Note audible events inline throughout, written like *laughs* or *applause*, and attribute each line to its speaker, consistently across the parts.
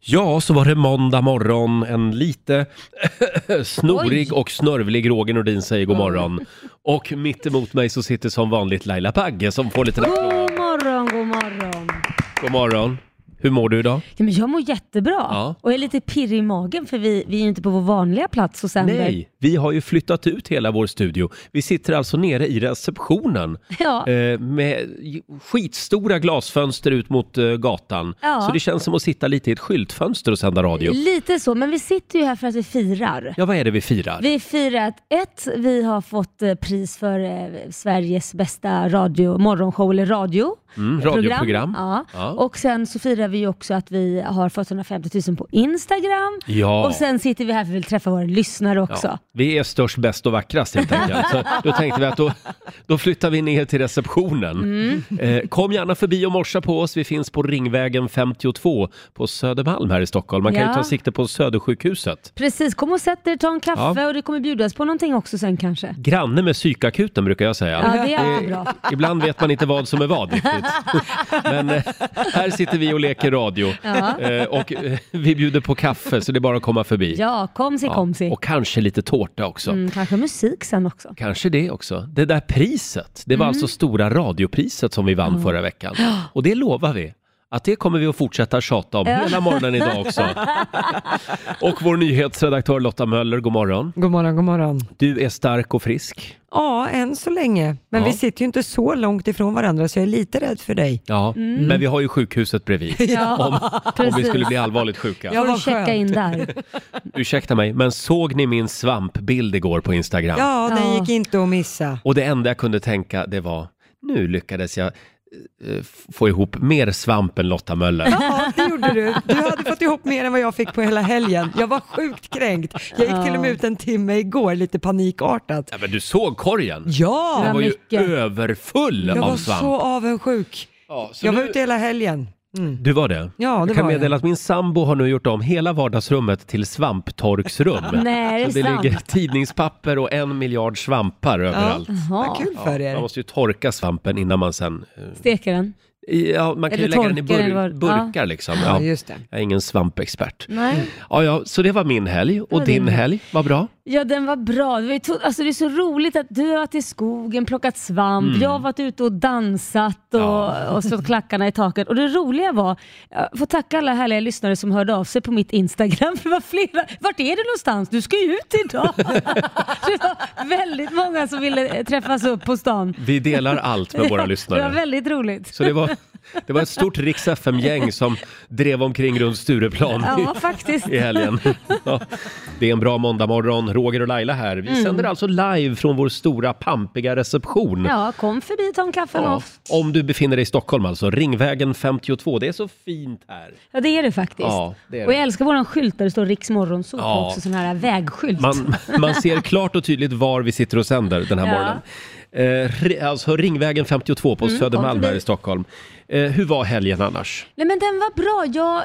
Speaker 1: Ja, så var det måndag morgon. En lite *laughs* snorig och snörvlig Roger Nordin säger god morgon. Och mitt emot mig så sitter som vanligt Laila Bagge som får lite applåd.
Speaker 2: God morgon, god morgon.
Speaker 1: God morgon. Hur mår du idag?
Speaker 2: Ja, men jag mår jättebra
Speaker 1: Ja.
Speaker 2: och är lite pirrig i magen för vi, vi är ju inte på vår vanliga plats och sänder.
Speaker 1: Nej, vi har ju flyttat ut hela vår studio. Vi sitter alltså nere i receptionen
Speaker 2: *laughs* Ja.
Speaker 1: eh, med skitstora glasfönster ut mot eh, gatan.
Speaker 2: Ja.
Speaker 1: Så det känns som att sitta lite i ett skyltfönster och sända radio.
Speaker 2: Lite så, men vi sitter ju här för att vi firar.
Speaker 1: Ja, vad är det vi firar?
Speaker 2: Vi firar att ett, vi har fått eh, pris för eh, Sveriges bästa radio, morgonshow eller radio.
Speaker 1: Mm, radioprogram.
Speaker 2: Ja.
Speaker 1: Ja.
Speaker 2: Och sen så firar vi ju också att vi har fått 150 000 på Instagram.
Speaker 1: Ja.
Speaker 2: Och sen sitter vi här för att vi vill träffa våra lyssnare
Speaker 1: Ja,
Speaker 2: också.
Speaker 1: vi är störst, bäst och vackrast helt
Speaker 2: *laughs*
Speaker 1: enkelt. Så då tänkte vi att då, då flyttar vi ner till receptionen.
Speaker 2: Mm.
Speaker 1: Eh, kom gärna förbi och morsa på oss. Vi finns på Ringvägen 52 på Södermalm här i Stockholm. Man kan ju
Speaker 2: Ja.
Speaker 1: ta sikte på Södersjukhuset.
Speaker 2: Precis, kom och sätt dig, ta en kaffe
Speaker 1: Ja.
Speaker 2: och det kommer bjudas på någonting också sen kanske.
Speaker 1: Granne med psykakuten brukar jag säga. Eh,
Speaker 2: Ja, det är alltid bra.
Speaker 1: Ibland vet man inte vad som är vad
Speaker 2: *laughs*
Speaker 1: riktigt. Men eh, här sitter vi och leker radio.
Speaker 2: Ja.
Speaker 1: Eh, och eh, vi bjuder på kaffe så det är bara att komma förbi.
Speaker 2: Ja, komsi komsi.
Speaker 1: Och kanske lite tårta också.
Speaker 2: Mm, kanske musik sen också.
Speaker 1: Kanske det också. Det där priset, det var alltså stora radiopriset som vi vann förra veckan. Och det lovar vi. Att det kommer vi att fortsätta tjata om hela morgonen idag också. och vår nyhetsredaktör Lotta Möller, god morgon.
Speaker 3: God morgon, god morgon.
Speaker 1: Du är stark och frisk.
Speaker 3: Ja, än så länge. Men
Speaker 1: Ja.
Speaker 3: vi sitter ju inte så långt ifrån varandra så jag är lite rädd för dig.
Speaker 1: Ja, Mm. men vi har ju sjukhuset bredvid.
Speaker 2: Ja,
Speaker 1: Om vi
Speaker 2: precis.
Speaker 1: skulle bli allvarligt sjuka.
Speaker 3: Ja,
Speaker 2: Får du
Speaker 3: vad
Speaker 2: checka
Speaker 3: skönt.
Speaker 1: *laughs*
Speaker 2: in där.
Speaker 1: Ursäkta mig, men såg ni min svampbild igår på Instagram?
Speaker 3: Ja, den
Speaker 2: Ja.
Speaker 3: gick inte att missa.
Speaker 1: Och det enda jag kunde tänka det var, nu lyckades jag eh, f- få ihop mer svamp än Lotta
Speaker 3: *laughs*
Speaker 1: Möller.
Speaker 3: Ja, det gjorde du. Du hade fått ihop mer än vad jag fick på hela helgen. Jag var sjukt kränkt. Jag gick till och med ut en timme igår, lite panikartat.
Speaker 1: Ja, men du såg korgen! Den
Speaker 3: Ja,
Speaker 1: var ju
Speaker 2: mycket.
Speaker 1: överfull
Speaker 3: jag
Speaker 1: av
Speaker 3: var
Speaker 1: svamp.
Speaker 3: så avundsjuk.
Speaker 1: Ja, så
Speaker 3: Jag
Speaker 1: nu-
Speaker 3: var ute hela helgen. Mm.
Speaker 1: Du var det?
Speaker 3: Ja,
Speaker 1: jag
Speaker 3: det
Speaker 1: kan
Speaker 3: var jag.
Speaker 1: meddela att min sambo har nu gjort om hela vardagsrummet till svamptorksrum.
Speaker 2: Nej,
Speaker 1: så
Speaker 2: det är
Speaker 1: det
Speaker 2: sant.
Speaker 1: ligger tidningspapper och en miljard svampar överallt.
Speaker 2: Ja,
Speaker 3: Vad kul för
Speaker 1: Man
Speaker 3: er.
Speaker 1: måste ju torka svampen innan man sen... eh,
Speaker 2: steker den.
Speaker 1: Ja, man kan ju
Speaker 2: Eller
Speaker 1: lägga den i
Speaker 2: torka den,
Speaker 1: bur-
Speaker 2: var-
Speaker 1: burkar liksom.
Speaker 3: Ja,
Speaker 1: Ja.
Speaker 3: just det.
Speaker 1: Jag är ingen svampexpert.
Speaker 2: Nej.
Speaker 1: Ja, ja, så det var min helg. Och
Speaker 2: var
Speaker 1: din
Speaker 2: din.
Speaker 1: helg var bra?
Speaker 2: Ja, den var bra. Det, var ju to- alltså, det är så roligt att du har varit i skogen, plockat svamp, jag har varit ute och dansat och,
Speaker 1: Mm. Ja.
Speaker 2: och slått klackarna i taket. Och det roliga var, jag får tacka alla härliga lyssnare som hörde av sig på mitt Instagram, *laughs* för det var flera. Vart är du någonstans? Du ska ju ut idag! *laughs* Så det var väldigt många som ville eh, träffas upp på stan.
Speaker 1: Vi delar allt med
Speaker 2: *laughs*
Speaker 1: våra lyssnare.
Speaker 2: Det var väldigt roligt.
Speaker 1: Så det var, det var ett stort Rix FM-gäng som drev omkring runt Stureplan
Speaker 2: Ja, faktiskt.
Speaker 1: *laughs* i, i helgen. Ja, det är en bra måndagmorgon. Roger och Laila här.
Speaker 2: Mm.
Speaker 1: Vi sänder alltså live från vår stora pampiga reception.
Speaker 2: Ja, kom förbi och ta en kaffe med
Speaker 1: Ja,
Speaker 2: oss.
Speaker 1: Om du befinner dig i Stockholm alltså, Ringvägen 52. Det är så fint här.
Speaker 2: Ja, det är det faktiskt.
Speaker 1: Ja, det är
Speaker 2: Och
Speaker 1: det.
Speaker 2: jag älskar våran skylt där det står Riks Morgonzoo
Speaker 1: Ja.
Speaker 2: på också, sån här vägskylt.
Speaker 1: Man, man ser klart och tydligt var vi sitter och sänder den här
Speaker 2: Ja.
Speaker 1: morgonen. Eh, ri- alltså Ringvägen 52 på
Speaker 2: Mm.
Speaker 1: Södermalm här i Stockholm. Eh, hur var helgen annars?
Speaker 2: Nej men den var bra. Jag,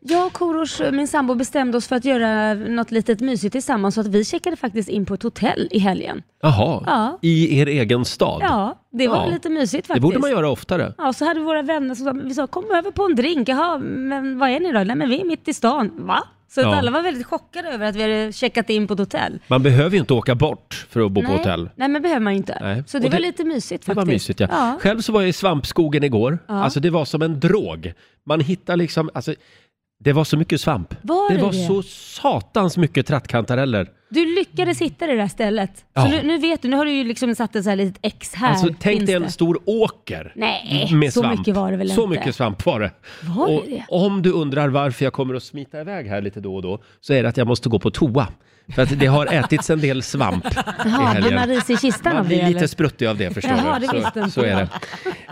Speaker 2: jag och Korosh, min sambo, bestämde oss för att göra något litet mysigt tillsammans så att vi checkade faktiskt in på ett hotell i helgen.
Speaker 1: Jaha,
Speaker 2: Ja.
Speaker 1: i er egen stad?
Speaker 2: Ja, det var
Speaker 1: Ja.
Speaker 2: lite mysigt faktiskt.
Speaker 1: Det borde man göra oftare.
Speaker 2: Ja, så hade våra vänner som sa, vi sa kom över på en drink. Jaha, men vad är ni då? Nej men vi är mitt i stan. Va? Så
Speaker 1: Ja.
Speaker 2: att alla var väldigt chockade över att vi hade checkat in på ett hotell.
Speaker 1: Man behöver ju inte åka bort för att bo på
Speaker 2: Nej,
Speaker 1: hotell.
Speaker 2: Nej men behöver man ju inte.
Speaker 1: Nej.
Speaker 2: Så det,
Speaker 1: Och
Speaker 2: var
Speaker 1: det-
Speaker 2: lite mysigt
Speaker 1: Det
Speaker 2: faktiskt.
Speaker 1: var mysigt ja.
Speaker 2: ja.
Speaker 1: Själv så var jag i svampskogen igår. Alltså det var som en drog. Man hittar liksom, alltså, det var så mycket svamp.
Speaker 2: Var
Speaker 1: det
Speaker 2: det
Speaker 1: var
Speaker 2: det? Äh,
Speaker 1: så satans mycket trattkantareller.
Speaker 2: Du lyckades hitta det där stället.
Speaker 1: Ja.
Speaker 2: Så nu, nu vet du, nu har du ju liksom satt ett så här litet X här.
Speaker 1: Alltså tänk
Speaker 2: finns
Speaker 1: dig en
Speaker 2: det.
Speaker 1: stor åker
Speaker 2: Nej,
Speaker 1: med
Speaker 2: så
Speaker 1: svamp.
Speaker 2: mycket var det väl
Speaker 1: Så
Speaker 2: inte?
Speaker 1: mycket svamp var det.
Speaker 2: Var det
Speaker 1: och
Speaker 2: det?
Speaker 1: om du undrar varför jag kommer att smita iväg här lite då och då så är det att jag måste gå på toa. För att det har ätits en del
Speaker 2: *laughs*
Speaker 1: svamp i
Speaker 2: Jaha, blir
Speaker 1: helgen.
Speaker 2: man risig i kistan
Speaker 1: Man
Speaker 2: av det
Speaker 1: blir lite
Speaker 2: eller?
Speaker 1: spruttig av det förstår
Speaker 2: Jaha,
Speaker 1: du.
Speaker 2: det visste
Speaker 1: Så,
Speaker 2: inte
Speaker 1: så är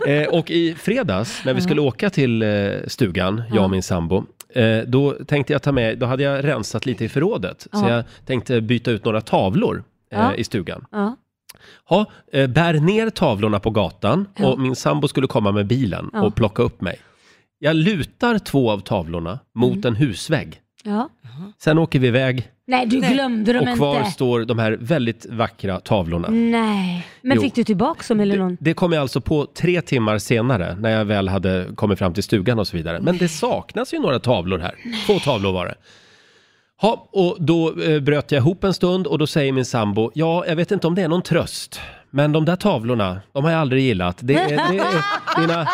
Speaker 1: det. Eh, och i fredags när vi skulle åka till eh, stugan, jag och min sambo, eh, då tänkte jag ta med, då hade jag rensat lite i förrådet. Så
Speaker 2: Ja.
Speaker 1: jag tänkte byta ut några tavlor eh,
Speaker 2: Ja.
Speaker 1: i stugan.
Speaker 2: Ja.
Speaker 1: Ha, eh, bär ner tavlorna på gatan och min sambo skulle komma med bilen
Speaker 2: Ja. Mm.
Speaker 1: och plocka upp mig. Jag lutar två av tavlorna mot en husvägg.
Speaker 2: Ja.
Speaker 1: Sen åker vi iväg
Speaker 2: Nej, du
Speaker 3: Nej.
Speaker 2: glömde dem
Speaker 1: och kvar
Speaker 2: inte.
Speaker 1: står de här väldigt vackra tavlorna.
Speaker 2: Nej, men
Speaker 1: Jo.
Speaker 2: fick du tillbaka dem eller någon?
Speaker 1: Det kom jag alltså på tre timmar senare när jag väl hade kommit fram till stugan och så vidare. Men det saknas ju några tavlor här. Två tavlor var det. Ja, och då eh, bröt jag ihop en stund och då säger min sambo, ja, jag vet inte om det är någon tröst, men de där tavlorna, de har jag aldrig gillat. Det är, det är dina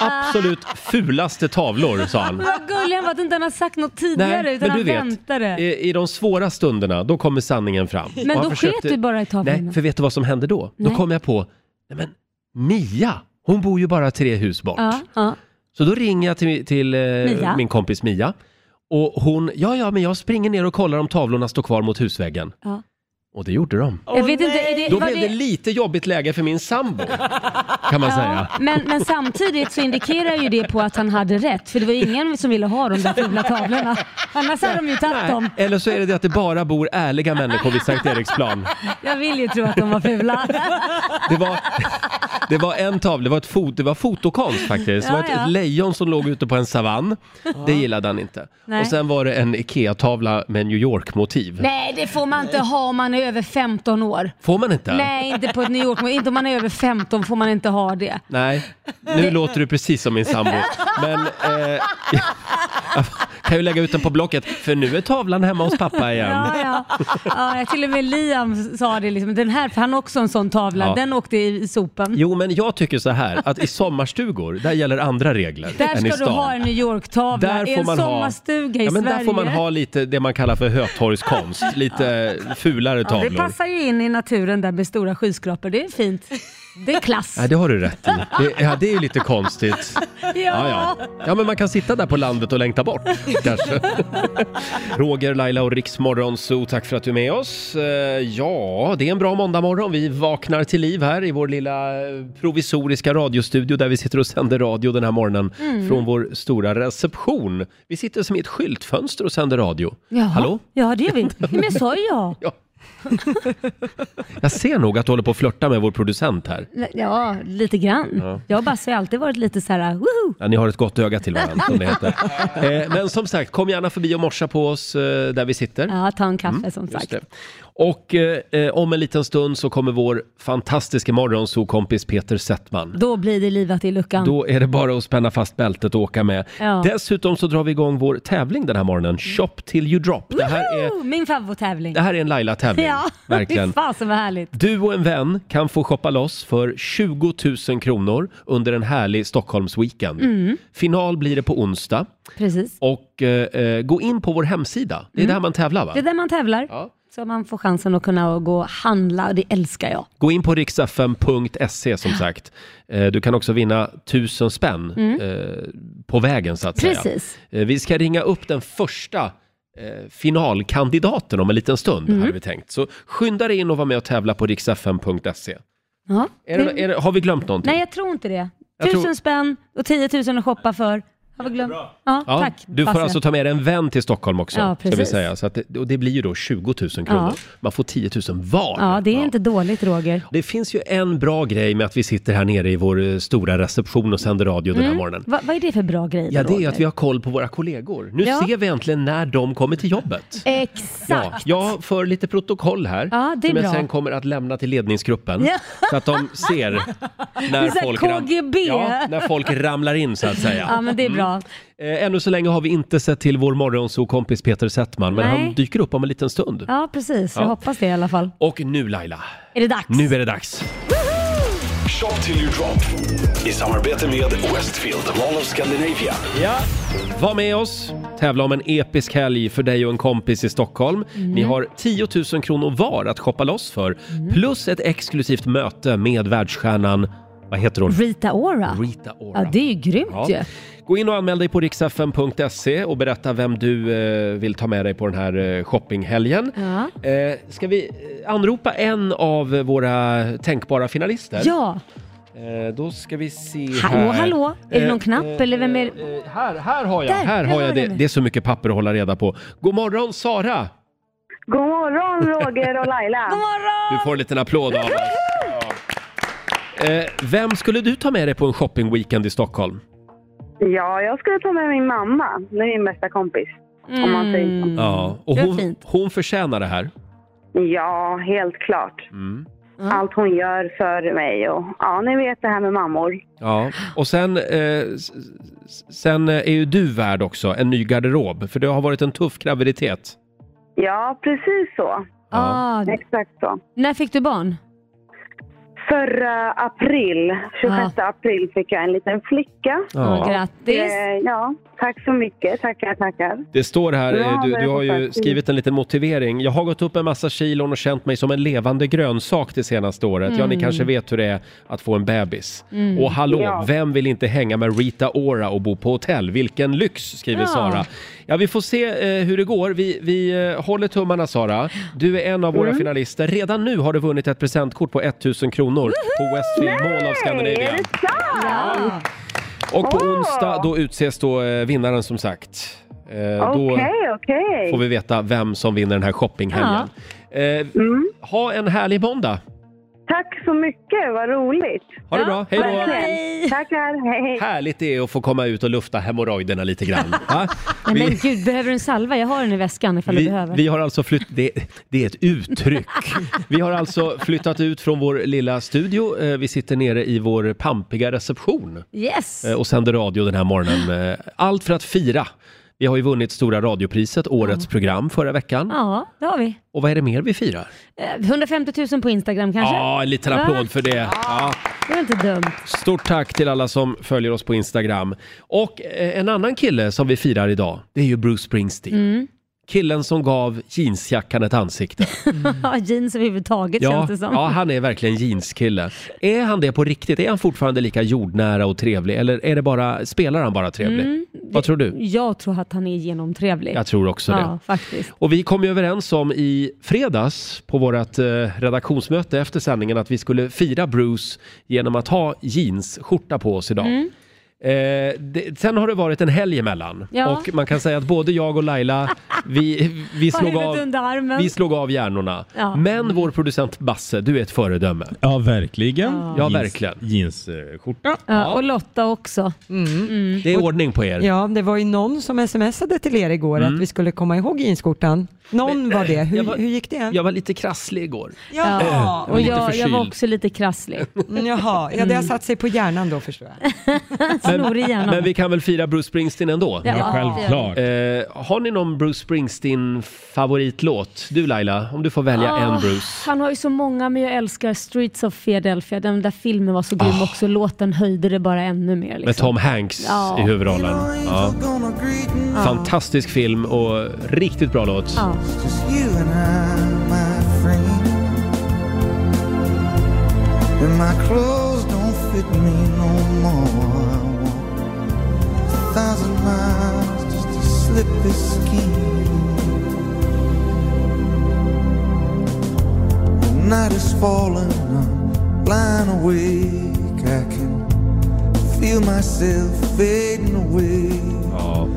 Speaker 1: absolut fulaste tavlor, sa han.
Speaker 2: Vad gullig han var att inte han har sagt något tidigare utan han väntade.
Speaker 1: i, i de svåra stunderna, då kommer sanningen fram. Och han
Speaker 2: då sket du bara i tavlorna.
Speaker 1: Nej, för vet du vad som hände då?
Speaker 2: Nej.
Speaker 1: Då kom jag på, nej men Mia, hon bor ju bara tre hus bort.
Speaker 2: Ja, ja.
Speaker 1: Så då ringer jag till, till eh,
Speaker 2: Mia?
Speaker 1: min kompis Mia. Och hon, ja ja men jag springer ner och kollar om tavlorna står kvar mot husväggen.
Speaker 2: Ja.
Speaker 1: Och det gjorde de.
Speaker 2: Jag vet inte, är det,
Speaker 1: Då
Speaker 2: var
Speaker 1: blev det lite jobbigt läge för min sambo, kan man säga.
Speaker 2: Men, men samtidigt så indikerar ju det på att han hade rätt, för det var ju ingen som ville ha de där fula tavlorna. Annars hade de ju tagit dem.
Speaker 1: Eller så är det det att det bara bor ärliga människor vid Sankt Eriksplan.
Speaker 2: Jag vill ju tro att de var fula.
Speaker 1: Det var, *laughs* det var en tavla, det var, ett fot, det var fotokonst faktiskt. Det var ett,
Speaker 2: Ja, ja.
Speaker 1: ett lejon som låg ute på en savann. Det gillade han inte.
Speaker 2: Nej.
Speaker 1: Och sen var det en IKEA-tavla med New York-motiv.
Speaker 2: Nej, det får man inte ha om man är över 15 år.
Speaker 1: Får man inte?
Speaker 2: Nej, inte på ett New York, inte om man är över 15 får man inte ha det.
Speaker 1: Nej. Nu låter du precis som min sambo. Men eh, *laughs* kan ju lägga ut den på Blocket, för nu är tavlan hemma hos pappa igen.
Speaker 2: Ja, ja. ja, till och med Liam sa det, liksom, den här, för han har också en sån tavla,
Speaker 1: Ja.
Speaker 2: den åkte i i sopen.
Speaker 1: Jo, men jag tycker så här, att i sommarstugor, där gäller andra regler
Speaker 2: Där
Speaker 1: än i
Speaker 2: ska
Speaker 1: stan.
Speaker 2: du ha en New York-tavla
Speaker 1: Där
Speaker 2: i
Speaker 1: får
Speaker 2: en
Speaker 1: man ha-
Speaker 2: sommarstuga i
Speaker 1: Ja, men
Speaker 2: Sverige.
Speaker 1: där får man ha lite det man kallar för
Speaker 2: *laughs*
Speaker 1: Hötorgskonst, lite fulare
Speaker 2: Ja,
Speaker 1: tavlor.
Speaker 2: det passar ju in i naturen där med stora skyskrapor. Det är fint. Det är klass.
Speaker 1: Ja, det har du rätt i. Det, ja, det är ju lite konstigt.
Speaker 2: *laughs*
Speaker 1: Ja, ja. ja, men man kan sitta där på landet och längta bort kanske. Roger, Laila och Riksmorgon Zoo, tack för att du är med oss. Eh, Ja, det är en bra måndagmorgon. Vi vaknar till liv här i vår lilla eh, provisoriska radiostudio där vi sitter och sänder radio den här morgonen
Speaker 2: Mm.
Speaker 1: från vår stora reception. Vi sitter som i ett skyltfönster och sänder radio.
Speaker 2: Jaha.
Speaker 1: Hallå?
Speaker 2: Ja, det gör vi. Men jag sa ju ja.
Speaker 1: Ja. Jag ser nog att du håller på att flörta med vår producent här.
Speaker 2: Ja, lite grann. Jag och Basse har alltid varit lite så här, woho!
Speaker 1: Ja, ni har ett gott öga till varandra, som det heter. Eh, men som sagt, kom gärna förbi och morsa på oss eh, där vi sitter.
Speaker 2: Ja, ta en kaffe som
Speaker 1: Mm, Just
Speaker 2: sagt.
Speaker 1: det. Och eh, eh, om en liten stund så kommer vår fantastiska morgonsokompis Peter Settman.
Speaker 2: Då blir det livat i luckan.
Speaker 1: Då är det bara att spänna fast bältet och åka med.
Speaker 2: Ja.
Speaker 1: Dessutom så drar vi igång vår tävling den här morgonen, Shop till you drop. Det här är,
Speaker 2: Woho! Min favvotävling.
Speaker 1: det här är en Laila-tävling,
Speaker 2: Ja, *laughs*
Speaker 1: verkligen.
Speaker 2: fy fasen vad härligt.
Speaker 1: Du och en vän kan få shoppa loss för 20 000 kronor under en härlig Stockholmsweekend.
Speaker 2: Mm.
Speaker 1: Final blir det på onsdag.
Speaker 2: Precis.
Speaker 1: och eh, eh, gå in på vår hemsida. Det är där man tävlar va?
Speaker 2: Mm. Det är där man tävlar.
Speaker 1: Ja.
Speaker 2: Så man får chansen att kunna gå och handla och det älskar jag.
Speaker 1: Gå in på riksfm.se som sagt. Eh, Du kan också vinna tusen spänn eh, på vägen så att
Speaker 2: Mm. Precis.
Speaker 1: säga. Eh, Vi ska ringa upp den första eh, finalkandidaten om en liten stund,
Speaker 2: Mm.
Speaker 1: hade vi tänkt. Så skynda dig in och var med och tävla på riksfm.se.
Speaker 2: Ja.
Speaker 1: Är det, är det, har vi glömt någonting?
Speaker 2: Nej, jag tror inte det.
Speaker 1: Typ. Jag
Speaker 2: Tusen
Speaker 1: tror-
Speaker 2: spänn och 10 000 att shoppa för. Har vi glömt? Ja,
Speaker 1: Ja,
Speaker 2: tack.
Speaker 1: du får
Speaker 2: Basse.
Speaker 1: alltså ta med dig en vän till Stockholm också.
Speaker 2: Ja,
Speaker 1: ska vi
Speaker 2: precis.
Speaker 1: säga. Så att det, och det blir ju då 20 000 kronor.
Speaker 2: Ja.
Speaker 1: Man får 10 000 var.
Speaker 2: Ja, det är inte dåligt Roger.
Speaker 1: Det finns ju en bra grej med att vi sitter här nere i vår eh, stora reception och sänder radio den
Speaker 2: Mm.
Speaker 1: här morgonen.
Speaker 2: Va, vad är det för bra grej
Speaker 1: Ja, det är ju
Speaker 2: Roger?
Speaker 1: att vi har koll på våra kollegor. Nu
Speaker 2: Ja.
Speaker 1: ser vi äntligen när de kommer till jobbet. Ja,
Speaker 2: Exakt.
Speaker 1: jag för lite protokoll här
Speaker 2: Ja, det är
Speaker 1: som jag
Speaker 2: bra.
Speaker 1: sen kommer att lämna till ledningsgruppen.
Speaker 2: Ja.
Speaker 1: Så att de
Speaker 2: *laughs*
Speaker 1: ser när
Speaker 2: så här
Speaker 1: folk, ram-
Speaker 2: KGB.
Speaker 1: ja, när folk ramlar in så att säga.
Speaker 2: Ja, men det är bra.
Speaker 1: Eh, Ännu så länge har vi inte sett till vår morgonsokompis Peter Settman, men
Speaker 2: Nej.
Speaker 1: han dyker upp om en liten stund.
Speaker 2: Ja, precis. Jag
Speaker 1: Ja.
Speaker 2: hoppas det i alla fall.
Speaker 1: Och nu Laila,
Speaker 2: Är det dags?
Speaker 1: nu är det dags.
Speaker 4: Shop till you drop. I samarbete med Westfield Mall of Scandinavia.
Speaker 1: Ja. Var med oss, tävla om en episk helg för dig och en kompis i Stockholm.
Speaker 2: Mm.
Speaker 1: Ni har 10 000 kronor var att shoppa loss för, plus ett exklusivt möte med världsstjärnan, vad heter hon?
Speaker 2: Rita Ora.
Speaker 1: Rita Ora.
Speaker 2: Ja, det är ju grymt
Speaker 1: Ja.
Speaker 2: ju.
Speaker 1: Gå in och anmäl dig på riksfm.se och berätta vem du eh, vill ta med dig på den här eh, shoppinghelgen.
Speaker 2: Ja.
Speaker 1: Eh, ska vi eh, anropa en av våra tänkbara finalister?
Speaker 2: Ja,
Speaker 1: Eh, då ska vi se
Speaker 2: Hallå,
Speaker 1: här.
Speaker 2: hallå? Är det någon knapp, eller vem är-
Speaker 1: eh, här, här har jag,
Speaker 2: Där,
Speaker 1: här
Speaker 2: jag
Speaker 1: har
Speaker 2: har
Speaker 1: jag det.
Speaker 2: den.
Speaker 1: Det är så mycket papper att hålla reda på. God morgon Sara!
Speaker 5: God morgon Roger och Laila.
Speaker 2: *laughs* god morgon!
Speaker 1: Du får en liten applåd av oss. Ja. Eh, vem skulle du ta med dig på en
Speaker 2: Mm.
Speaker 1: shoppingweekend i Stockholm?
Speaker 5: Ja, jag skulle ta med min mamma. Det är min bästa kompis. om
Speaker 2: Mm.
Speaker 5: man säger så.
Speaker 1: Ja, och
Speaker 2: Det var
Speaker 1: hon,
Speaker 2: fint.
Speaker 1: hon förtjänar det här.
Speaker 5: Ja, helt klart.
Speaker 1: Mm.
Speaker 5: Allt hon gör för mig och ja, ni vet det här med mammor.
Speaker 1: Ja, och sen, eh, s- s- sen är ju du värd också en ny garderob, för det har varit en tuff graviditet.
Speaker 5: Ja, precis så.
Speaker 2: Ah,
Speaker 5: Exakt så.
Speaker 2: när fick du barn?
Speaker 5: Förra april, 26 april, fick jag en liten flicka.
Speaker 2: Ja. Grattis!
Speaker 5: Eh, ja, tack så mycket. Tackar, tackar.
Speaker 1: Det står här,
Speaker 5: Ja,
Speaker 1: eh, du,
Speaker 5: men
Speaker 1: du har ju
Speaker 5: tack.
Speaker 1: skrivit en liten motivering. Jag har gått upp en massa kilon och känt mig som en levande grönsak det senaste året. Ja, ni kanske vet hur det är att få en bebis. Och hallå,
Speaker 5: Mm. Ja.
Speaker 1: vem vill inte hänga med Rita Ora och bo på hotell? Vilken lyx, skriver
Speaker 2: Ja.
Speaker 1: Sara. Ja, vi får se eh, hur det går. Vi, vi eh, håller tummarna, Sara. Du är en av
Speaker 5: Mm.
Speaker 1: våra finalister. Redan nu har du vunnit ett presentkort på 1000 kronor på Westfield Mall av
Speaker 5: Är
Speaker 1: Scandinavia.
Speaker 5: det sant?
Speaker 2: Ja.
Speaker 1: Och på
Speaker 5: Åh!
Speaker 1: onsdag, då utses då eh, vinnaren som sagt. Eh, då-
Speaker 5: Okej, okej.
Speaker 1: får vi veta vem som vinner den här shoppinghelgen. Eh,
Speaker 2: Mm.
Speaker 1: Ha en härlig måndag!
Speaker 5: Tack så mycket, vad roligt.
Speaker 1: Ha det
Speaker 2: Ja,
Speaker 1: bra, hej då!
Speaker 2: verkligen.
Speaker 5: Verkligen. Tackar, hej hej.
Speaker 1: Härligt det är att få komma ut och lufta hemorrojderna lite
Speaker 2: *laughs*
Speaker 1: grann. Va?
Speaker 2: Nej, men
Speaker 1: Vi,
Speaker 2: gud, behöver du en salva? Jag har den i väskan ifall du
Speaker 1: vi,
Speaker 2: behöver.
Speaker 1: vi har alltså flytt, det, det är ett uttryck. Vi har alltså flyttat ut från vår lilla studio. Eh, Vi sitter nere i vår pampiga reception
Speaker 2: Yes!
Speaker 1: eh, och sänder radio den här morgonen. Eh, Allt för att fira. Vi har ju vunnit Stora radiopriset, årets program förra veckan.
Speaker 2: Ja, det har vi.
Speaker 1: Och vad är det mer vi firar?
Speaker 2: Eh, 150 000 på Instagram kanske?
Speaker 1: Ja, en liten applåd för det. Ja.
Speaker 2: Det var inte dumt.
Speaker 1: Stort tack till alla som följer oss på Instagram. Och eh, en annan kille som vi firar idag, det är ju Bruce Springsteen.
Speaker 2: Mm.
Speaker 1: Killen som gav jeansjackan ett
Speaker 2: *laughs*
Speaker 1: ansikte.
Speaker 2: Ja, jeans överhuvudtaget
Speaker 1: Mm. Ja,
Speaker 2: känns det som.
Speaker 1: ja, han är verkligen jeanskille. Är han det på riktigt? Är han fortfarande lika jordnära och trevlig? Eller är det bara, spelar han bara trevlig?
Speaker 2: Mm,
Speaker 1: Vad tror du?
Speaker 2: Jag tror att han är genomtrevlig.
Speaker 1: Jag tror också det.
Speaker 2: Ja, faktiskt.
Speaker 1: Och vi kom ju överens om i fredags på vårt eh, redaktionsmöte efter sändningen att vi skulle fira Bruce genom att ha jeansskjorta på oss idag.
Speaker 2: Mm.
Speaker 1: Eh, det, sen har det varit en helg emellan
Speaker 2: Ja.
Speaker 1: och man kan säga att både jag och Laila, vi, vi,
Speaker 2: *laughs* Har
Speaker 1: slog,
Speaker 2: huvudet
Speaker 1: av,
Speaker 2: under armen.
Speaker 1: vi slog av hjärnorna.
Speaker 2: Ja.
Speaker 1: Men vår producent Basse, du är ett föredöme.
Speaker 6: Ja, verkligen.
Speaker 1: Ja, verkligen.
Speaker 6: Jeansskjorta.
Speaker 2: Ja, Eh, och Lotta också. Mm.
Speaker 1: Det är ordning på er.
Speaker 3: Ja, det var ju någon som smsade till er igår att vi skulle komma ihåg jeansskjortan. Någon var det.
Speaker 1: Mm.
Speaker 3: Hur,
Speaker 1: eh, jag var-
Speaker 3: hur gick det?
Speaker 1: Jag Eh. var lite krasslig igår.
Speaker 3: Ja.
Speaker 1: var
Speaker 2: Och
Speaker 1: lite
Speaker 2: jag, jag var
Speaker 1: förkyld.
Speaker 2: också lite
Speaker 1: *laughs*
Speaker 2: krasslig.
Speaker 3: Mm, Jaha, ja, det har satt sig på hjärnan då förstår jag.
Speaker 2: Snor i hjärnan.
Speaker 1: Men vi kan väl fira Bruce Springsteen ändå?
Speaker 2: Ja,
Speaker 6: Självklart.
Speaker 1: Eh, har ni någon Bruce Springsteen favoritlåt? Du Laila, om du får välja
Speaker 2: Ah,
Speaker 1: en Bruce.
Speaker 2: Han har ju så många, men jag älskar Streets of Philadelphia. Den där filmen var så grym
Speaker 1: Ah.
Speaker 2: också. Låten höjde det bara ännu mer.
Speaker 1: Med
Speaker 2: Liksom.
Speaker 1: Tom Hanks
Speaker 2: Ja.
Speaker 1: i huvudrollen. Ja. Oh. Fantastisk film och riktigt bra låt.
Speaker 2: Ja.
Speaker 7: Just you and I, my friend. And my clothes don't fit me no more. I walk a thousand miles just to slip this skin. The night is falling, I'm blind awake. I can feel myself fading away.
Speaker 1: Ja.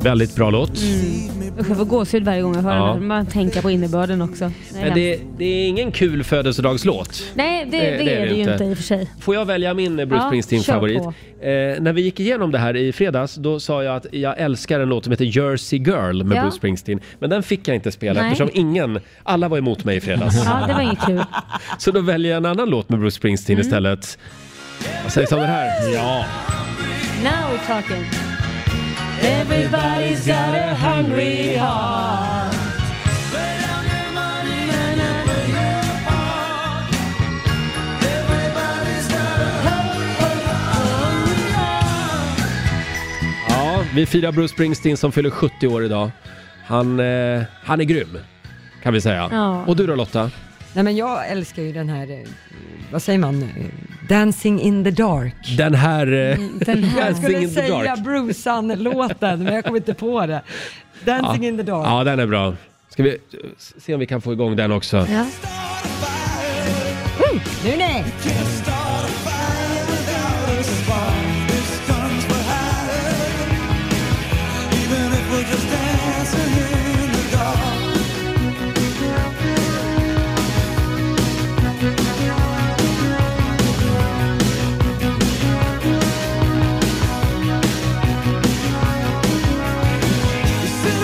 Speaker 1: Väldigt bra låt.
Speaker 2: Mm,
Speaker 7: Leave me
Speaker 2: Usch, jag får gåshud varje gång jag hör
Speaker 1: Ja.
Speaker 2: den. Man tänker på innebörden också. Nej,
Speaker 1: Men det, det är ingen kul födelsedagslåt.
Speaker 2: Nej, det, det, är det ju inte i och för sig.
Speaker 1: Får jag välja min eh, Bruce
Speaker 2: Ja, kör
Speaker 1: Springsteen-favorit?
Speaker 2: på.
Speaker 1: Eh, när vi gick igenom det här i fredags, då sa jag att jag älskar en låt som heter Jersey Girl med
Speaker 2: Ja.
Speaker 1: Bruce Springsteen. Men den fick jag inte spela
Speaker 2: Nej.
Speaker 1: eftersom ingen, alla var emot mig i
Speaker 2: *laughs*
Speaker 1: fredags.
Speaker 2: Ja, det var inget kul.
Speaker 1: Så då väljer jag en annan låt med Bruce Springsteen istället. Vad sägs om det här? Ja.
Speaker 2: Now we're talking. Everybody's got a hungry heart.
Speaker 1: ja, vi firar Bruce Springsteen som fyller 70 år idag. Han, eh, han är grym, kan vi säga.
Speaker 2: Ja.
Speaker 1: Och du då Lotta?
Speaker 3: Nej men jag älskar ju den här, eh, vad säger man, eh, Dancing in the dark.
Speaker 1: Den här... Eh,
Speaker 2: Den här.
Speaker 3: Jag skulle
Speaker 1: in the
Speaker 3: säga
Speaker 1: dark.
Speaker 3: Brucean-låten men jag kom inte på det. Dancing in the dark.
Speaker 1: ja, den är bra. Ska vi eh, se om vi kan få igång den också?
Speaker 2: Ja.
Speaker 3: Mm, Nu nej!
Speaker 7: Even if we're just dancing in the dark.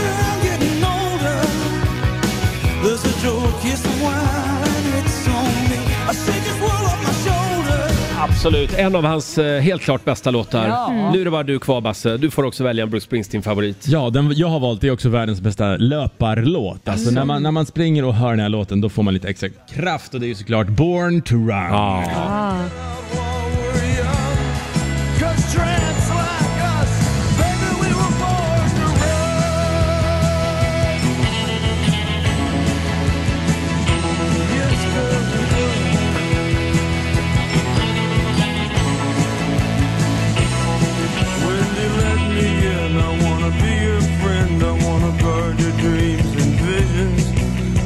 Speaker 7: You sit around
Speaker 1: Absolut, en av hans eh, helt klart bästa låtar.
Speaker 8: Ja. Mm.
Speaker 1: Nu är det bara du kvar Basse, du får också välja en Bruce Springsteen-favorit.
Speaker 6: Ja, den jag har valt är också världens bästa löparlåt. Alltså när, man, när man springer och hör den här låten då får man lite extra kraft och det är ju såklart Born to Run.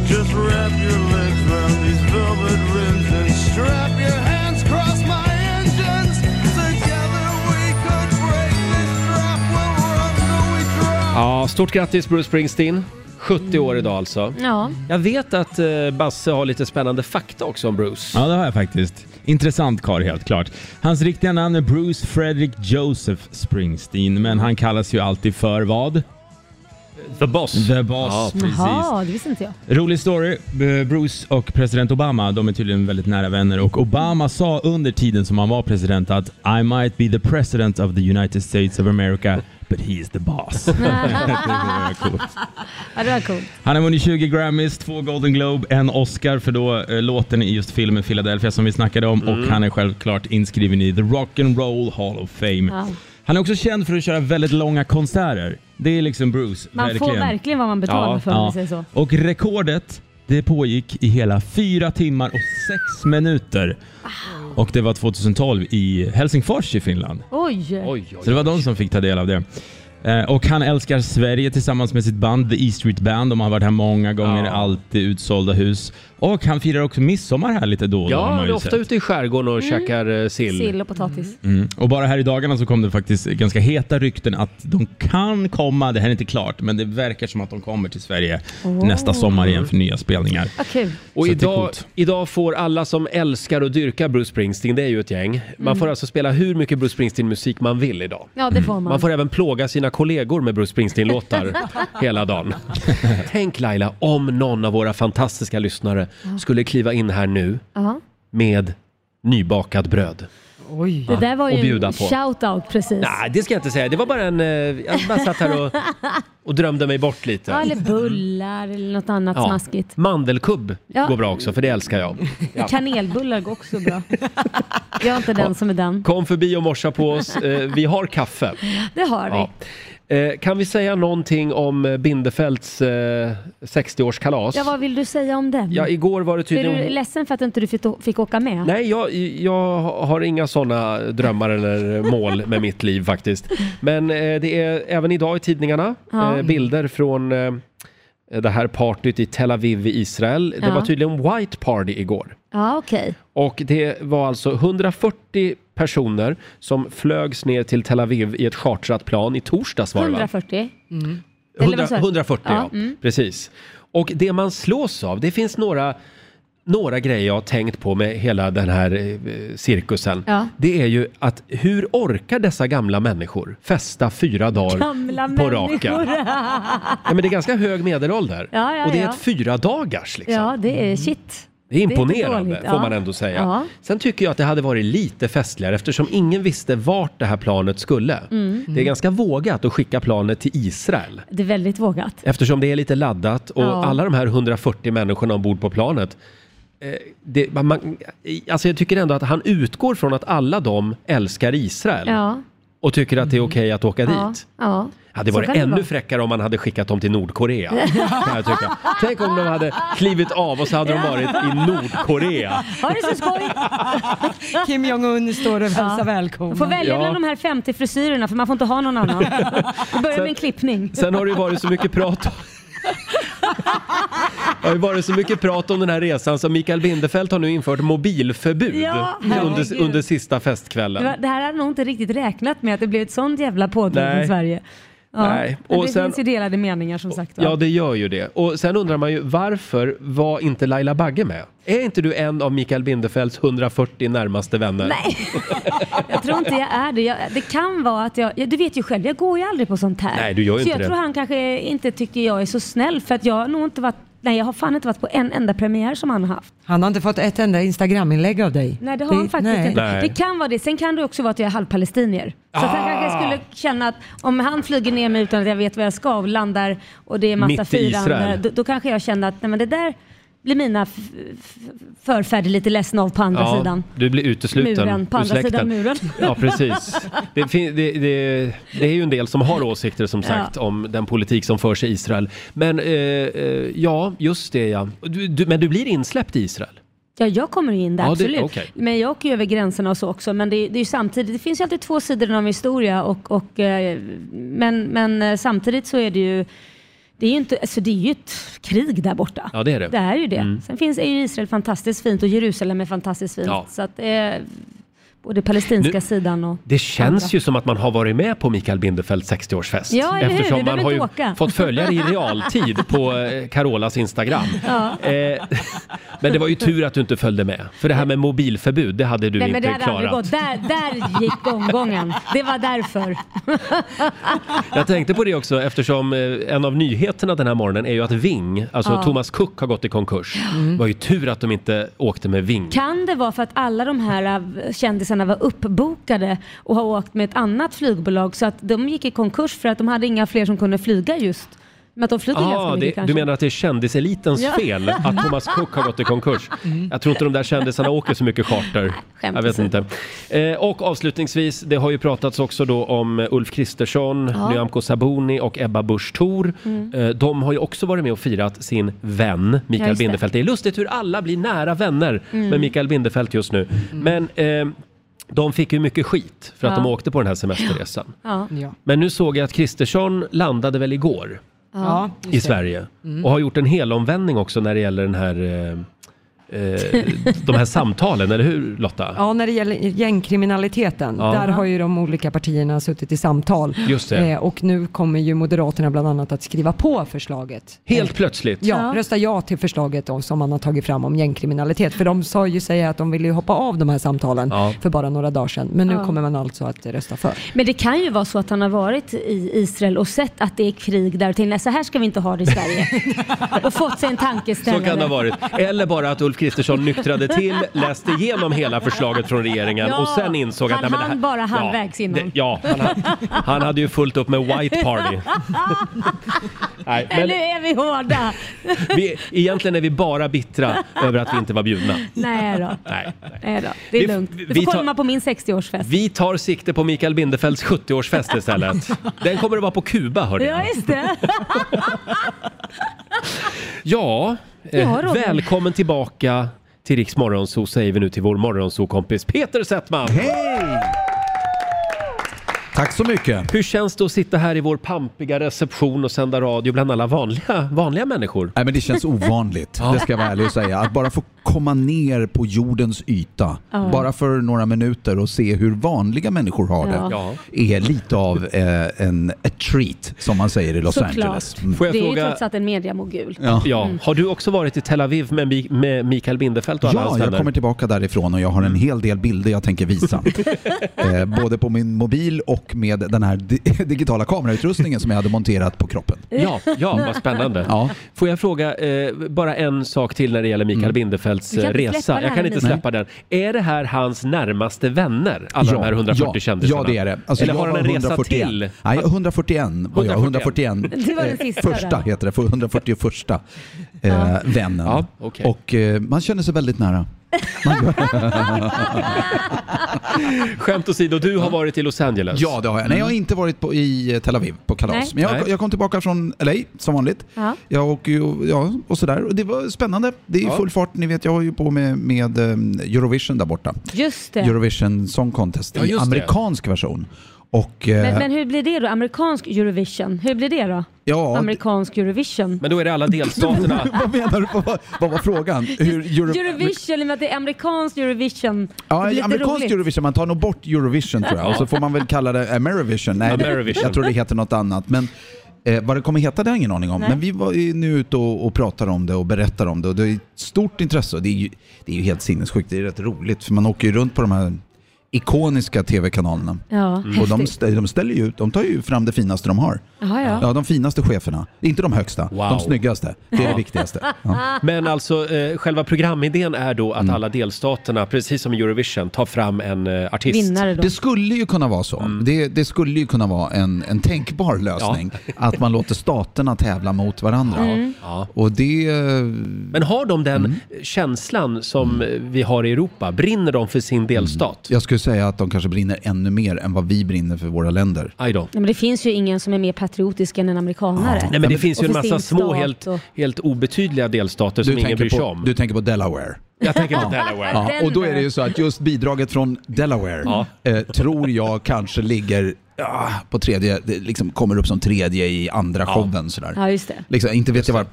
Speaker 9: Just wrap your legs around these velvet rims and strap your hands across my engines. Together we could break this trap. We'll run till we drop.
Speaker 1: Ja, stort grattis Bruce Springsteen. 70 år idag alltså.
Speaker 2: Ja.
Speaker 1: Jag vet att eh, Basse har lite spännande fakta också om Bruce.
Speaker 6: Ja, det har jag faktiskt. Intressant karl helt klart. Hans riktiga namn är Bruce Frederick Joseph Springsteen, men han kallas ju alltid för vad?
Speaker 1: The Boss.
Speaker 6: The Boss,
Speaker 1: Ja.
Speaker 6: precis.
Speaker 2: Jaha, det visste inte jag.
Speaker 6: Rolig story. Eh, Bruce och president Obama, de är tydligen väldigt nära vänner och Obama sa under tiden som han var president att I might be the president of the United States of America but he is the
Speaker 2: *laughs*
Speaker 6: boss. Det var coolt.
Speaker 2: Ja, det var coolt.
Speaker 6: han har vunnit 20 Grammys, två Golden Globe, en Oscar för då eh, låten i just filmen Philadelphia som vi snackade om och han är självklart inskriven i The Rock and Roll Hall of Fame.
Speaker 2: Ja.
Speaker 6: Han är också känd för att köra väldigt långa konserter. Det är liksom Bruce,
Speaker 2: Man får verkligen vad man betalar
Speaker 1: Ja,
Speaker 2: för om vi säger så.
Speaker 6: och rekordet, det pågick i hela fyra timmar och sex minuter.
Speaker 2: Ah.
Speaker 6: Och det var 2012 i Helsingfors i Finland.
Speaker 2: Oj!
Speaker 1: Oj, oj,
Speaker 6: Så det var de som fick ta del av det. Eh, Och han älskar Sverige tillsammans med sitt band The E Street Band. De har varit här många gånger,
Speaker 1: Ja.
Speaker 6: alltid utsålda hus. Och han firar också midsommar här lite då och då. har
Speaker 1: Ja,
Speaker 6: man
Speaker 1: han
Speaker 6: ju
Speaker 1: är ofta
Speaker 6: sett.
Speaker 1: ute i skärgården och käkar eh, sill.
Speaker 2: Sill och potatis.
Speaker 6: Mm. Och bara här i dagarna så kom det faktiskt ganska heta rykten att de kan komma, det här är inte klart, men det verkar som att de kommer till Sverige nästa sommar igen för nya spelningar.
Speaker 2: Vad kul.
Speaker 1: Och
Speaker 6: Så att det är
Speaker 1: idag,
Speaker 6: coolt.
Speaker 1: idag får alla som älskar och dyrkar Bruce Springsteen, det är ju ett gäng. Man får alltså spela hur mycket Bruce Springsteen-musik man vill idag.
Speaker 2: Ja, det får
Speaker 1: Mm. Man
Speaker 2: man.
Speaker 1: får även plåga sina kollegor med Bruce Springsteen-låtar hela dagen. Tänk Laila, om någon av våra fantastiska lyssnare skulle kliva in här nu
Speaker 2: Ja.
Speaker 1: med nybakad bröd.
Speaker 2: Det där var
Speaker 1: Och
Speaker 2: ju
Speaker 1: bjuda
Speaker 2: en
Speaker 1: på.
Speaker 2: shout-out precis.
Speaker 1: Nej, det ska jag inte säga. Det var bara en... eh, Jag bara satt här
Speaker 2: *laughs*
Speaker 1: och, och drömde mig bort lite.
Speaker 2: Ja, eller bullar eller något annat
Speaker 1: Ja.
Speaker 2: smaskigt.
Speaker 1: Mandelkubb
Speaker 2: Ja.
Speaker 1: går bra också, för det älskar jag.
Speaker 2: Kanelbullar går också
Speaker 1: *laughs*
Speaker 2: bra. Jag är inte den som är den.
Speaker 1: Kom förbi och morsa på oss. Eh, Vi har kaffe.
Speaker 2: Det har vi.
Speaker 1: Ja. Eh, Kan vi säga någonting om eh, Bindefelds eh, 60-årskalas?
Speaker 2: Ja, vad vill du säga om den?
Speaker 1: Ja, igår var det
Speaker 2: är
Speaker 1: tydligen...
Speaker 2: du ledsen för att inte du fick, fick åka med?
Speaker 1: Nej, jag, jag har inga sådana drömmar eller mål med mitt liv faktiskt. Men eh, det är även idag i tidningarna
Speaker 2: Ja.
Speaker 1: eh, bilder från eh, det här partyt i Tel Aviv i Israel. Det
Speaker 2: Ja.
Speaker 1: var tydligen White Party igår.
Speaker 2: Ja, okej.
Speaker 1: Och det var alltså 140 personer som flögs ner till Tel Aviv i ett chartrat plan i torsdags var det va?
Speaker 2: 140.
Speaker 1: Mm.
Speaker 2: Eller
Speaker 1: 100,
Speaker 2: vad sa du?
Speaker 1: 140 ja,
Speaker 2: Ja, mm.
Speaker 1: precis. Och det man slås av, det finns några, några grejer jag har tänkt på med hela den här eh, cirkusen.
Speaker 2: Ja.
Speaker 1: Det är ju att hur orkar dessa gamla människor festa fyra dagar
Speaker 2: Gamla
Speaker 1: på
Speaker 2: människor.
Speaker 1: raken? Ja, men det är ganska hög medelålder.
Speaker 2: Ja, ja,
Speaker 1: och det är
Speaker 2: ja.
Speaker 1: ett fyra dagars liksom.
Speaker 2: Ja, det är shit.
Speaker 1: Det är
Speaker 2: inte
Speaker 1: imponerande,
Speaker 2: dåligt,
Speaker 1: får
Speaker 2: ja.
Speaker 1: man ändå säga.
Speaker 2: Ja.
Speaker 1: Sen tycker jag att det hade varit lite festligare eftersom ingen visste vart det här planet skulle.
Speaker 2: Mm.
Speaker 1: Det är ganska vågat att skicka planet till Israel.
Speaker 2: Det är väldigt vågat.
Speaker 1: Eftersom det är lite laddat och
Speaker 2: Ja.
Speaker 1: alla de här 140 människorna ombord på planet. eh, Det, man- man, alltså jag tycker ändå att han utgår från att alla de älskar Israel
Speaker 2: Ja.
Speaker 1: och tycker att det är okej att åka
Speaker 2: Ja.
Speaker 1: dit.
Speaker 2: ja.
Speaker 1: Hade
Speaker 2: Så
Speaker 1: varit
Speaker 2: kan det
Speaker 1: ännu
Speaker 2: vara.
Speaker 1: fräckare om man hade skickat dem till
Speaker 2: *laughs*
Speaker 1: Nordkorea. Kan jag tycka. Tänk om de hade klivit av och så hade de varit i Nordkorea.
Speaker 2: Har
Speaker 1: *laughs*
Speaker 2: det så skoj!
Speaker 3: Kim Jong-Un står och hälsar
Speaker 2: Man får
Speaker 3: välkommen.
Speaker 2: välja
Speaker 1: Ja.
Speaker 2: bland de här 50 frisyrerna för man får inte ha någon annan. Vi börjar med en klippning.
Speaker 1: Sen har det ju varit så mycket prat
Speaker 2: *laughs*
Speaker 1: om... Det har ju varit så mycket prat om den här resan så Mikael Bindefeld har nu infört mobilförbud
Speaker 2: Ja, herregud.
Speaker 1: under, under sista
Speaker 2: Det,
Speaker 1: festkvällen.
Speaker 2: var, det här hade nog inte riktigt räknat med att det blev ett sånt jävla pådrag
Speaker 1: Nej.
Speaker 2: i Sverige. Ja.
Speaker 1: Nej.
Speaker 2: Men
Speaker 1: Och
Speaker 2: det
Speaker 1: sen-
Speaker 2: finns ju delade meningar som sagt. va?
Speaker 1: Ja, det gör ju det. Och sen undrar man ju varför var inte Laila Bagge med? Är inte du en av Mikael Bindefelds 140 närmaste vänner?
Speaker 2: Nej, *laughs* jag tror inte jag är det. Jag, det kan vara att jag, ja, du vet ju själv, jag går ju aldrig på sånt här.
Speaker 1: Nej, du gör ju
Speaker 2: så
Speaker 1: inte
Speaker 2: jag
Speaker 1: det.
Speaker 2: tror han kanske inte tycker jag är så snäll för att jag har nog inte varit Nej, jag har fan inte varit på en enda premiär som han har haft.
Speaker 3: Han har inte fått ett enda Instagram-inlägg av dig.
Speaker 2: Nej, det har han faktiskt
Speaker 3: nej.
Speaker 2: inte.
Speaker 1: Nej. Ah.
Speaker 2: Det kan vara det. Sen kan det också vara att jag är halvpalestinier. Så att han kanske skulle känna att om han flyger ner mig utan att jag vet var jag ska och landar och det är massa
Speaker 1: Mitt i
Speaker 2: firande,
Speaker 1: Israel.
Speaker 2: då, då kanske jag känner att nej, men det där blir mina f- f- förfäder lite ledsna av på andra sidan.
Speaker 1: Du blir utesluten.
Speaker 2: Muren, på
Speaker 1: ur
Speaker 2: andra sidan
Speaker 1: släkten.
Speaker 2: muren.
Speaker 1: Ja, precis. Det, fin- det, det, det är ju en del som har åsikter som sagt om den politik som förs i Israel. Men eh, eh, ja, just det ja. Du, du, men du blir insläppt i Israel?
Speaker 2: Ja, jag kommer ju in där,
Speaker 1: Ja, det-
Speaker 2: absolut.
Speaker 1: okej.
Speaker 2: Men jag åker ju över gränserna och så också. Men det, är- det är ju samtidigt, det finns ju alltid två sidor av en historia. Och, och, eh, men, men eh, samtidigt så är det ju, det är ju, inte, alltså det är ju ett krig där borta.
Speaker 1: Ja, det är det. Mm.
Speaker 2: Det är ju det. Sen finns, är ju Israel fantastiskt fint och Jerusalem är fantastiskt fint.
Speaker 1: Ja.
Speaker 2: Så att, eh, både palestinska
Speaker 1: Nu-
Speaker 2: sidan och...
Speaker 1: Det känns
Speaker 2: andra.
Speaker 1: ju som att man har varit med på Mikael Bindefelds 60-årsfest.
Speaker 2: Ja, eller hur?
Speaker 1: Eftersom man
Speaker 2: Du behöver
Speaker 1: har ju
Speaker 2: inte åka.
Speaker 1: fått följare i realtid på eh, Carolas
Speaker 2: *laughs*
Speaker 1: Instagram. Eh, *laughs* men det var ju tur att du inte följde med. För det här med mobilförbud, det hade du
Speaker 2: Nej men
Speaker 1: inte
Speaker 2: det hade aldrig
Speaker 1: klarat.
Speaker 2: gått. Där, där gick omgången. Det var därför.
Speaker 1: Jag tänkte på det också eftersom eh, en av nyheterna den här morgonen är ju att Ving, alltså Thomas Cook har gått i konkurs. Det var ju tur att de inte åkte med Ving.
Speaker 2: Kan det vara för att alla de här äh, kändisarna var uppbokade och har åkt med ett annat flygbolag så att de gick i konkurs för att de hade inga fler som kunde flyga just? Men att de flyger ganska
Speaker 1: Ah,
Speaker 2: mycket
Speaker 1: det,
Speaker 2: kanske.
Speaker 1: du menar att det är kändiselitens
Speaker 2: Ja. Mm.
Speaker 1: fel att Thomas Cook har gått i
Speaker 2: *laughs*
Speaker 1: konkurs? Jag tror inte de där kändisarna åker så mycket charter.
Speaker 2: skämt
Speaker 1: Jag vet inte. Eh, och avslutningsvis, det har ju pratats också då om Ulf Kristersson, Nyamko Sabuni och Ebba Busch Thor. Eh, de har ju också varit med och firat sin vän Mikael
Speaker 2: Mm. just det. Mm.
Speaker 1: Bindefeld. Det är lustigt hur alla blir nära vänner med Mikael Bindefeld just nu. Men eh, de fick ju mycket skit för att
Speaker 2: Ja.
Speaker 1: de åkte på den här semesterresan.
Speaker 2: Ja.
Speaker 3: Ja.
Speaker 1: Men nu såg jag att Kristersson landade väl igår?
Speaker 3: Ja.
Speaker 1: i Sverige.
Speaker 2: Mm.
Speaker 1: Och har gjort en hel omvändning också när det gäller den här, eh, eh, de
Speaker 2: *laughs*
Speaker 1: här samtalen, eller hur Lotta?
Speaker 3: Ja, när det gäller gängkriminaliteten,
Speaker 1: Ja.
Speaker 3: där har ju de olika partierna suttit i samtal.
Speaker 1: Just det.
Speaker 3: Eh, och nu kommer ju Moderaterna bland annat att skriva på förslaget.
Speaker 1: Helt plötsligt.
Speaker 3: Ja,
Speaker 2: Ja.
Speaker 3: rösta ja till förslaget då, som man har tagit fram om gängkriminalitet. För de sa ju sig att de ville ju hoppa av de här samtalen
Speaker 1: Ja.
Speaker 3: för bara några dagar sedan. Men nu
Speaker 2: Ja.
Speaker 3: kommer man alltså att rösta för.
Speaker 2: Men det kan ju vara så att han har varit i Israel och sett att det är krig där och tänkt "Nej, så här ska vi inte ha det
Speaker 1: *laughs*
Speaker 2: i Sverige. och fått sig en
Speaker 1: Så
Speaker 2: tankeställare.
Speaker 1: kan det ha varit. Eller bara att Ulf Kristersson nyktrade
Speaker 2: *laughs*
Speaker 1: till, läste igenom hela förslaget från regeringen
Speaker 2: Ja,
Speaker 1: och sen insåg att...
Speaker 2: han
Speaker 1: men det
Speaker 2: hann bara halvvägs innan.
Speaker 1: det- Ja, han, han hade ju fullt upp med White
Speaker 2: *laughs*
Speaker 1: Party. Nej,
Speaker 2: Nu
Speaker 1: men
Speaker 2: är vi hårda.
Speaker 1: vi, egentligen är vi bara bittra över att vi inte var bjudna.
Speaker 2: Nej då.
Speaker 1: Nej, nej.
Speaker 2: Nej då. Det
Speaker 1: Vi-
Speaker 2: är lugnt. Du
Speaker 1: vi
Speaker 2: får
Speaker 1: tar-
Speaker 2: komma på min 60-årsfest.
Speaker 1: Vi tar sikte på Mikael Bindefelds 70-årsfest istället. Den kommer att vara på Kuba, hörde jag.
Speaker 2: Ja, just det.
Speaker 1: Ja,
Speaker 2: Ja,
Speaker 1: eh,
Speaker 2: Roger.
Speaker 1: välkommen tillbaka till Riks Morgonzoo säger vi nu till vår morgonzoo-kompis Peter Settman.
Speaker 8: Hej! Tack så mycket.
Speaker 1: Hur känns det att sitta här i vår pampiga reception och sända radio bland alla vanliga, vanliga människor?
Speaker 8: Nej, men det känns ovanligt, det ska jag vara ärlig och säga. Att bara få komma ner på jordens yta, bara för några minuter och se hur vanliga människor har det,
Speaker 1: Ja.
Speaker 8: är lite av eh, en a treat, som man säger i Los Angeles.
Speaker 2: Såklart.
Speaker 8: Mm.
Speaker 1: Får jag
Speaker 2: det är ju
Speaker 1: fråga-
Speaker 2: trots allt en mediamogul.
Speaker 8: Ja.
Speaker 1: Ja, har du också varit i Tel Aviv med, Mi- med Mikael Bindefeldt och alla
Speaker 8: Ja,
Speaker 1: hans
Speaker 8: jag
Speaker 1: vänner?
Speaker 8: kommer tillbaka därifrån och jag har en hel del bilder jag tänker visa. eh, både på min mobil och med den här di- *laughs* digitala kamerautrustningen som jag hade monterat på kroppen.
Speaker 1: Ja, ja, vad spännande.
Speaker 8: Ja.
Speaker 1: Får jag fråga eh, bara en sak till när det gäller
Speaker 8: Mm.
Speaker 1: Mikael Bindefelds
Speaker 2: Du kan
Speaker 1: eh,
Speaker 2: inte släppa
Speaker 1: resa?
Speaker 2: det
Speaker 1: Jag
Speaker 2: här
Speaker 1: kan
Speaker 2: med
Speaker 1: inte
Speaker 2: Mikael.
Speaker 1: släppa den. Är det här hans närmaste vänner? Alla de här 140
Speaker 8: ja,
Speaker 1: kändisarna?
Speaker 8: Ja, det är det. Alltså,
Speaker 1: Eller
Speaker 8: jag
Speaker 1: har han
Speaker 8: var
Speaker 1: en resa
Speaker 8: 141.
Speaker 1: till?
Speaker 8: Nej, 141 var jag. 141.
Speaker 2: *laughs* Det var den
Speaker 8: Eh,
Speaker 2: sista
Speaker 8: Första
Speaker 2: där.
Speaker 8: heter det, för 141 eh, vännen.
Speaker 1: Ja, okej.
Speaker 8: Och eh, man känner sig väldigt nära.
Speaker 1: Skämt åsido, du har varit i Los Angeles.
Speaker 8: Ja, det har jag. Nej, jag har inte varit på, i eh, Tel Aviv på kalas.
Speaker 2: Nej.
Speaker 8: Men
Speaker 1: Mm. Nej.
Speaker 8: jag, jag kom tillbaka från LA som vanligt.
Speaker 2: Ja.
Speaker 8: Jag åker ju, ja, och sådär. Och det var spännande. Det är
Speaker 1: Ja.
Speaker 8: full fart. Ni vet, jag har ju på med, med eh, Eurovision där borta.
Speaker 2: Just det.
Speaker 8: Eurovision Song Contest
Speaker 1: Ja,
Speaker 8: i
Speaker 1: just det.
Speaker 8: amerikansk version. Och, eh,
Speaker 2: Men, men hur blir det då? Amerikansk Eurovision? Hur blir det då?
Speaker 8: ja, det-
Speaker 2: Amerikansk Eurovision?
Speaker 1: Men då är det
Speaker 8: *laughs*
Speaker 1: alla delstaterna.
Speaker 8: Vad menar du? Vad, vad var frågan? Hur, Euro-
Speaker 2: Eurovision, i och med att det är amerikansk Eurovision. det
Speaker 8: Ja,
Speaker 2: blir lite
Speaker 8: amerikansk
Speaker 2: roligt.
Speaker 8: Eurovision, man tar nog bort Eurovision tror jag. Och så får man väl kalla det Amerivision. Nej, det-
Speaker 1: Amerivision.
Speaker 8: jag tror det heter något annat. Men eh, vad det kommer heta det har jag ingen aning om. Men vi var ju nu ute och, och pratar om det och berättar om det. Och det är ett stort intresse. Och det, är ju, det är ju helt sinnessjukt. Det är rätt roligt för man åker ju runt på de här ikoniska tv-kanalerna.
Speaker 2: Ja,
Speaker 8: Mm. Och de,
Speaker 2: häftigt.
Speaker 8: stä- de ställer ju ut, de tar ju fram det finaste de har.
Speaker 2: Jaha, ja.
Speaker 8: Ja, de finaste cheferna. Inte de högsta,
Speaker 1: Wow.
Speaker 8: de snyggaste. Det är
Speaker 1: Ja.
Speaker 8: det
Speaker 2: *laughs*
Speaker 8: viktigaste. Ja.
Speaker 1: Men alltså, eh, själva programidén är då
Speaker 8: Mm.
Speaker 1: att alla delstaterna, precis som i Eurovision, tar fram en eh, artist.
Speaker 2: Vinnare då.
Speaker 8: Det skulle ju kunna vara så.
Speaker 1: Mm.
Speaker 8: Det, det skulle ju kunna vara en, en tänkbar lösning.
Speaker 1: *laughs*
Speaker 8: Att man låter staterna tävla mot varandra.
Speaker 1: Mm.
Speaker 2: Mm.
Speaker 1: Ja.
Speaker 8: Och det...
Speaker 1: Men har de den
Speaker 8: Mm.
Speaker 1: känslan som eh, vi har i Europa? Brinner de för sin delstat?
Speaker 8: Jag skulle säga att de kanske brinner ännu mer än vad vi brinner för våra länder.
Speaker 1: Aj då.
Speaker 2: Nej, men det finns ju ingen som är mer patriotisk än en amerikanare.
Speaker 1: Nej men det finns ju
Speaker 2: Och
Speaker 1: en
Speaker 2: för
Speaker 1: massa
Speaker 2: sin
Speaker 1: små,
Speaker 2: stat
Speaker 1: helt,
Speaker 2: och-
Speaker 1: helt obetydliga delstater som ingen bryr sig
Speaker 8: på,
Speaker 1: om.
Speaker 8: du tänker på Delaware.
Speaker 1: Jag tänker på Delaware.
Speaker 8: Ja,
Speaker 2: Den
Speaker 8: och då
Speaker 2: är-
Speaker 8: är det ju så att just bidraget från Delaware
Speaker 1: Ja.
Speaker 8: eh, tror jag kanske ligger ah, på tredje, det liksom kommer upp som tredje i andra showen sådär.
Speaker 2: Ja, just det.
Speaker 8: Liksom, inte vet jag vad...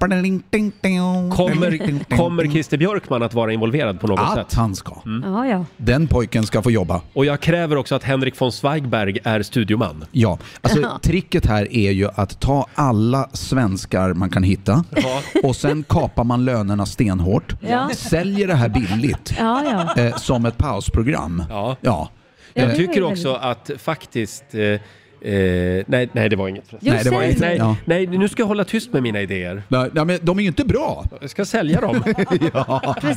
Speaker 1: Kommer, kommer Christer Björkman att vara involverad på något
Speaker 8: Att
Speaker 1: sätt?
Speaker 8: han ska.
Speaker 2: Ja, ja.
Speaker 8: Den pojken ska få jobba.
Speaker 1: Och jag kräver också att Henrik von Zweigbergk är studioman.
Speaker 8: Ja, alltså tricket här är ju att ta alla svenskar man kan hitta
Speaker 1: Ja.
Speaker 8: och sen kapar man lönerna stenhårt,
Speaker 2: Ja.
Speaker 8: säljer det här billigt
Speaker 2: Ja, ja.
Speaker 8: eh, som ett pausprogram.
Speaker 1: Ja.
Speaker 2: Ja,
Speaker 1: Jag
Speaker 2: det
Speaker 1: tycker
Speaker 2: var ju
Speaker 1: också att faktiskt... Eh, eh, nej, nej, det var inget förresten.
Speaker 2: Jo,
Speaker 8: Nej, det var
Speaker 2: säg
Speaker 8: inte-
Speaker 1: Nej,
Speaker 2: nu.
Speaker 8: Ja.
Speaker 1: nej, nu ska jag hålla tyst med mina idéer.
Speaker 8: Nej, nej, men de är ju inte bra.
Speaker 1: Jag ska sälja dem.
Speaker 2: Precis.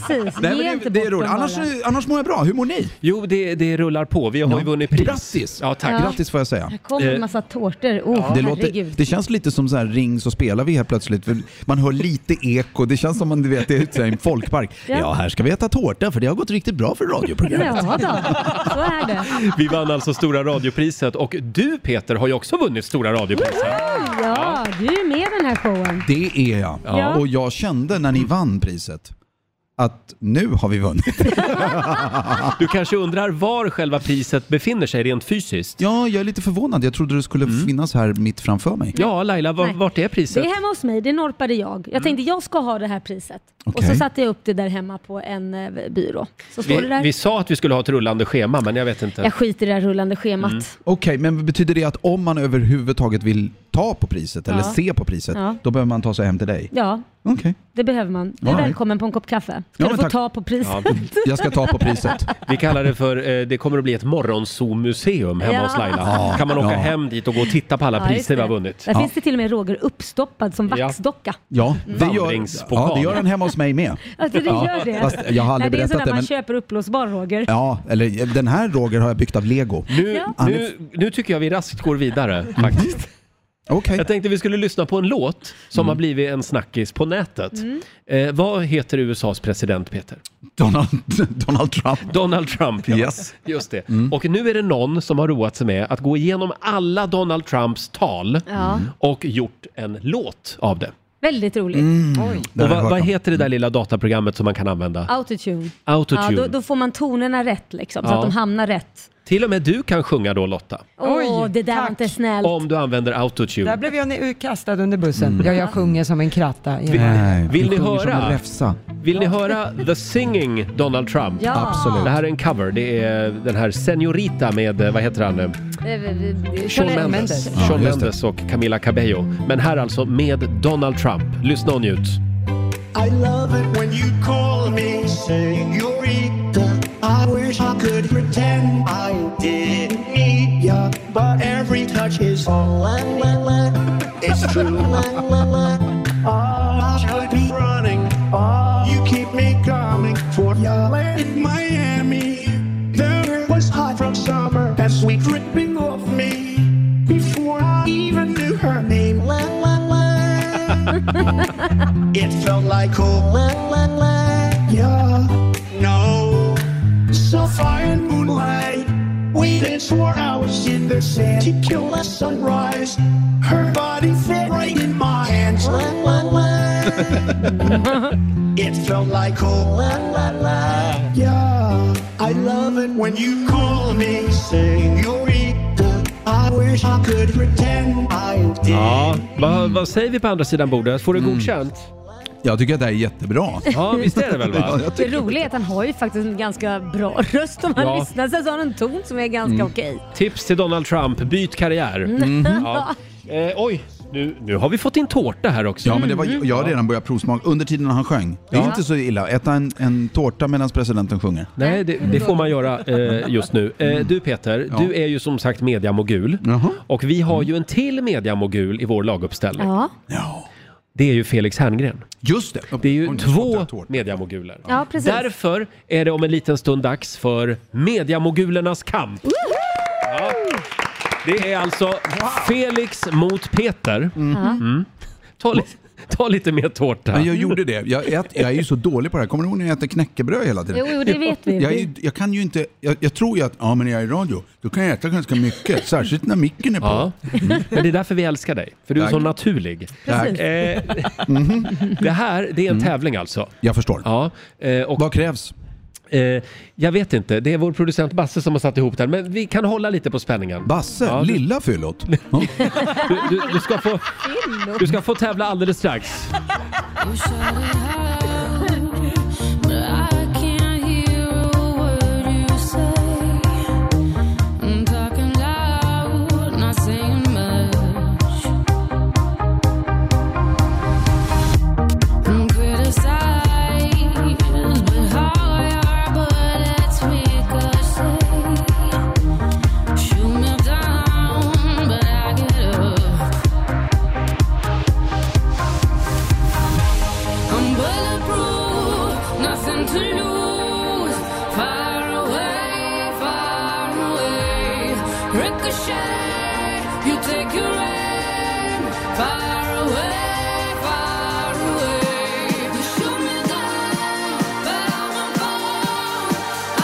Speaker 8: Nej,
Speaker 2: Ge
Speaker 8: men det,
Speaker 2: inte
Speaker 8: det är
Speaker 2: bort
Speaker 8: roligt.
Speaker 2: dem
Speaker 8: Annars,
Speaker 2: bara.
Speaker 8: annars mår jag bra. Hur mår ni?
Speaker 1: Jo, det, det rullar på. Vi har ju vunnit pris.
Speaker 8: Grattis!
Speaker 1: Ja, tack.
Speaker 8: Grattis får jag säga.
Speaker 2: Här kommer
Speaker 1: Eh,
Speaker 2: en massa tårtor. Åh,
Speaker 8: Det,
Speaker 2: herregud.
Speaker 8: låter, det känns lite som så här ring så spelar vi helt plötsligt. För Man hör lite eko, det känns som man du vet, det är en folkpark. Ja.
Speaker 2: Ja.
Speaker 8: här ska vi äta tårta för det har gått riktigt bra för radioprogrammet.
Speaker 2: Ja, då. så är det.
Speaker 8: *laughs*
Speaker 1: Vi vann alltså Stora radiopriset och du Peter har ju också vunnit Stora radiopriset.
Speaker 2: Ja, du är ju med i den här showen.
Speaker 8: Det är jag.
Speaker 2: Ja.
Speaker 8: Och jag kände när ni
Speaker 1: Mm.
Speaker 8: vann priset att nu har vi vunnit.
Speaker 1: *laughs* Du kanske undrar var själva priset befinner sig rent fysiskt?
Speaker 8: Ja, jag är lite förvånad. Jag trodde det skulle finnas här mitt framför mig.
Speaker 1: Mm. Ja, Laila, var,
Speaker 2: Nej.
Speaker 1: vart är
Speaker 2: Det
Speaker 1: priset?
Speaker 2: är hemma hos mig, det norpade jag. Jag tänkte jag ska ha det här priset. Och så
Speaker 8: Mm. Okej.
Speaker 2: satte jag upp det där hemma på en eh, byrå. Så står det
Speaker 1: Vi,
Speaker 2: där.
Speaker 1: vi sa att vi skulle ha ett rullande schema, men jag vet inte.
Speaker 2: Jag skiter i det här rullande schemat.
Speaker 8: Mm. Okej, men betyder det att om man överhuvudtaget vill ta på priset eller
Speaker 2: Ja.
Speaker 8: se på priset,
Speaker 2: Ja.
Speaker 8: då behöver man ta sig hem till dig?
Speaker 2: Ja,
Speaker 8: Okej,
Speaker 2: det behöver man. Du är
Speaker 8: All right.
Speaker 2: välkommen på en kopp kaffe. Ska
Speaker 8: Ja,
Speaker 2: du
Speaker 8: men
Speaker 2: få
Speaker 8: tack.
Speaker 2: ta på priset.
Speaker 1: Ja,
Speaker 8: jag ska ta på priset.
Speaker 1: vi kallar det för, eh, det kommer att bli ett morgonzoo-museum hemma
Speaker 2: Ja.
Speaker 1: hos Laila.
Speaker 8: Ja,
Speaker 1: Kan man åka
Speaker 8: ja.
Speaker 1: hem dit och gå och titta på alla
Speaker 2: Ja, just
Speaker 1: priser vi
Speaker 2: det.
Speaker 1: har vunnit?
Speaker 2: Där
Speaker 8: Ja.
Speaker 2: finns det till och med Roger uppstoppad som
Speaker 1: Ja.
Speaker 2: vaxdocka.
Speaker 8: Ja, det gör,
Speaker 1: Vandringspokal.
Speaker 8: ja, det gör den hemma hos mig med.
Speaker 2: Alltså, det
Speaker 8: Ja,
Speaker 2: gör det.
Speaker 8: fast jag har aldrig
Speaker 2: Nej, det är en
Speaker 8: berättat
Speaker 2: sån där
Speaker 8: det,
Speaker 2: man
Speaker 8: men-
Speaker 2: köper uppblåsbar Roger.
Speaker 8: Ja, eller den här Roger har jag byggt av lego.
Speaker 1: Nu,
Speaker 2: Ja.
Speaker 1: nu, nu tycker jag vi raskt går vidare faktiskt.
Speaker 8: Okej,
Speaker 1: Jag tänkte vi skulle lyssna på en låt som har blivit en snackis på nätet.
Speaker 2: Mm.
Speaker 1: Eh, vad heter USAs president Peter?
Speaker 8: Donald, Donald Trump.
Speaker 1: Donald Trump, ja.
Speaker 8: Yes. Mm.
Speaker 1: Just det. Och nu är det någon som har roat sig med att gå igenom alla Donald Trumps tal
Speaker 2: Ja. Mm.
Speaker 1: och gjort en låt av det.
Speaker 2: Väldigt roligt.
Speaker 8: Mm. Det
Speaker 1: och
Speaker 8: har jag
Speaker 1: vad,
Speaker 8: hört
Speaker 1: vad
Speaker 8: om. Mm.
Speaker 1: heter det där lilla dataprogrammet som man kan använda?
Speaker 2: Autotune. Ja,
Speaker 1: Autotune.
Speaker 2: då, då får man tonerna rätt liksom, så
Speaker 1: Ja.
Speaker 2: att de hamnar rätt.
Speaker 1: Till och med du kan sjunga då Lotta.
Speaker 2: Åh,
Speaker 3: Oj,
Speaker 2: det där var
Speaker 3: tack.
Speaker 2: inte snällt.
Speaker 1: Om du använder
Speaker 3: Där
Speaker 1: autotune.
Speaker 3: blev jag nu kastad under bussen.
Speaker 1: Mm.
Speaker 3: Ja, jag sjunger som en kratta. Ja.
Speaker 8: Nej,
Speaker 1: Vill
Speaker 8: du
Speaker 1: ni
Speaker 8: sjunger som
Speaker 1: höra?
Speaker 8: en räfsa.
Speaker 1: Vill ni höra The Singing Donald Trump?
Speaker 2: Ja.
Speaker 8: Absolut.
Speaker 1: Det här är en cover. Det är den här Senorita med, eh, vad heter han? eh, Shawn
Speaker 2: eh, Mendes.
Speaker 1: Mendes.
Speaker 8: Ja,
Speaker 1: Shawn
Speaker 8: just det.
Speaker 1: Mendes och Camila Cabello. Men här alltså med Donald Trump. Lyssna och njut.
Speaker 9: I love it when you call me senorita. I wish I could pretend I didn't need ya, but every touch is all la, la, la. It's true. *laughs* La, la, la. Oh, I should be running. Oh, you keep me coming for your land in Miami. There it was hot from summer and sweet dripping off me before I even knew her name. La, la, la. It felt like oh la la la yeah no sapphire and moonlight We danced for hours in the sand to kill the sunrise Her body fit right in my hands la la la It felt like oh la la la yeah I love it when you call me senorita I wish I could pretend I did
Speaker 1: Ja, vad, vad säger vi på andra sidan bordet? Får du godkänt?
Speaker 8: Jag tycker att det här är jättebra.
Speaker 1: Ja, visst är det väl va? *laughs*
Speaker 8: Ja, jag
Speaker 2: Det
Speaker 8: tycker-
Speaker 2: roliga är att han har ju faktiskt en ganska bra röst om man
Speaker 1: Ja.
Speaker 2: lyssnar. Sen så har han en ton som är ganska okej.
Speaker 1: Mm. Tips till Donald Trump, byt karriär. Ja. Eh, oj, Nu, nu har vi fått in tårta här också.
Speaker 8: Ja, men det var,
Speaker 2: Mm-hmm.
Speaker 8: jag har redan börjat provsmaka under tiden han sjöng. Det är
Speaker 1: Ja.
Speaker 8: inte så illa. Äta en, en tårta medan presidenten sjunger.
Speaker 1: Nej, det, det får man göra eh, just nu. Eh, du Peter,
Speaker 8: Ja.
Speaker 1: du är ju som sagt mediamogul.
Speaker 8: Jaha.
Speaker 1: Och vi har ju en till mediamogul i vår laguppställning.
Speaker 2: Ja,
Speaker 1: Det är ju Felix Herngren.
Speaker 8: Just det!
Speaker 1: Det är ju
Speaker 8: Oj, nu smakar
Speaker 1: två
Speaker 8: jag tårta.
Speaker 1: mediamoguler.
Speaker 2: ja precis.
Speaker 1: Därför är det om en liten stund dags för mediamogulernas kamp. Ja. Det är alltså Felix mot Peter. Mm. Ta, li- ta lite mer tårta.
Speaker 8: Men jag gjorde det. Jag, ät, jag är ju så dålig på det här. Kommer du ihåg när jag äter knäckebröd hela tiden?
Speaker 2: Jo, jo, det vet vi.
Speaker 8: Jag, är, ju- jag kan ju inte, jag, jag tror ju att, ja men när jag är i radio, då kan jag äta ganska mycket.
Speaker 2: *laughs*
Speaker 8: Särskilt när micken är på.
Speaker 1: Ja. Men det är därför vi älskar dig, för du är
Speaker 8: Tack. Mhm.
Speaker 1: så naturlig.
Speaker 8: Tack.
Speaker 1: Eh, *laughs* det här, det är en
Speaker 8: Mm.
Speaker 1: tävling alltså.
Speaker 8: Jag förstår.
Speaker 1: Ja, eh, och
Speaker 8: Vad krävs?
Speaker 1: eh, jag vet inte, det är vår producent Basse som har satt ihop den, men vi kan hålla lite på spänningen.
Speaker 8: Basse,
Speaker 1: Ja, du,
Speaker 8: lilla
Speaker 1: *laughs*
Speaker 8: fyllot. Ja.
Speaker 1: du, du, du, ska få, du ska få tävla alldeles strax.
Speaker 10: Shoot me down, but I get up. I'm bulletproof, nothing to lose. Far away, far away. Ricochet, you take your aim. Far away, far away. You shoot me down, but I won't fall.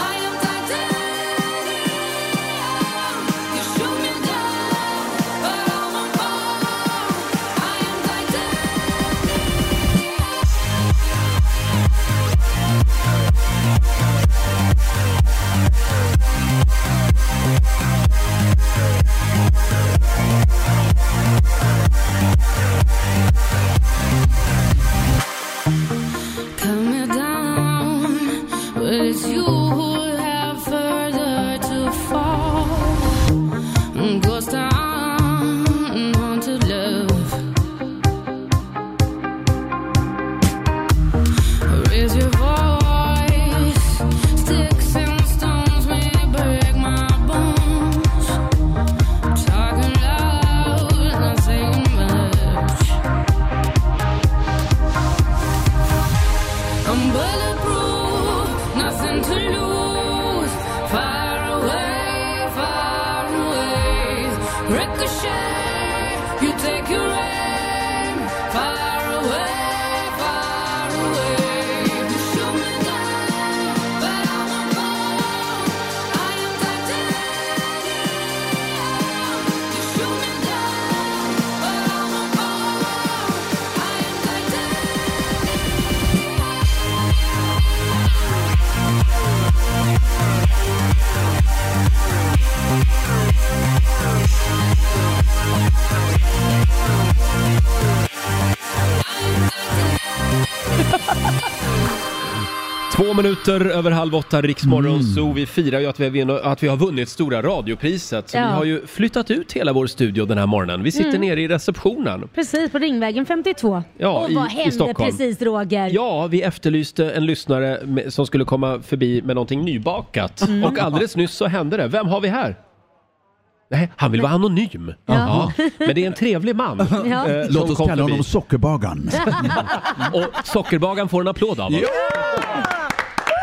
Speaker 10: I am titanium. You shoot me down, but I won't fall. I am titanium. Cut me down, but it's you who have further to fall. Ghost town, haunted love. Raise your voice, sticks and stones may break my bones. Talking loud, not saying much. I'm bulletproof, nothing to lose. Far away, far away. Ricochet, you take your aim. Far away, far away. You shoot me down, but I won't fall. I am titanium. You shoot me down, but I won't fall. I am titanium.
Speaker 1: Två minuter över halv åtta, Riksmorgon Zoo. Vi firar ju att vi, har vinn- att vi har vunnit Stora radiopriset. Så
Speaker 2: Ja.
Speaker 1: vi har ju flyttat ut hela vår studio den här morgonen. Vi sitter nere i receptionen.
Speaker 2: Precis, på Ringvägen 52.
Speaker 1: Ja,
Speaker 2: och
Speaker 1: i-
Speaker 2: vad
Speaker 1: i
Speaker 2: hände
Speaker 1: Stockholm.
Speaker 2: precis Roger?
Speaker 1: Ja, vi efterlyste en lyssnare med- som skulle komma förbi med någonting nybakat. Och alldeles nyss så hände det. Vem har vi här? Nej, han vill vara anonym. Ja. Men det är en trevlig man.
Speaker 2: Ja.
Speaker 1: eh, som
Speaker 8: Låt oss
Speaker 1: kom
Speaker 8: kalla
Speaker 1: förbi.
Speaker 8: honom
Speaker 2: *laughs*
Speaker 8: Sockerbagaren.
Speaker 1: Och sockerbagaren får en applåd av oss.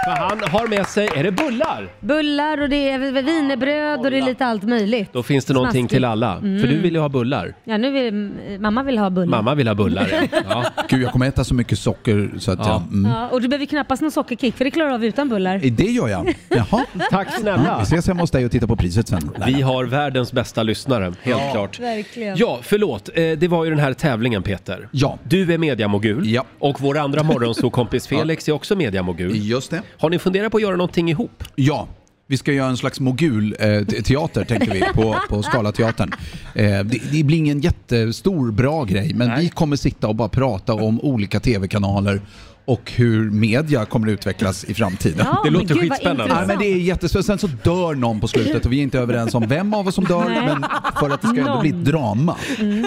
Speaker 1: För han har med sig, är det bullar?
Speaker 2: Bullar och det är vinerbröd och det är lite allt möjligt.
Speaker 1: Då finns det någonting
Speaker 2: Snaskigt.
Speaker 1: till alla. För du vill ju ha bullar.
Speaker 2: Ja, nu vill, mamma vill ha bullar.
Speaker 1: Mamma vill ha bullar. ja. Ja.
Speaker 8: Gud, jag kommer äta så mycket socker så att
Speaker 1: Ja.
Speaker 8: jag... Mm.
Speaker 2: Ja, och du behöver knappast någon sockerkick för det klarar du av utan bullar.
Speaker 8: Det gör
Speaker 2: *laughs*
Speaker 8: jag. Jaha.
Speaker 1: *laughs* Tack
Speaker 8: Ja, Mm. vi
Speaker 1: snälla.
Speaker 8: ses hemma hos dig och tittar på priset sen.
Speaker 1: Vi har världens bästa lyssnare, helt klart.
Speaker 2: Verkligen.
Speaker 1: Ja, förlåt. Eh, Det var ju den här tävlingen Peter.
Speaker 8: Ja.
Speaker 1: Du är mediamogul
Speaker 8: Ja.
Speaker 1: och vår
Speaker 8: *laughs*
Speaker 1: andra morgonsåkompis Felix är också mediamogul.
Speaker 8: Just det.
Speaker 1: Har ni funderat på att göra någonting ihop?
Speaker 8: Ja, vi ska göra en slags mogulteater tänker vi på, på Scalateatern. Eh, det, det blir ingen jättestor bra grej men vi kommer sitta och bara prata om olika tv-kanaler och hur media kommer att utvecklas i framtiden.
Speaker 2: Ja, Det men låter gud, vad skitspännande.
Speaker 8: Ja, men det är
Speaker 2: intressant.
Speaker 8: jättespännande. Sen så dör någon på slutet och vi är inte överens om vem av oss som dör,
Speaker 2: Nej.
Speaker 8: men för att det ska ändå bli ett
Speaker 2: Någon.
Speaker 8: drama.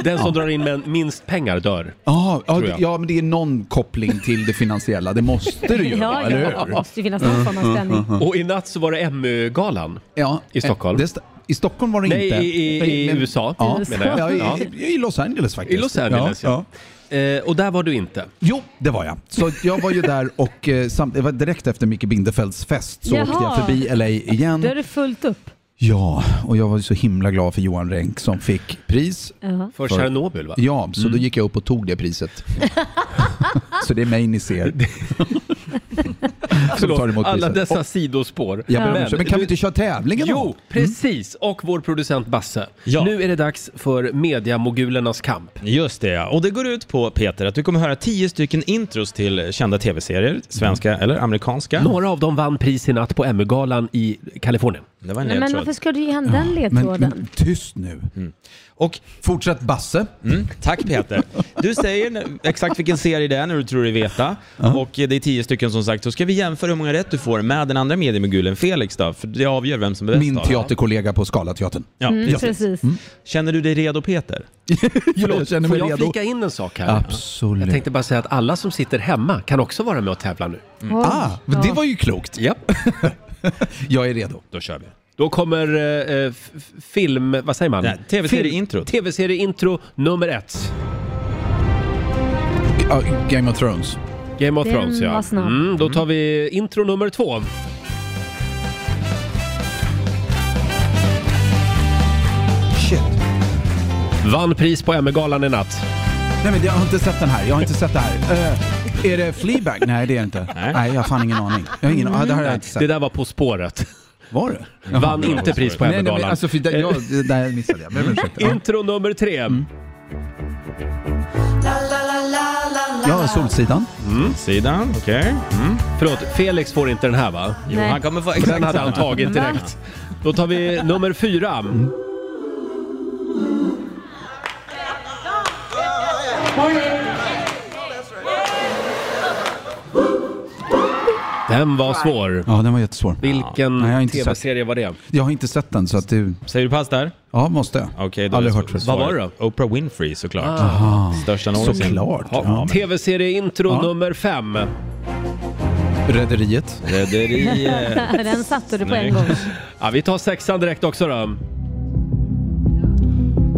Speaker 1: Den som drar in men- minst pengar dör.
Speaker 8: Ja, ja,
Speaker 1: Tror
Speaker 8: det-
Speaker 1: jag.
Speaker 8: ja, men det är någon koppling till det finansiella. Det måste det ju vara,
Speaker 2: ja,
Speaker 8: eller
Speaker 2: ja,
Speaker 8: hur?
Speaker 2: det måste ju finnas någon form av spänning.
Speaker 1: Och i natt så var det MU-galan.
Speaker 8: Ja,
Speaker 1: I Stockholm.
Speaker 8: eh, det sta- I Stockholm var det
Speaker 1: Nej,
Speaker 8: inte.
Speaker 1: i, i, i
Speaker 8: Men-
Speaker 1: USA
Speaker 8: Ja,
Speaker 1: menar jag.
Speaker 8: ja, i,
Speaker 1: Ja.
Speaker 8: i Los Angeles faktiskt.
Speaker 1: I Los Angeles, ja. Eh, och där var du inte.
Speaker 8: Jo, det var jag. Så jag var ju där och eh, samt, det var direkt efter Micke Bindefelds fest så
Speaker 2: Jaha.
Speaker 8: åkte jag förbi LA igen.
Speaker 2: Då är det fullt upp.
Speaker 8: Ja, och jag var ju så himla glad för Johan Renck som fick pris.
Speaker 2: Ja.
Speaker 1: För
Speaker 8: För-
Speaker 1: Tjernobyl va?
Speaker 8: Ja, så då gick jag upp och tog det
Speaker 2: *laughs*
Speaker 8: priset. så det är mig ni ser. *laughs* som tar
Speaker 1: Förlåt,
Speaker 8: emot
Speaker 1: alla
Speaker 8: priset.
Speaker 1: dessa
Speaker 8: Och,
Speaker 1: sidospår.
Speaker 8: jag ber om
Speaker 1: Men-
Speaker 8: ursäkt, men kan vi inte köra tävlingen då?
Speaker 1: Jo, precis! Och vår producent Basse.
Speaker 6: Ja.
Speaker 1: Nu är det dags för mediamogulernas kamp.
Speaker 6: Just det, ja. Och det går ut på, Peter, att du kommer höra tio stycken intros till kända tv-serier, svenska
Speaker 2: Mm.
Speaker 6: eller amerikanska.
Speaker 1: Några av dem vann pris i natt på MU-galan i Kalifornien.
Speaker 6: Det var en
Speaker 2: Nej, men varför
Speaker 6: ledtråd.
Speaker 2: ska du ge henne den
Speaker 8: Men,
Speaker 2: ledtråden?
Speaker 8: men tyst nu.
Speaker 1: Mm.
Speaker 6: Och,
Speaker 8: Fortsätt Basse.
Speaker 6: mm, tack Peter. Du säger n- exakt vilken serie det är när du tror dig veta. Och eh, det är tio stycken som sagt. Så ska vi jämföra hur många rätt du får med den andra mediemogulen Felix då, för det avgör vem som är bäst
Speaker 8: Min
Speaker 6: av dem.
Speaker 8: teaterkollega på Scalateatern.
Speaker 1: *laughs*
Speaker 6: Ja,
Speaker 2: Mm,
Speaker 6: precis.
Speaker 2: precis.
Speaker 6: Känner du dig redo Peter?
Speaker 8: Jag känner
Speaker 1: Får
Speaker 8: mig
Speaker 1: jag
Speaker 8: redo.
Speaker 1: flika in en sak här?
Speaker 8: Absolut.
Speaker 1: Jag tänkte bara säga att alla som sitter hemma kan också vara med och tävla nu.
Speaker 2: Oj.
Speaker 8: Ah, men det var ju klokt.
Speaker 1: Ja.
Speaker 8: Jag är redo.
Speaker 6: Då kör vi.
Speaker 1: Då kommer eh, eh, f- f- film... Vad säger man?
Speaker 6: Nej, TV-serieintro.
Speaker 1: Film- TV-serieintro nummer ett.
Speaker 8: Ja, Ah, Game of Thrones.
Speaker 1: Game of
Speaker 2: Den
Speaker 1: Thrones ja.
Speaker 2: var snabb.
Speaker 1: Mm, då tar vi intro nummer två.
Speaker 8: Shit.
Speaker 1: Vann pris på ME-galan i natt.
Speaker 8: Nej men jag har inte sett den här. Jag har inte sett det här. Eh, är det Fleabag? Nej det är det inte. Nej, jag har fan ingen aning. Jag har ingen aning. Det här har jag inte
Speaker 1: Det
Speaker 8: sett.
Speaker 1: där var På spåret.
Speaker 8: Var det?
Speaker 1: Vann inte pris på Eh.
Speaker 8: Nej, nej, men
Speaker 1: ME-galan.
Speaker 8: alltså, för det, jag, Mm. det där missade jag. Men ursäkta. Ja.
Speaker 1: Intro nummer tre.
Speaker 8: Ja, Solsidan.
Speaker 6: Sidan, okej. Mm.
Speaker 1: Förlåt, Felix får inte den här va?
Speaker 6: Jo,
Speaker 2: Nej.
Speaker 6: han kommer få
Speaker 1: För den
Speaker 6: exakt
Speaker 1: hade han
Speaker 6: samma.
Speaker 1: tagit direkt. Då tar vi nummer fyra. Den var svår.
Speaker 8: Ja, den var jättesvår.
Speaker 1: Vilken
Speaker 8: Nej, jag har inte
Speaker 1: tv-serie var det?
Speaker 8: Jag har inte sett den så att du...
Speaker 6: Säger du pass där?
Speaker 8: Ja, måste jag.
Speaker 6: Okej, då är
Speaker 8: Aldrig
Speaker 6: det
Speaker 8: hört förut.
Speaker 1: Vad var det
Speaker 6: svaret Oprah Winfrey såklart.
Speaker 2: Ah.
Speaker 6: Största någonsin.
Speaker 8: Såklart.
Speaker 1: Ja,
Speaker 8: Ja.
Speaker 1: Tv-serieintro
Speaker 8: Ja.
Speaker 1: nummer fem.
Speaker 8: Rederiet.
Speaker 6: Rederiet.
Speaker 2: *laughs* Den satte du på en
Speaker 6: Snyggt.
Speaker 2: gång.
Speaker 1: Ja, vi tar sexan direkt också då.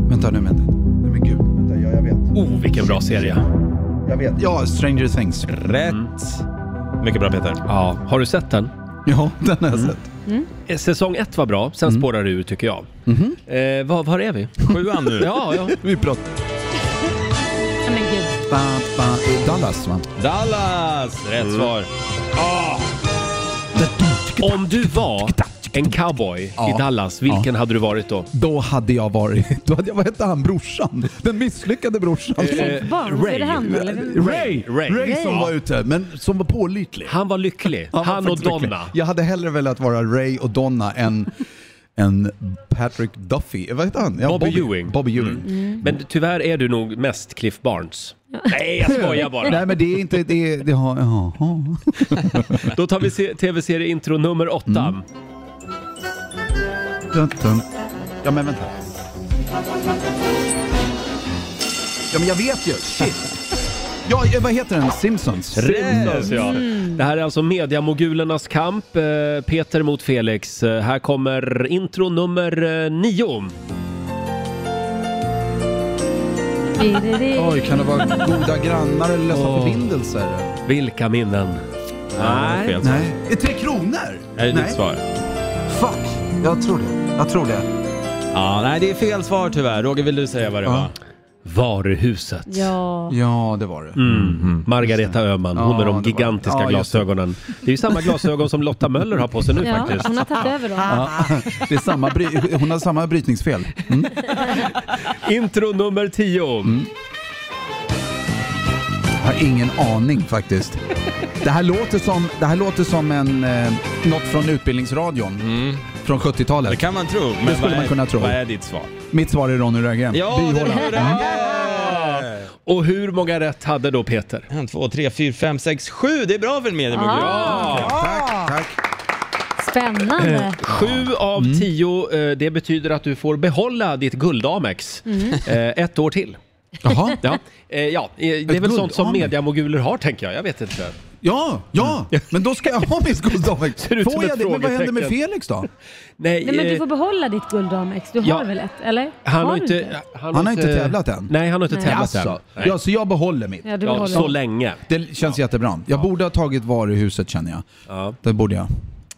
Speaker 8: Vänta nu, vänta. Nej men gud. Vänta, ja, jag vet.
Speaker 1: Oh, vilken bra serie.
Speaker 8: Jag vet. Ja, Stranger Things.
Speaker 6: Rätt.
Speaker 2: Mm.
Speaker 6: Mycket bra Peter.
Speaker 1: Ja. Har du sett den?
Speaker 8: Ja, den har jag sett.
Speaker 1: Eh, Säsong ett var bra, sen
Speaker 8: Mm.
Speaker 1: spårar det ur tycker jag.
Speaker 8: Mhm.
Speaker 1: Eh, var, var
Speaker 8: *laughs*
Speaker 1: är vi?
Speaker 6: Sjuan nu.
Speaker 1: Ja, ja.
Speaker 8: Vi pratar...
Speaker 2: Nej, Men gud.
Speaker 8: Ba, ba, i Dallas va?
Speaker 6: Dallas!
Speaker 8: Mm.
Speaker 6: Rätt svar.
Speaker 8: Ah.
Speaker 1: Om du var en cowboy i
Speaker 8: Ja.
Speaker 1: Dallas, vilken hade du varit då?
Speaker 8: Då hade jag varit... *laughs* Då hade jag, vad hette han? Brorsan? Den misslyckade brorsan.
Speaker 2: Cliff Barnes,
Speaker 1: Ray.
Speaker 2: är det han eller? vem?
Speaker 8: Ray!
Speaker 1: Eh, Ray.
Speaker 8: Ray, som var ute, men som var pålitlig.
Speaker 1: Han var lycklig.
Speaker 8: var
Speaker 1: Han och
Speaker 8: faktiskt lycklig.
Speaker 1: Donna.
Speaker 8: Jag hade hellre velat vara Ray och Donna än, än Patrick Duffy. Vad heter han? Ja,
Speaker 1: Bobby Ewing. Mm.
Speaker 8: Bobby Ewing.
Speaker 1: Men tyvärr är du nog mest Cliff Barnes. Nej, jag skojar
Speaker 8: *laughs*
Speaker 1: bara.
Speaker 8: Nej men det är inte... Det, är- det har, jaha.
Speaker 1: Då tar vi se- tv-serieintro nummer åtta.
Speaker 8: Mm. Dun, dun. Ja men vänta. Ja men jag vet ju. Shit. Ja, eh, vad heter den? Simpsons?
Speaker 1: Simpsons, ja.
Speaker 8: Mm.
Speaker 1: Det här är alltså mediamogulernas kamp. eh, Peter mot Felix. Eh, Här kommer intro nummer eh, nio.
Speaker 8: Oj, kan det vara goda grannar eller lösa förbindelser?
Speaker 1: Vilka minnen?
Speaker 6: Nej. Fel svar.
Speaker 8: Nej. Är Tre Kronor?
Speaker 6: Är det ditt svar?
Speaker 8: Fuck. Jag tror det. Jag tror det.
Speaker 6: Ja, nej, det är fel svar tyvärr. Roger, vill du säga vad det
Speaker 8: Ja.
Speaker 6: var?
Speaker 1: Varuhuset.
Speaker 2: Ja.
Speaker 8: Ja, det var det.
Speaker 6: Mm.
Speaker 1: Margareta Öhman, hon
Speaker 8: Ja,
Speaker 1: med
Speaker 8: det
Speaker 1: de
Speaker 8: var det.
Speaker 1: gigantiska
Speaker 8: Ja, just det.
Speaker 1: glasögonen. Det är ju samma glasögon som Lotta Möller har på sig nu
Speaker 2: Ja,
Speaker 1: faktiskt. Ah.
Speaker 2: hon har tagit över dem.
Speaker 8: *laughs* Det är samma bry- hon har samma brytningsfel. Mm.
Speaker 1: Intro nummer 10.
Speaker 8: Jag har ingen aning faktiskt. Det här låter som, det här låter som en, eh, något från Utbildningsradion
Speaker 6: Mm.
Speaker 8: från
Speaker 6: Det
Speaker 8: 70-talet.
Speaker 6: kan man tro. Men
Speaker 8: skulle
Speaker 6: vad
Speaker 8: man
Speaker 6: är,
Speaker 8: kunna tro.
Speaker 6: Vad är ditt svar?
Speaker 8: Mitt svar är Ronny Rögren.
Speaker 6: Ja, det
Speaker 8: Byhålan.
Speaker 6: är det!
Speaker 1: Och hur många rätt hade då Peter?
Speaker 6: En, två, tre, fyra, fem, sex, sju. Det är bra för en mediebugg.
Speaker 1: Ja!
Speaker 8: Tack, tack.
Speaker 1: Eh,
Speaker 2: Spännande.
Speaker 1: Sju av
Speaker 8: Mm.
Speaker 1: tio, eh, det betyder att du får behålla ditt guld-Amex
Speaker 8: Mm.
Speaker 1: eh, ett år till.
Speaker 8: Jaha. *laughs*
Speaker 1: Ja, eh, ja eh, det är väl sånt som
Speaker 8: guld-Amex?
Speaker 1: mediamoguler har tänker jag, jag vet inte.
Speaker 8: Ja, ja, men då ska jag ha min skoldag.
Speaker 1: Ser ut som
Speaker 8: Får
Speaker 1: ett
Speaker 8: jag det? Men vad händer med
Speaker 1: frågetecken.
Speaker 8: Felix då?
Speaker 1: Nej,
Speaker 2: Nej, men du
Speaker 1: eh,
Speaker 2: får behålla ditt guld Amex. Du
Speaker 1: ja.
Speaker 2: har väl ett? Eller?
Speaker 1: han har
Speaker 2: du
Speaker 1: inte...
Speaker 8: Han har inte tävlat än.
Speaker 1: Nej, han har inte
Speaker 2: Nej.
Speaker 1: tävlat
Speaker 8: Alltså,
Speaker 1: än.
Speaker 8: ja, så jag behåller mitt.
Speaker 2: Ja, du
Speaker 1: Ja,
Speaker 2: behåller
Speaker 1: så
Speaker 2: det.
Speaker 1: länge.
Speaker 8: Det känns jättebra. Jag borde ha tagit varuhuset känner jag. Det borde jag.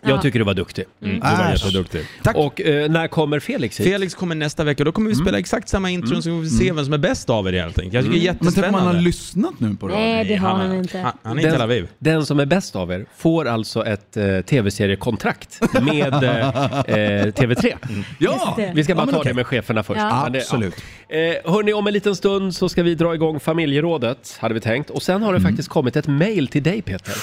Speaker 1: Jag tycker du var duktig. Mm. Du var
Speaker 8: Äsch.
Speaker 1: jätteduktig.
Speaker 8: Ah, Tack.
Speaker 1: Och eh, när kommer Felix hit?
Speaker 6: Felix kommer nästa vecka och då kommer vi spela exakt samma intron så får vi se vem som är bäst av er helt enkelt. Jag tycker det är
Speaker 8: Men tänk om
Speaker 6: jättespännande.
Speaker 8: man har lyssnat nu på det.
Speaker 2: Nej, det har han
Speaker 6: är-
Speaker 2: inte.
Speaker 6: Han, han är i Tel Aviv.
Speaker 1: den som är bäst av er får alltså ett eh, tv-seriekontrakt med eh, eh, TV3.
Speaker 8: Ja!
Speaker 2: det.
Speaker 1: Mm. Vi ska bara
Speaker 8: Ja, men
Speaker 1: ta
Speaker 8: okej.
Speaker 1: det med cheferna först.
Speaker 2: Ja.
Speaker 1: Men det-
Speaker 8: Absolut.
Speaker 1: Ja. Eh, hörni, om en liten stund så ska vi dra igång familjerådet, hade vi tänkt. Och sen har det
Speaker 8: Mm.
Speaker 1: faktiskt kommit ett mejl till dig, Peter.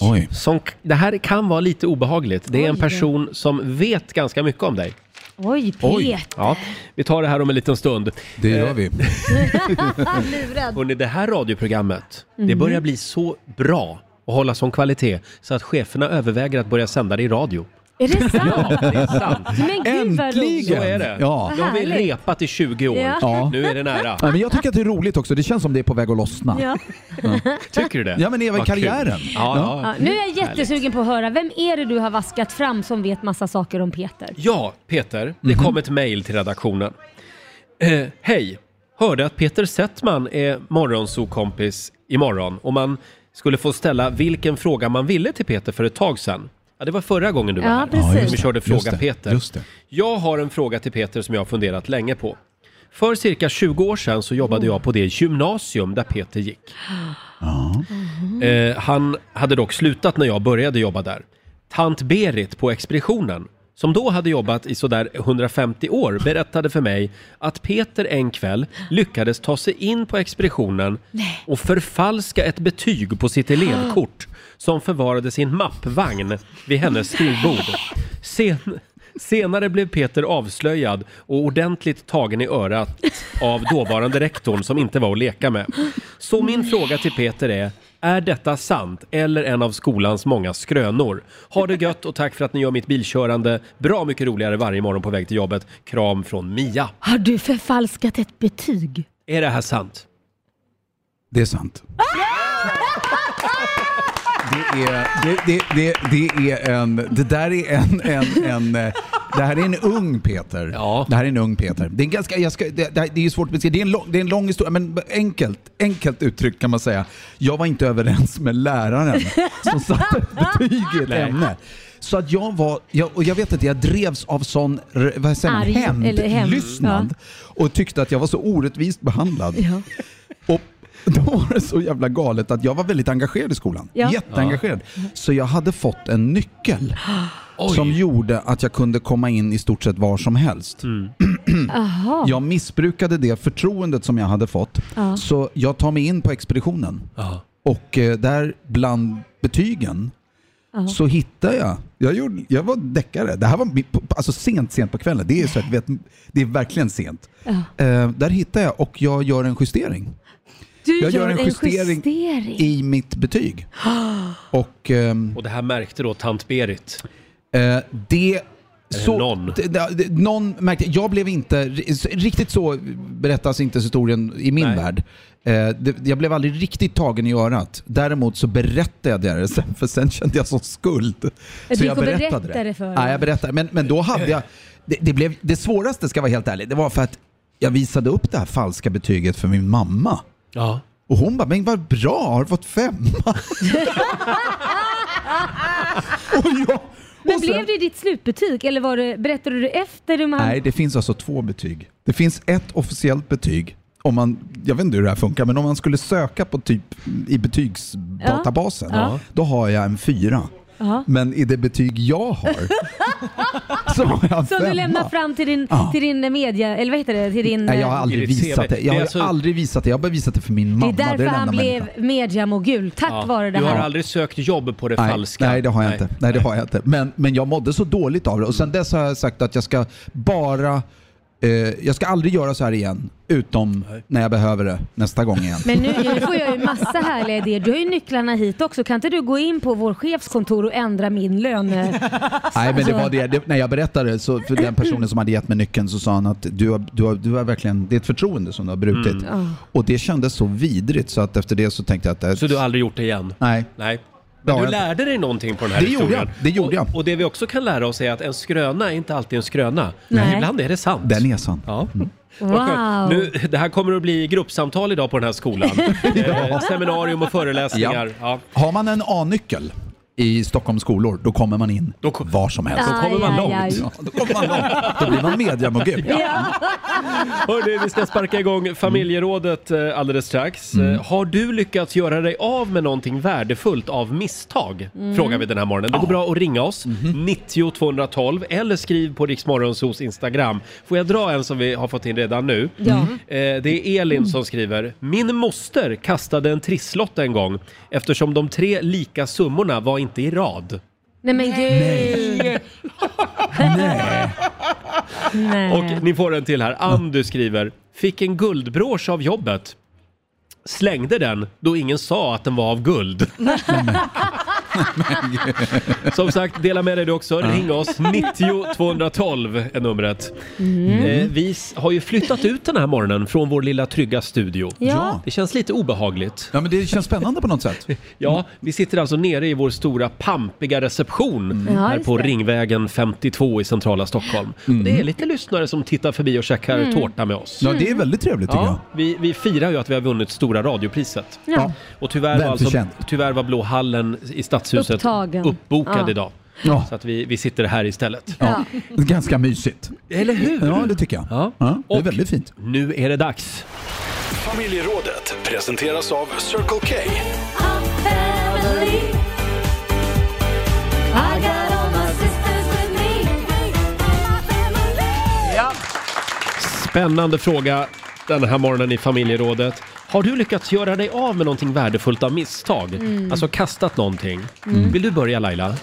Speaker 8: Oj.
Speaker 1: Som, det här kan vara lite obehagligt. Det är en
Speaker 2: Oj.
Speaker 1: person som vet ganska mycket om dig.
Speaker 2: Oj, Pet.
Speaker 1: Ja, vi tar det här om en liten stund.
Speaker 8: Det gör vi.
Speaker 2: Lurad.
Speaker 1: Hörrni, det här radioprogrammet, det
Speaker 8: Mm.
Speaker 1: börjar bli så bra och hålla sån kvalitet så att cheferna överväger att börja sända det i radio.
Speaker 2: Är det
Speaker 1: *laughs*
Speaker 2: sant?
Speaker 1: Det är sant.
Speaker 2: Men gud vad roligt.
Speaker 1: *laughs* Så är det.
Speaker 8: Ja.
Speaker 1: Då har vi
Speaker 2: Härligt.
Speaker 1: repat i 20 år.
Speaker 2: Ja.
Speaker 8: Ja.
Speaker 1: Nu är det nära.
Speaker 8: Ja, men jag tycker att det är roligt också. Det känns som det är på väg att lossna. Ja,
Speaker 2: Ja.
Speaker 1: Tycker du det?
Speaker 8: men även
Speaker 1: Vad kul.
Speaker 8: karriären.
Speaker 1: Ja, ja.
Speaker 2: Ja, nu är jag jättesugen på att höra, vem är det du har vaskat fram som vet massa saker om Peter?
Speaker 1: Ja, Peter, det kom ett mejl till redaktionen. Eh, Hej! Hörde att Peter Settman är morgonsokompis imorgon och man skulle få ställa vilken fråga man ville till Peter för ett tag sedan. Ja, det var förra gången du var
Speaker 2: Ja,
Speaker 1: här.
Speaker 2: precis.
Speaker 1: Vi körde Fråga
Speaker 8: Just det,
Speaker 1: Peter.
Speaker 8: Just det.
Speaker 1: Jag har en fråga till Peter som jag har funderat länge på. För cirka 20 år sedan så jobbade jag på det gymnasium där Peter gick. Eh, han hade dock slutat när jag började jobba där. Tant Berit på expeditionen, som då hade jobbat i sådär 150 år, berättade för mig att Peter en kväll lyckades ta sig in på expeditionen och förfalska ett betyg på sitt elevkort som förvarades i en mappvagn vid hennes skrivbord. Sen, senare blev Peter avslöjad och ordentligt tagen i örat av dåvarande rektorn som inte var att leka med. Så min fråga till Peter är, är detta sant eller en av skolans många skrönor? Ha det gött och tack för att ni gör mitt bilkörande bra mycket roligare varje morgon på väg till jobbet. Kram från Mia.
Speaker 2: Har du förfalskat ett betyg?
Speaker 1: Är det här sant?
Speaker 8: Det är sant. Det är, det, det, det, det är en, det där är en, en, en, eh, det här är en ung Peter.
Speaker 1: Ja.
Speaker 8: Det här är en ung Peter. Det är en ganska, jag ska, det, det här- det är ju svårt att beskriva, det är en lång, det är en lång historia, men enkelt, enkelt uttryckt kan man säga. Jag var inte överens med läraren som satte ett betyg i ett ämne. Så att jag var, jag, och jag vet inte, jag drevs av sån r- vad säger man,
Speaker 2: Arg, eller hämnd,
Speaker 8: hämndlystnad och tyckte att jag var så orättvist behandlad.
Speaker 2: Ja.
Speaker 8: Och *laughs* då var det så jävla galet att jag var väldigt engagerad i skolan.
Speaker 2: Ja.
Speaker 8: Jätteengagerad. Så jag hade fått en nyckel som gjorde att jag kunde komma in i stort sett var som helst. *clears throat*
Speaker 2: Aha.
Speaker 8: Jag missbrukade det förtroendet som jag hade fått.
Speaker 2: Ja.
Speaker 8: Så jag tar mig in på expeditionen
Speaker 1: Ja.
Speaker 8: och eh, där bland betygen så hittar jag, jag, gjorde, jag var deckare, det här var mitt på- alltså sent, sent på kvällen, det är, så att, vet, det är verkligen sent. Eh, där hittar jag och jag gör en justering
Speaker 2: Du
Speaker 8: jag
Speaker 2: gör,
Speaker 8: gör en
Speaker 2: en
Speaker 8: justering
Speaker 2: justering.
Speaker 8: i mitt
Speaker 2: *gasps*
Speaker 8: betyg. Och ehm,
Speaker 1: Och det här märkte då tant Berit.
Speaker 8: eh, det...
Speaker 1: någon?
Speaker 8: Det, det, det- någon märkte, jag blev inte, riktigt så berättas inte historien i min
Speaker 1: Nej.
Speaker 8: värld. Eh, det, jag blev aldrig riktigt tagen i örat. Däremot så berättade jag det sen, för sen kände jag sån skuld.
Speaker 2: Du
Speaker 8: så
Speaker 2: gick
Speaker 8: jag
Speaker 2: och
Speaker 8: berättade
Speaker 2: berättade
Speaker 8: det.
Speaker 2: för
Speaker 8: ja,
Speaker 2: dem.
Speaker 8: jag berättade. Men, men då hade jag, det, det, blev, det svåraste ska jag vara helt ärlig, det var för att jag visade upp det här falska betyget för min mamma.
Speaker 1: Ja.
Speaker 8: Och hon bara, men vad bra, har du fått femma? *laughs* och jag,
Speaker 2: Men
Speaker 8: och sen-
Speaker 2: blev det ditt slutbetyg eller var det, berättade du det efter? Du man...
Speaker 8: Nej, det finns alltså två betyg. Det finns ett officiellt betyg. Om man, jag vet inte hur det här funkar, men om man skulle söka på typ i betygsdatabasen,
Speaker 2: Ja.
Speaker 8: då har jag en fyra.
Speaker 2: Ja.
Speaker 8: Men i det betyg jag
Speaker 2: *laughs*
Speaker 8: har, så har jag en
Speaker 2: Som du
Speaker 8: femma.
Speaker 2: lämnar fram till din,
Speaker 8: Ja.
Speaker 2: till din media, eller vad heter det? Till din,
Speaker 8: Nej, jag har
Speaker 2: eh,
Speaker 8: aldrig
Speaker 1: I ditt
Speaker 8: visat
Speaker 1: CV.
Speaker 8: det. Jag
Speaker 1: Det
Speaker 8: har
Speaker 1: är
Speaker 8: ju
Speaker 1: alltså-
Speaker 8: aldrig visat det. Jag har bara visat det för min mamma.
Speaker 2: det är därför
Speaker 8: den
Speaker 2: han
Speaker 8: enda
Speaker 2: blev
Speaker 8: människan.
Speaker 2: mediamogul, tack
Speaker 1: Ja.
Speaker 2: vare det
Speaker 1: Du har
Speaker 2: här.
Speaker 1: aldrig sökt jobb på det
Speaker 8: Nej,
Speaker 1: falska?
Speaker 8: Nej, det har jag inte.
Speaker 1: Mm.
Speaker 8: Nej, det har jag inte. Men, men jag mådde så dåligt av det och sen dess har jag sagt att jag ska bara eh, jag ska aldrig göra så här igen, utom när jag behöver det nästa gång igen.
Speaker 2: Men nu, nu får jag ju massa härliga idéer. Du har ju nycklarna hit också. Kan inte du gå in på vår chefskontor och ändra min
Speaker 8: *laughs*
Speaker 2: lön?
Speaker 8: Nej, men det
Speaker 2: Alltså-
Speaker 8: var det. det när jag berättade så för den personen som hade gett mig nyckeln så sa han att du har, du har, du har verkligen, det är ett förtroende som du har brutit.
Speaker 2: Mm.
Speaker 8: Och det kändes så vidrigt så att efter det så tänkte jag att det,
Speaker 1: Så du har aldrig gjort det igen?
Speaker 8: nej,
Speaker 1: Nej. Men
Speaker 8: Ja,
Speaker 1: du
Speaker 8: jag-
Speaker 1: lärde dig någonting på den här
Speaker 8: Det gjorde
Speaker 1: historien.
Speaker 8: jag, det gjorde jag.
Speaker 1: Och, och det vi också kan lära oss är att en skröna är inte alltid en skröna.
Speaker 2: Nej.
Speaker 1: Ibland är det sant.
Speaker 8: den är sann.
Speaker 2: *laughs*
Speaker 1: Ja. Vad
Speaker 2: Wow!
Speaker 1: skönt. Nu, det här kommer att bli gruppsamtal idag på den
Speaker 8: *laughs*
Speaker 1: här skolan. eh, seminarium och föreläsningar. Ja.
Speaker 8: Ja. Har man en A-nyckel i Stockholms skolor, då kommer man in
Speaker 1: Då ko-
Speaker 8: var som helst.
Speaker 1: kommer man långt.
Speaker 8: Ja, då kommer man långt. Då blir man mediamogul.
Speaker 2: Ja.
Speaker 1: Hörrni, vi ska sparka igång familjerådet eh, alldeles strax. Eh, Har du lyckats göra dig av med någonting värdefullt av misstag? Frågar vi den här morgonen. Det går bra att ringa oss, 90 212 eller skriv på Riksmorgonsos Instagram. Får jag dra en som vi har fått in redan nu?
Speaker 2: Ja.
Speaker 1: Eh, Det är Elin som skriver. Min moster kastade en trisslott en gång eftersom de tre lika summorna var inte i rad.
Speaker 2: Nej men gud! Nej.
Speaker 1: Och ni får en till här. Andu skriver, fick en guldbrosch av jobbet. Slängde den då ingen sa att den var av
Speaker 2: *laughs*
Speaker 1: guld. *laughs* Som sagt, dela med dig du också. Ring oss, 90 212 är numret.
Speaker 2: Mm.
Speaker 1: Eh, vi s- har ju flyttat ut den här morgonen från vår lilla trygga studio.
Speaker 2: Ja.
Speaker 1: Det känns lite obehagligt.
Speaker 8: Ja, men det känns spännande på något sätt.
Speaker 1: Ja, vi sitter alltså nere i vår stora pampiga reception
Speaker 2: Mm. Ja,
Speaker 1: här
Speaker 2: just
Speaker 1: på
Speaker 2: det.
Speaker 1: Ringvägen 52 i centrala Stockholm. Det är lite lyssnare som tittar förbi och käkar
Speaker 2: Mm.
Speaker 1: tårta med oss.
Speaker 8: Mm. Ja, det är väldigt trevligt tycker jag.
Speaker 1: Ja, vi, vi firar ju att vi har vunnit Stora radiopriset.
Speaker 2: Ja.
Speaker 1: Och tyvärr var, alltså,
Speaker 8: Välförtjänt.
Speaker 1: tyvärr var Blå hallen i Stadshuset
Speaker 2: Upptagen.
Speaker 1: uppbokad
Speaker 2: Ja.
Speaker 1: idag.
Speaker 8: Ja.
Speaker 1: Så att vi, vi sitter här istället.
Speaker 8: Ja. Ganska mysigt.
Speaker 1: Eller hur?
Speaker 8: Ja, det tycker jag.
Speaker 1: Ja.
Speaker 8: Ja. det är
Speaker 1: Och-
Speaker 8: väldigt fint.
Speaker 1: Nu är det dags.
Speaker 4: Familjerådet presenteras av Circle K.
Speaker 1: Spännande fråga den här morgonen i familjerådet. Har du lyckats göra dig av med någonting värdefullt av misstag?
Speaker 2: Mm.
Speaker 1: Alltså kastat någonting. Vill du börja Laila?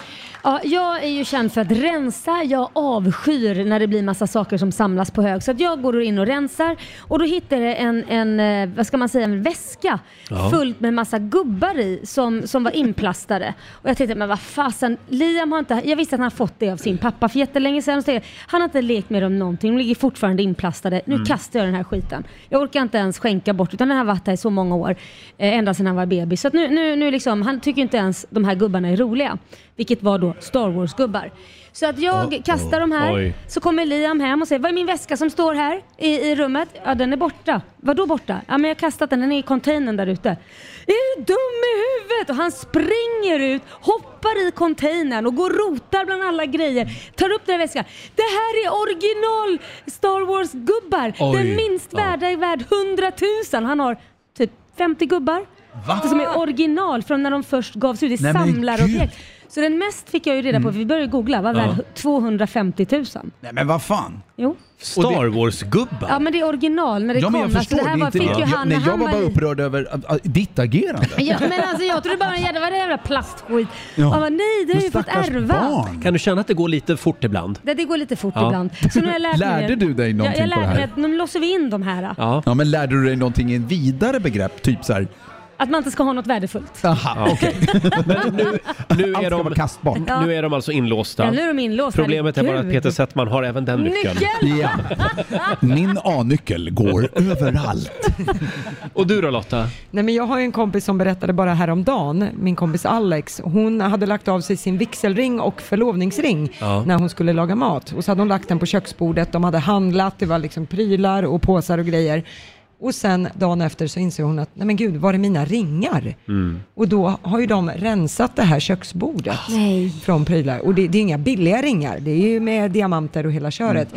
Speaker 2: Ja, jag är ju känd för att rensa. Jag avskyr när det blir massa saker som samlas på hög. Så att jag går in och rensar och då hittar jag en, en, eh, vad ska man säga, en väska
Speaker 1: Ja.
Speaker 2: fullt med massa gubbar i som, som var inplastade. Och jag tänkte, men vad fasen, Liam har inte, jag visste att han fått det av sin pappa för jättelänge sedan. Så tänkte jag, han har inte lekt med dem någonting, de ligger fortfarande inplastade. Nu kastar jag den här skiten. Jag orkar inte ens skänka bort utan den har varit här i så många år. Eh, ända sedan han var bebis. Så att nu, nu, nu liksom, han tycker inte ens de här gubbarna är roliga. Vilket var då Star Wars-gubbar. Så att jag kastar de här.
Speaker 1: Oj.
Speaker 2: Så kommer Liam hem och säger, vad är min väska som står här i, i rummet? Ja, den är borta. Vadå borta? Ja, men jag har kastat den. Den är i containern där ute. Är du dum i huvudet? Och han springer ut, hoppar i containern och går och rotar bland alla grejer. Tar upp den här väskan. Det här är original Star Wars-gubbar.
Speaker 1: Oj.
Speaker 2: Den minst
Speaker 1: Ja.
Speaker 2: värda är värd 100 000. Han har typ 50 gubbar. Som är original från när de först gavs ut. Det är
Speaker 8: Nej, men
Speaker 2: samlarobjekt.
Speaker 8: gud. Mm.
Speaker 2: Så den mest fick jag ju reda på, för vi började googla, var värd
Speaker 1: Ja.
Speaker 2: 250 000.
Speaker 8: Nej men vad fan.
Speaker 2: Jo.
Speaker 1: Star Wars-gubbar?
Speaker 2: Ja men det är original när det
Speaker 8: Ja, men jag
Speaker 2: kom.
Speaker 8: förstår.
Speaker 2: Alltså, det här
Speaker 8: det är
Speaker 2: var,
Speaker 8: inte
Speaker 2: fick
Speaker 8: det.
Speaker 2: ju
Speaker 8: jag,
Speaker 2: han när
Speaker 8: nej, jag
Speaker 2: han
Speaker 8: var bara
Speaker 2: liten.
Speaker 8: upprörd över äh, äh, ditt agerande.
Speaker 2: Ja, men alltså jag trodde bara ja, det var det jävla plastskit.
Speaker 8: Ja.
Speaker 2: Ja. men nej, det har
Speaker 8: Men
Speaker 2: ju fått
Speaker 8: stackars
Speaker 2: ärva.
Speaker 8: barn.
Speaker 1: Kan du känna att det går lite fort ibland?
Speaker 2: Det, det går lite fort
Speaker 1: Ja.
Speaker 2: ibland. Så nu har
Speaker 8: *laughs*
Speaker 2: jag lärt mig
Speaker 8: Lärde
Speaker 2: det.
Speaker 8: du dig någonting
Speaker 2: ja, jag
Speaker 8: på det
Speaker 2: lärde mig
Speaker 8: här?
Speaker 2: att nu låser vi in de här.
Speaker 1: Ja.
Speaker 8: Ja men lärde du dig någonting i en vidare begrepp? Typ så här,
Speaker 2: Att man inte ska ha något värdefullt.
Speaker 8: aha, okej.
Speaker 1: Nu
Speaker 8: *laughs* Allt
Speaker 1: är,
Speaker 8: ska vara
Speaker 1: de,
Speaker 8: kastbart.
Speaker 2: Ja.
Speaker 1: nu är de alltså inlåsta.
Speaker 2: Ja, nu är de inlåsta.
Speaker 1: Problemet är bara att
Speaker 2: Herregud.
Speaker 1: Peter Settman har även den nyckeln.
Speaker 2: Nyckel!
Speaker 8: Ja. Min A-nyckel går överallt.
Speaker 1: Och du då Lotta?
Speaker 3: Nej, men jag har ju en kompis som berättade bara häromdagen, min kompis Alex. Hon hade lagt av sig sin vigselring och förlovningsring
Speaker 1: Ja.
Speaker 3: när hon skulle laga mat. Och så hade hon lagt den på köksbordet, de hade handlat, det var liksom prylar och påsar och grejer. Och sen dagen efter så inser hon att, nej men gud, var är mina ringar? Och då har ju de rensat det här köksbordet
Speaker 2: Nej.
Speaker 3: från prylar. Och det, det är inga billiga ringar, det är ju med diamanter och hela köret.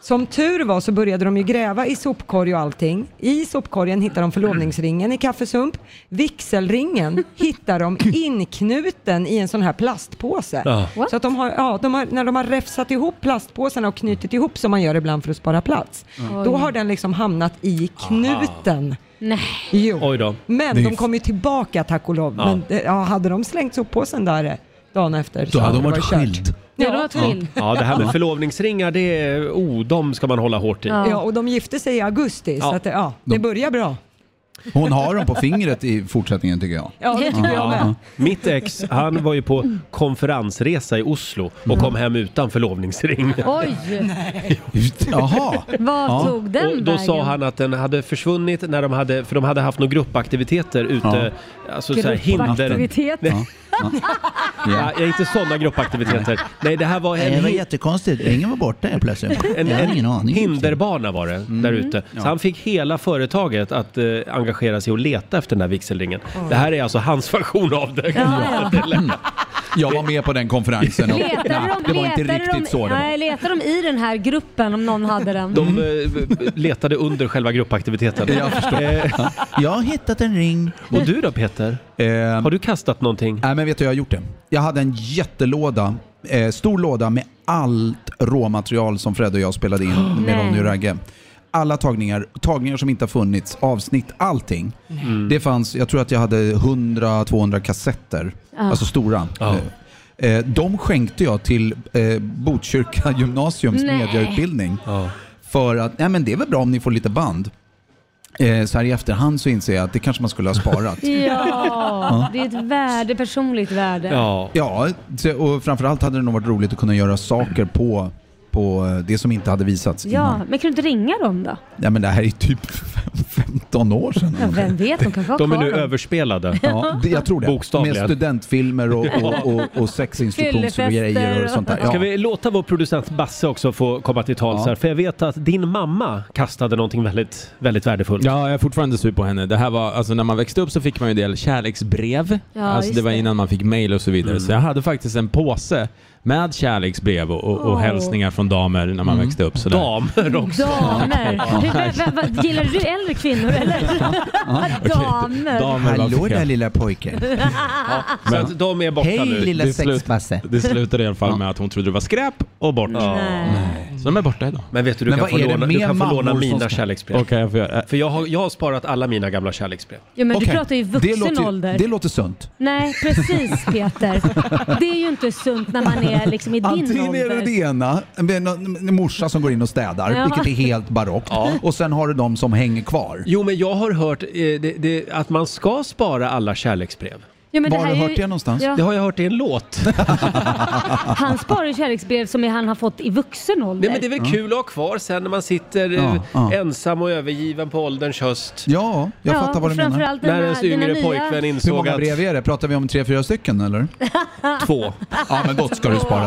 Speaker 3: Som tur var så började de ju gräva i sopkorg och allting. I sopkorgen hittar de förlovningsringen i kaffesump. Vigselringen hittar de inknuten i en sån här plastpåse.
Speaker 1: Ja.
Speaker 3: Så att de har, ja, de har, när de har räfsat ihop plastpåsarna och knutit ihop som man gör ibland för att spara plats. Då har den liksom hamnat i knuten.
Speaker 2: Nej.
Speaker 3: Jo.
Speaker 1: Oj då.
Speaker 3: Men
Speaker 8: Det är
Speaker 3: de
Speaker 8: ju-
Speaker 3: kom ju tillbaka tack och lov. Men eh, ja, hade de slängt soppåsen där eh, dagen efter
Speaker 8: Då hade de
Speaker 3: det
Speaker 8: varit
Speaker 3: kört.
Speaker 8: skild.
Speaker 2: Det är något
Speaker 1: Ja.
Speaker 2: till.
Speaker 1: ja, det här med förlovningsringar, det är, oh, de ska man hålla hårt i.
Speaker 2: Ja.
Speaker 3: Ja, och de gifte sig i augusti,
Speaker 1: Ja.
Speaker 3: så att, det- ja, det
Speaker 8: De-
Speaker 3: börjar bra.
Speaker 8: Hon har dem på fingret i fortsättningen tycker jag.
Speaker 3: Ja, det tycker jag med.
Speaker 1: Mitt ex, han var ju på konferensresa i Oslo och kom hem utan förlovningsring.
Speaker 2: Oj,
Speaker 8: Jaha,
Speaker 2: vad
Speaker 8: Ja,
Speaker 2: tog den
Speaker 1: och då
Speaker 2: vägen?
Speaker 1: sa han att den hade försvunnit när de hade, för de hade haft några gruppaktiviteter ute, alltså så här hinder...
Speaker 2: Gruppaktivitet.
Speaker 1: Nej, ja. Ja, inte sådana gruppaktiviteter. Nej, det här var en,
Speaker 11: Det var
Speaker 1: hi-
Speaker 11: jättekonstigt. Ringen var borta helt plötsligt.
Speaker 1: en,
Speaker 11: Jag har
Speaker 1: en
Speaker 11: ingen aning. Mm.
Speaker 1: hinderbana var det där ute. Så han fick hela företaget att eh, engagera sig och leta efter den där vigselringen. Det här är alltså hans version av det.
Speaker 2: Ja, ja.
Speaker 8: jag var med på den konferensen. Och,
Speaker 2: Letade de,
Speaker 8: det var inte
Speaker 2: letade
Speaker 8: riktigt
Speaker 2: de,
Speaker 8: så det var.
Speaker 2: nej, letade de i den här gruppen om någon hade den?
Speaker 1: De eh, b- letade under själva gruppaktiviteten.
Speaker 8: Jag förstår.
Speaker 1: Eh,
Speaker 11: Jag har hittat en ring.
Speaker 1: och du då Peter?
Speaker 8: Eh,
Speaker 1: Har du kastat någonting?
Speaker 8: Nej men vet du, jag har gjort det. Jag hade en jättelåda, eh, stor låda med allt råmaterial som Fred och jag spelade in
Speaker 2: *gasps*
Speaker 8: med
Speaker 2: Nej.
Speaker 8: Ronny och Ragge. Alla tagningar, tagningar som inte har funnits, avsnitt, allting. Det fanns, jag tror att jag hade 100-200 kassetter,
Speaker 2: Ah.
Speaker 8: alltså stora.
Speaker 1: Ja.
Speaker 8: Eh, eh, de skänkte jag till eh, Botkyrka *laughs* gymnasiums
Speaker 2: Nej.
Speaker 8: mediautbildning.
Speaker 1: Ja.
Speaker 8: För att, nej men det är väl bra om ni får lite band. Eh, så här i efterhand så inser jag att det kanske man skulle ha sparat.
Speaker 2: Ja, det är ett värde, personligt värde.
Speaker 1: Ja.
Speaker 8: Ja, se- och framförallt hade det nog varit roligt att kunna göra saker på, på eh, det som inte hade visats
Speaker 2: Ja,
Speaker 8: innan.
Speaker 2: men kan du inte ringa dem då?
Speaker 8: Nej, men det här är typ 15 år sedan.
Speaker 2: Ja, vem vet, de kanske har
Speaker 1: De är
Speaker 2: kvar
Speaker 1: nu
Speaker 2: dem.
Speaker 1: överspelade.
Speaker 8: Ja, det, jag tror det.
Speaker 1: Bokstavligen.
Speaker 8: Med studentfilmer och, och, och, och sexinstitutionsgrejer och sånt där.
Speaker 1: Ska
Speaker 8: Ja.
Speaker 1: vi låta vår producent Basse också få komma till tals
Speaker 8: Ja.
Speaker 1: här? För jag vet att din mamma kastade någonting väldigt, väldigt värdefullt.
Speaker 6: Ja, jag är fortfarande sur på henne. Det här var, alltså när man växte upp så fick man ju en del kärleksbrev.
Speaker 2: Ja,
Speaker 6: alltså
Speaker 2: just
Speaker 6: det var
Speaker 2: det.
Speaker 6: innan man fick mail och så vidare. Så jag hade faktiskt en påse med kärleksbrev och, och, och
Speaker 2: Åh.
Speaker 6: hälsningar från damer när man växte upp. Sådär.
Speaker 1: *laughs* Damer också.
Speaker 2: Damer! *laughs* Du, vad- vad- vad- gillar du äldre kvinnor eller?
Speaker 8: *laughs*
Speaker 2: Damer!
Speaker 6: Damer var
Speaker 11: Hallå där
Speaker 6: förkär-
Speaker 11: lilla pojken.
Speaker 1: Så att de är borta
Speaker 11: Hej
Speaker 1: nu.
Speaker 11: lilla
Speaker 6: Det är slut.
Speaker 11: sexbasse.
Speaker 6: Det slutade i alla fall med att hon trodde det var skräp och bort.
Speaker 2: Nej.
Speaker 6: Så de är borta idag.
Speaker 1: Men vet du, du
Speaker 8: Men
Speaker 1: kan
Speaker 8: vad
Speaker 1: få
Speaker 8: är det
Speaker 1: låna, du
Speaker 8: med
Speaker 1: kan få låna
Speaker 8: mammor som
Speaker 1: mina
Speaker 8: ska-
Speaker 1: kärleksbrev.
Speaker 6: Okej, jag får göra...
Speaker 1: För jag har, jag har sparat alla mina gamla kärleksbrev.
Speaker 2: Jo, men
Speaker 8: Okej.
Speaker 2: du pratar ju
Speaker 8: det
Speaker 2: vuxen
Speaker 8: låter,
Speaker 2: ålder.
Speaker 8: Det låter sunt.
Speaker 2: Nej, precis Peter. Det är ju inte sunt när man är liksom i din
Speaker 8: Antingen
Speaker 2: ålder.
Speaker 8: är det det ena, en, en morsa som går in och städar,
Speaker 2: Ja.
Speaker 8: vilket är helt barockt. Och sen har du de som hänger kvar.
Speaker 1: Jo, men jag har hört eh, det, det, att man ska spara alla kärleksbrev.
Speaker 2: Ja, men
Speaker 8: Var har
Speaker 2: här
Speaker 8: du
Speaker 2: är
Speaker 8: hört det någonstans?
Speaker 1: Det
Speaker 2: Ja,
Speaker 1: har jag hört i en *laughs* låt.
Speaker 2: han sparar ju kärleksbrev som han har fått i vuxen ålder.
Speaker 1: Nej, men det är väl kul att ha kvar sen när man sitter eh,
Speaker 8: Ja, ja.
Speaker 1: ensam och övergiven på ålderns höst.
Speaker 8: Ja, jag
Speaker 2: ja,
Speaker 8: fattar vad du
Speaker 2: och
Speaker 8: menar.
Speaker 2: framförallt
Speaker 1: När
Speaker 2: dina-
Speaker 1: ens
Speaker 2: dina
Speaker 1: yngre
Speaker 2: nya-
Speaker 1: pojkvän
Speaker 8: Hur
Speaker 1: insåg
Speaker 8: många
Speaker 1: att...
Speaker 8: brev är det? Pratar vi om tre, fyra stycken eller?
Speaker 1: Två.
Speaker 8: Ja, men då ska du spara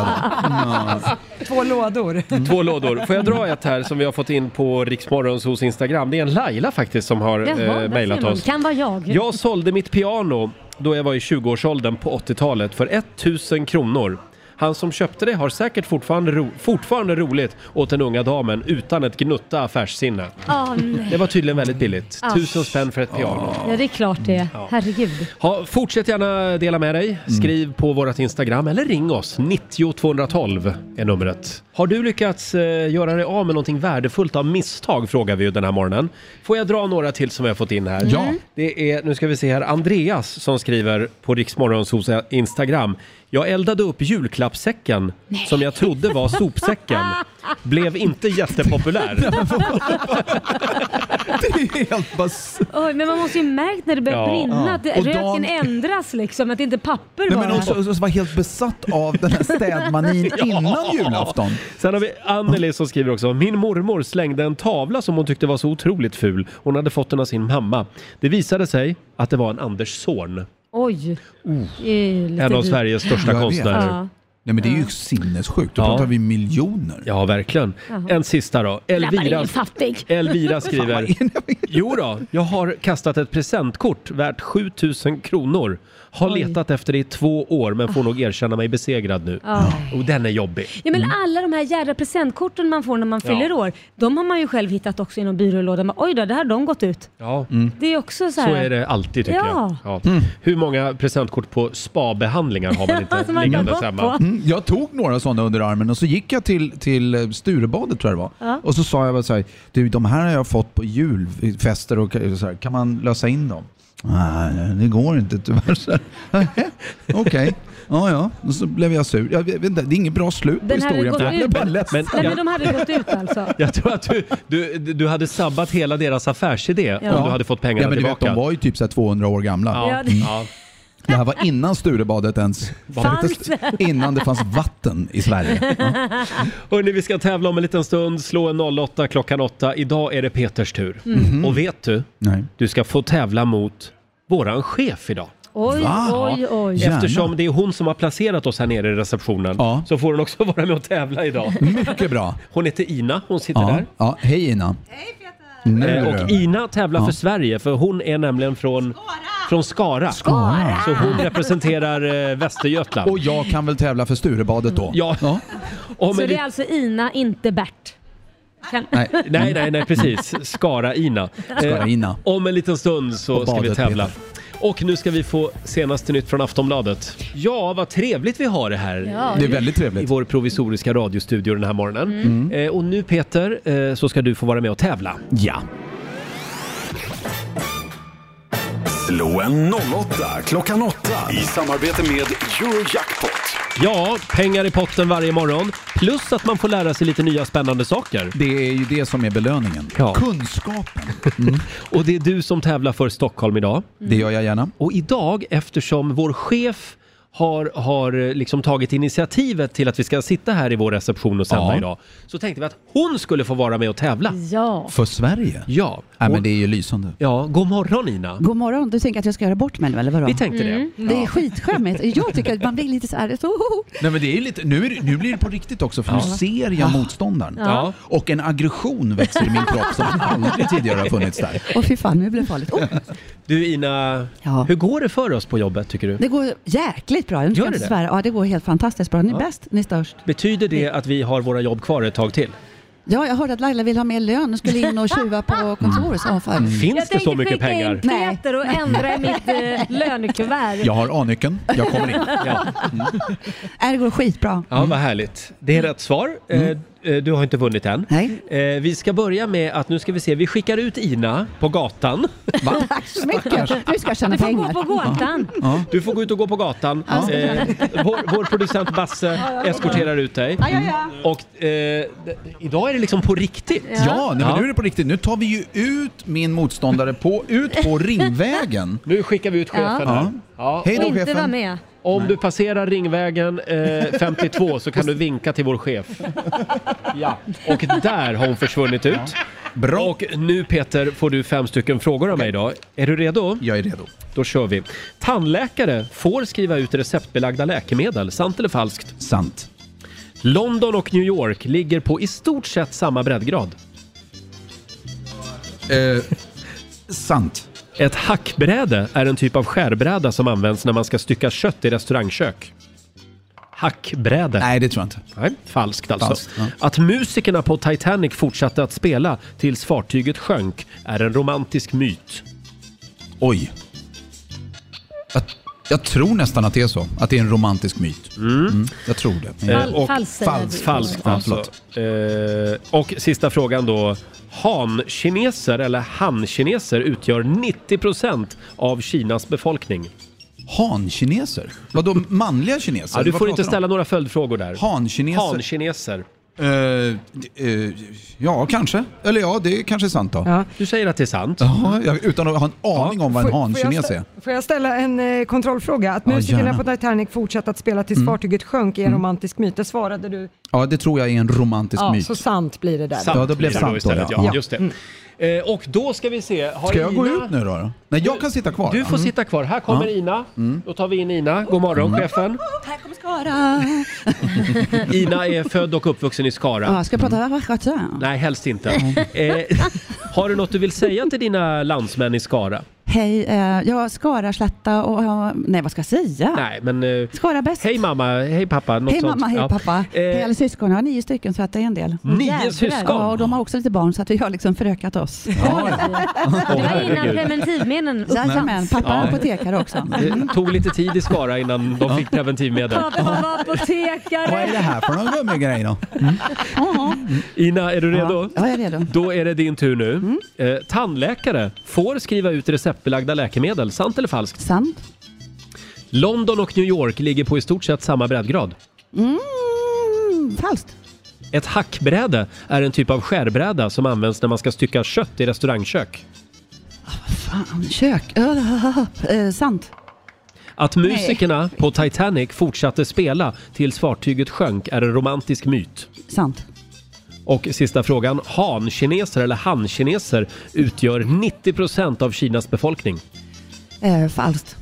Speaker 8: det.
Speaker 3: Två
Speaker 8: Mm,
Speaker 3: lådor.
Speaker 1: Två lådor. Får jag dra ett här som vi har fått in på Riksmorgons hos Instagram? Det är en Laila faktiskt som har
Speaker 2: Jaha, där
Speaker 1: eh, mejlat
Speaker 2: ser man.
Speaker 1: oss.
Speaker 2: Kan vara jag.
Speaker 1: Jag sålde mitt piano då jag var i 20-årsåldern på 80-talet för 1000 kronor. Han som köpte det har säkert fortfarande, ro- fortfarande roligt åt den unga damen utan ett gnutta affärssinne.
Speaker 2: Ah, nej.
Speaker 1: Det var tydligen väldigt billigt.
Speaker 2: Ah.
Speaker 1: Tusen spänn för ett piano.
Speaker 2: Ja, det är klart det. Herregud.
Speaker 1: Ha, fortsätt gärna dela med dig. Skriv på vårt Instagram eller ring oss. 90 212 är numret. Har du lyckats eh, göra dig av med någonting värdefullt av misstag frågar vi ju den här morgonen. Får jag dra några till som vi har fått in här?
Speaker 8: Ja. Mm.
Speaker 1: Det är, nu ska vi se här, Andreas som skriver på Riksmorgons hos eh, Instagram. Jag eldade upp julklappssäcken som jag trodde var sopsäcken. Blev inte jättepopulär.
Speaker 8: Det är helt bas...
Speaker 2: Oj, men man måste ju märkt när det börjar
Speaker 1: Ja.
Speaker 2: brinna att
Speaker 8: Och
Speaker 2: röken
Speaker 8: Dan-
Speaker 2: ändras liksom, att det inte är papper
Speaker 8: *laughs* Nej,
Speaker 2: bara.
Speaker 8: men också, också var helt besatt av den här städmanin *laughs* innan julafton.
Speaker 1: Sen har vi Anneli som skriver också. Min mormor slängde en tavla som hon tyckte var så otroligt ful. Hon hade fått den av sin mamma. Det visade sig att det var en Anders Zorn.
Speaker 8: Oh.
Speaker 2: Oj. Eh,
Speaker 1: En
Speaker 2: lite
Speaker 1: av
Speaker 2: dyrt.
Speaker 1: Sveriges största
Speaker 8: Jag vet.
Speaker 1: konstnärer.
Speaker 2: Ja.
Speaker 8: Nej men det är ju sinnessjukt. Då
Speaker 1: Ja.
Speaker 8: pratar vi miljoner.
Speaker 1: Ja, verkligen. En sista då.
Speaker 2: Grabbar,
Speaker 1: Elvira,
Speaker 2: ingen fattig. *laughs*
Speaker 1: Elvira skriver. Jo då, jag har kastat ett presentkort värt 7000 kronor. Har
Speaker 2: Oj.
Speaker 1: letat efter det i två år men får nog erkänna mig besegrad nu. Och den är jobbig.
Speaker 2: Ja men
Speaker 1: Mm.
Speaker 2: alla de här jädra presentkorten man får när man fyller år, de har man ju själv hittat också i någon byrålåda. Man, Oj då, där har de gått ut.
Speaker 1: Ja.
Speaker 8: Mm.
Speaker 2: Det är också så här.
Speaker 1: Så är det alltid tycker
Speaker 2: Ja.
Speaker 1: jag. Ja. Hur många presentkort på spabehandlingar har man
Speaker 2: *laughs* Ja,
Speaker 1: inte
Speaker 2: som Alltså, man
Speaker 1: liggandes
Speaker 2: har gått
Speaker 1: hemma?
Speaker 2: på.
Speaker 8: Mm, jag tog några sådana under armen och så gick jag till, till eh, Sturebadet tror jag det var. Och så sa jag bara så här, du de här har jag fått på julfester och så här, kan man lösa in dem? Nej, det går inte tyvärr. så här. *laughs* Okej, ja ja. Och så blev jag sur. Jag vet inte, det är inget bra slut på
Speaker 2: Den hade
Speaker 8: historien.
Speaker 2: gått
Speaker 8: för jag blev
Speaker 2: ut.
Speaker 8: bara ledsen.
Speaker 2: Nej, men de hade gått ut alltså.
Speaker 1: Jag tror att du, du, du hade sabbat hela deras affärsidé om du hade fått pengarna
Speaker 8: ja, men du
Speaker 1: tillbaka.
Speaker 8: Vet, de var ju typ så här 200 år gamla.
Speaker 1: Ja. Ja, det-
Speaker 8: Mm. Det här var innan Sturebadet ens
Speaker 1: Fanns.
Speaker 8: Innan det fanns vatten i
Speaker 1: *laughs*
Speaker 8: Sverige.
Speaker 1: Hörrni, vi ska tävla om en liten stund. Slå en 08 klockan 8. Idag är det Peters tur.
Speaker 2: Mm.
Speaker 1: Och vet du?
Speaker 8: Mhm. Nej.
Speaker 1: Du ska få tävla mot våran chef idag.
Speaker 2: Oj,
Speaker 1: Va?
Speaker 2: oj, oj.
Speaker 1: Eftersom det är hon som har placerat oss här nere i receptionen så får hon också *laughs* vara med och tävla idag.
Speaker 8: Mycket bra.
Speaker 1: Hon heter Ina, hon sitter
Speaker 8: Ja,
Speaker 1: där.
Speaker 8: ja. Hej Ina. Nu
Speaker 1: Eh,
Speaker 8: du.
Speaker 1: Och Ina tävlar för Sverige för hon är nämligen från Skara. Från Skara. Skara. Så hon representerar eh, Västergötland.
Speaker 8: Och jag kan väl tävla för Sturebadet då?
Speaker 1: Ja. Om
Speaker 2: Så
Speaker 1: en
Speaker 2: det är
Speaker 1: lit-
Speaker 2: alltså Ina, inte Bert. Kan...
Speaker 1: Nej, nej, nej, precis. Skara-Ina. Eh,
Speaker 8: Skara-Ina.
Speaker 1: om en liten stund så
Speaker 8: Och
Speaker 1: ska vi
Speaker 8: badet,
Speaker 1: tävla. Och nu ska vi få senaste nytt från Aftonbladet. Ja, vad trevligt vi har det här.
Speaker 2: Ja. Mm. Det är
Speaker 8: väldigt trevligt.
Speaker 1: I vår provisoriska radiostudio den här morgonen. Eh, och nu Peter, eh, så ska du få vara med och tävla.
Speaker 8: Ja.
Speaker 4: Slå en 08 klockan 8 i samarbete med Eurojackpot.
Speaker 1: Ja, pengar i potten varje morgon. Plus att man får lära sig lite nya spännande saker.
Speaker 8: Det är ju det som är belöningen.
Speaker 1: Ja.
Speaker 8: Kunskapen.
Speaker 1: Och det är du som tävlar för Stockholm idag.
Speaker 8: Det gör jag gärna.
Speaker 1: Och idag, eftersom vår chef har, har eh, liksom tagit initiativet till att vi ska sitta här i vår reception och sända
Speaker 8: Ja.
Speaker 1: idag, så tänkte vi att hon skulle få vara med och tävla.
Speaker 12: Mm.
Speaker 2: Ja.
Speaker 8: För Sverige?
Speaker 1: Ja.
Speaker 8: Nej, men det är ju lysande.
Speaker 1: Ja, god morgon Ina.
Speaker 12: God morgon. Du tänker att jag ska göra bort mig nu, eller vadå? Mm.
Speaker 1: Vi tänkte det.
Speaker 12: Det är skitskämmigt. Jag tycker att man blir lite så här... oh, Så,
Speaker 8: Nej, men det är ju lite, nu, är, det- nu blir det på riktigt också för
Speaker 12: Ja.
Speaker 8: nu ser jag motståndaren.
Speaker 12: Ja.
Speaker 8: Och en aggression växer i min kropp som aldrig tidigare har funnits där.
Speaker 12: Och fy fan, nu blev det farligt. Oh,
Speaker 1: Du Ina, hur går det för oss på jobbet tycker du?
Speaker 12: det går jäkligt bra. Jag
Speaker 1: Gör
Speaker 12: ska
Speaker 1: det
Speaker 12: inte
Speaker 1: det?
Speaker 12: svära. Ja, det går helt fantastiskt bra. Ni är
Speaker 1: Ja.
Speaker 12: bäst, ni är störst.
Speaker 1: Betyder det att vi har våra jobb kvar ett tag till?
Speaker 12: Mm. Ja, jag hörde att Laila vill ha mer lön och skulle in och tjuva
Speaker 1: Mm.
Speaker 12: på kontoret. Så fan.
Speaker 1: Finns det så mycket pengar?
Speaker 12: Nej.
Speaker 2: Peter och ändra i mitt eh, *laughs* lönekuvert.
Speaker 8: Jag har A-nyckeln, jag kommer in.
Speaker 1: Ja.
Speaker 12: Nej, Äh, det går skitbra.
Speaker 1: Ja, vad härligt. Det är rätt svar.
Speaker 8: Mm.
Speaker 1: Eh, eh, Du har inte vunnit än.
Speaker 12: Nej.
Speaker 1: Eh, Vi ska börja med att nu ska vi se, vi skickar ut Ina på gatan.
Speaker 12: Tack så mycket. Nu ska jag tjäna
Speaker 2: Du får gå
Speaker 12: pengar.
Speaker 2: på gatan.
Speaker 1: Du får gå ut och gå på gatan.
Speaker 12: Ja.
Speaker 1: Eh, vår, vår producent Basse
Speaker 2: ja, ja.
Speaker 1: eskorterar ut dig.
Speaker 2: Ja, ja, ja.
Speaker 1: Och eh, d- idag är det liksom på riktigt.
Speaker 8: Ja, nej, men nu är det på riktigt. Nu tar vi ju ut min motståndare på, ut
Speaker 2: *laughs*
Speaker 8: på Ringvägen.
Speaker 1: Nu skickar vi ut chefen
Speaker 8: Ja.
Speaker 1: här. Ja.
Speaker 8: Hej då,
Speaker 2: och inte
Speaker 8: chefen.
Speaker 2: vara med.
Speaker 1: Om du passerar Ringvägen eh, 52 så kan du vinka till
Speaker 8: *laughs*
Speaker 1: vår chef. Ja. Och där har hon försvunnit ut.
Speaker 8: Bra.
Speaker 1: Och nu Peter får du fem stycken frågor av mig idag. Är du redo?
Speaker 8: Jag är redo.
Speaker 1: Då kör vi. Tandläkare får skriva ut receptbelagda läkemedel, sant eller falskt?
Speaker 8: Sant.
Speaker 1: London och New York ligger på i stort sett samma breddgrad.
Speaker 8: Eh, sant.
Speaker 1: Ett hackbräde är en typ av skärbräda som används när man ska stycka kött i restaurangkök. Hackbräde.
Speaker 8: Nej, det tror jag inte.
Speaker 1: Nej, falskt alltså.
Speaker 8: Falskt, ja.
Speaker 1: Att musikerna på Titanic fortsatte att spela tills fartyget sjönk är en romantisk myt.
Speaker 8: Oj. Jag, jag tror nästan att det är så. Att det är en romantisk myt. Mm, jag tror det.
Speaker 1: Eh, och-
Speaker 2: falskt säger
Speaker 8: falskt.
Speaker 2: vi.
Speaker 1: Falskt
Speaker 8: Ja,
Speaker 1: alltså. Eh, och sista frågan då. Han-kineser eller han-kineser utgör 90% av Kinas befolkning.
Speaker 8: Han-kineser? Vadå manliga kineser?
Speaker 1: Ja, du
Speaker 8: Vad
Speaker 1: får inte
Speaker 8: pratar
Speaker 1: ställa några följdfrågor där.
Speaker 8: Han-kineser?
Speaker 1: Han-kineser.
Speaker 8: Eh, eh, ja, kanske. Eller ja, det är kanske sant då.
Speaker 3: Ja.
Speaker 1: Du säger att det är sant.
Speaker 8: Ja, jag, utan att ha en aning om vad en
Speaker 3: Får jag,
Speaker 8: hankines är.
Speaker 3: stä- får jag ställa en eh, kontrollfråga? Att
Speaker 8: Ja,
Speaker 3: musikerna
Speaker 8: gärna. Mm.
Speaker 3: på Titanic fortsatte att spela tills fartyget sjönk är en romantisk myt. Det svarade du.
Speaker 8: Ja, det tror jag är en romantisk
Speaker 3: Ja,
Speaker 8: myt.
Speaker 3: så sant blir det där.
Speaker 1: Sant
Speaker 8: Ja, då blev
Speaker 1: blir
Speaker 8: sant då,
Speaker 1: istället.
Speaker 8: ja.
Speaker 1: Ja,
Speaker 8: Ja.
Speaker 1: just det. Eh, och då ska vi se. Har
Speaker 8: Ska jag gå
Speaker 1: Ina-
Speaker 8: ut nu då? då? Nej, jag kan sitta kvar.
Speaker 1: Du får sitta kvar. Här kommer
Speaker 8: Ja. Mm.
Speaker 1: Ina. Då tar vi in Ina. God morgon chefen.
Speaker 12: Här kommer Skara.
Speaker 1: Ina är född och uppvuxen i Skara.
Speaker 12: Ja, ska jag prata västgötska?
Speaker 1: Nej, helst inte.
Speaker 8: Mm.
Speaker 1: Eh, har du något du vill säga till dina landsmän i Skara?
Speaker 12: Hej, eh, jag Skara, Slätta och... eh, Nej, vad ska jag säga?
Speaker 1: Nej, men... Eh,
Speaker 12: Skara bäst.
Speaker 1: hej mamma, hej pappa. Något
Speaker 12: Hej
Speaker 1: sånt.
Speaker 12: mamma, hej
Speaker 1: Ja.
Speaker 12: pappa. Hej
Speaker 1: Eh, Mm.
Speaker 12: alla syskon. Jag har nio stycken så att det är en del.
Speaker 1: Nio
Speaker 12: Jävlar.
Speaker 1: syskon?
Speaker 12: Ja, och de har också lite barn så att vi har liksom förökat oss.
Speaker 1: åh,
Speaker 2: Det var innan
Speaker 1: herregud.
Speaker 2: preventivmedlen
Speaker 12: Jajamän,
Speaker 2: fanns.
Speaker 12: pappa är
Speaker 1: Ja.
Speaker 12: apotekare
Speaker 1: *laughs*
Speaker 12: också.
Speaker 1: Det Eh, tog lite tid i Skara innan de fick preventivmedel.
Speaker 2: Pappa var
Speaker 8: Vad är
Speaker 2: apotekare.
Speaker 8: det här för någon gummig grej då?
Speaker 12: Ja,
Speaker 1: Ina, är du redo?
Speaker 12: Ja, Mm. jag är redo.
Speaker 1: Då är det din tur nu. Eh, tandläkare får skriva ut recept receptbelagda läkemedel. Sant eller falskt? Sant. London och New York ligger på i stort sett samma breddgrad.
Speaker 12: Mm, falskt.
Speaker 1: Ett hackbräde är en typ av skärbräda som används när man ska stycka kött i restaurangkök.
Speaker 12: Fan, kök. Äh, äh, sant.
Speaker 1: Att
Speaker 12: Nej.
Speaker 1: musikerna på Titanic fortsatte spela tills fartyget sjönk är en romantisk myt.
Speaker 12: Sant.
Speaker 1: Och sista frågan. Han-kineser eller han-kineser utgör 90% av Kinas befolkning.
Speaker 12: Äh, falskt.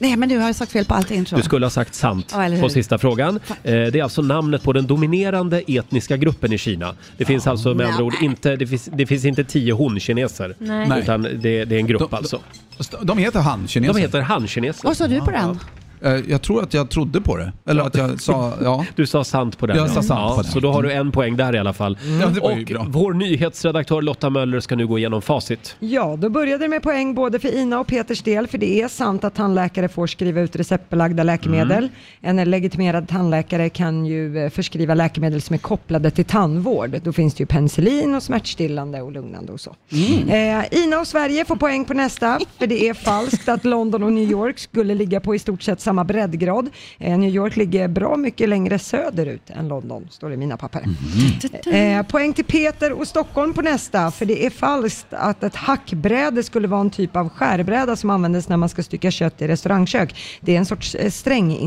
Speaker 12: Nej, men nu har jag sagt fel på allting tror
Speaker 1: Du
Speaker 12: jag.
Speaker 1: skulle ha sagt sant
Speaker 12: Ja, eller hur?
Speaker 1: på sista frågan. Eh, Det är alltså namnet på den dominerande etniska gruppen i Kina. Det finns alltså med andra ord inte, det finns, det finns inte tio hon-kineser.
Speaker 12: Nej. Nej.
Speaker 1: Utan det, det är en grupp alltså.
Speaker 8: De heter han-kineser.
Speaker 1: De heter han-kineser.
Speaker 12: Vad sa du på den?
Speaker 8: Eh, Jag tror att jag trodde på det. Eller att jag sa, ja.
Speaker 1: Du sa sant på den.
Speaker 8: Jag sa
Speaker 1: ja.
Speaker 8: sant
Speaker 1: ja,
Speaker 8: på den. Mm.
Speaker 1: Så då har du en poäng där i alla fall.
Speaker 8: Ja, det var ju
Speaker 1: Och
Speaker 8: bra.
Speaker 1: vår nyhetsredaktör Lotta Möller ska nu gå igenom facit.
Speaker 3: Ja, då började det med poäng både för Ina och Peters del, för det är sant att tandläkare får skriva ut receptbelagda läkemedel. En legitimerad tandläkare kan ju eh, förskriva läkemedel som är kopplade till tandvård. Då finns det ju penicillin och smärtstillande och lugnande och så. Eh, Ina och Sverige får poäng på nästa, för det är falskt att London och New York skulle ligga på i stort sett samma breddgrad. Eh, New York ligger bra mycket längre söderut än London, står det i mina papper. Eh, poäng till Peter och Stockholm på nästa, för det är falskt att ett hackbräde skulle vara en typ av skärbräda som användes när man ska stycka kött i restaurangkök. Det är en sorts eh,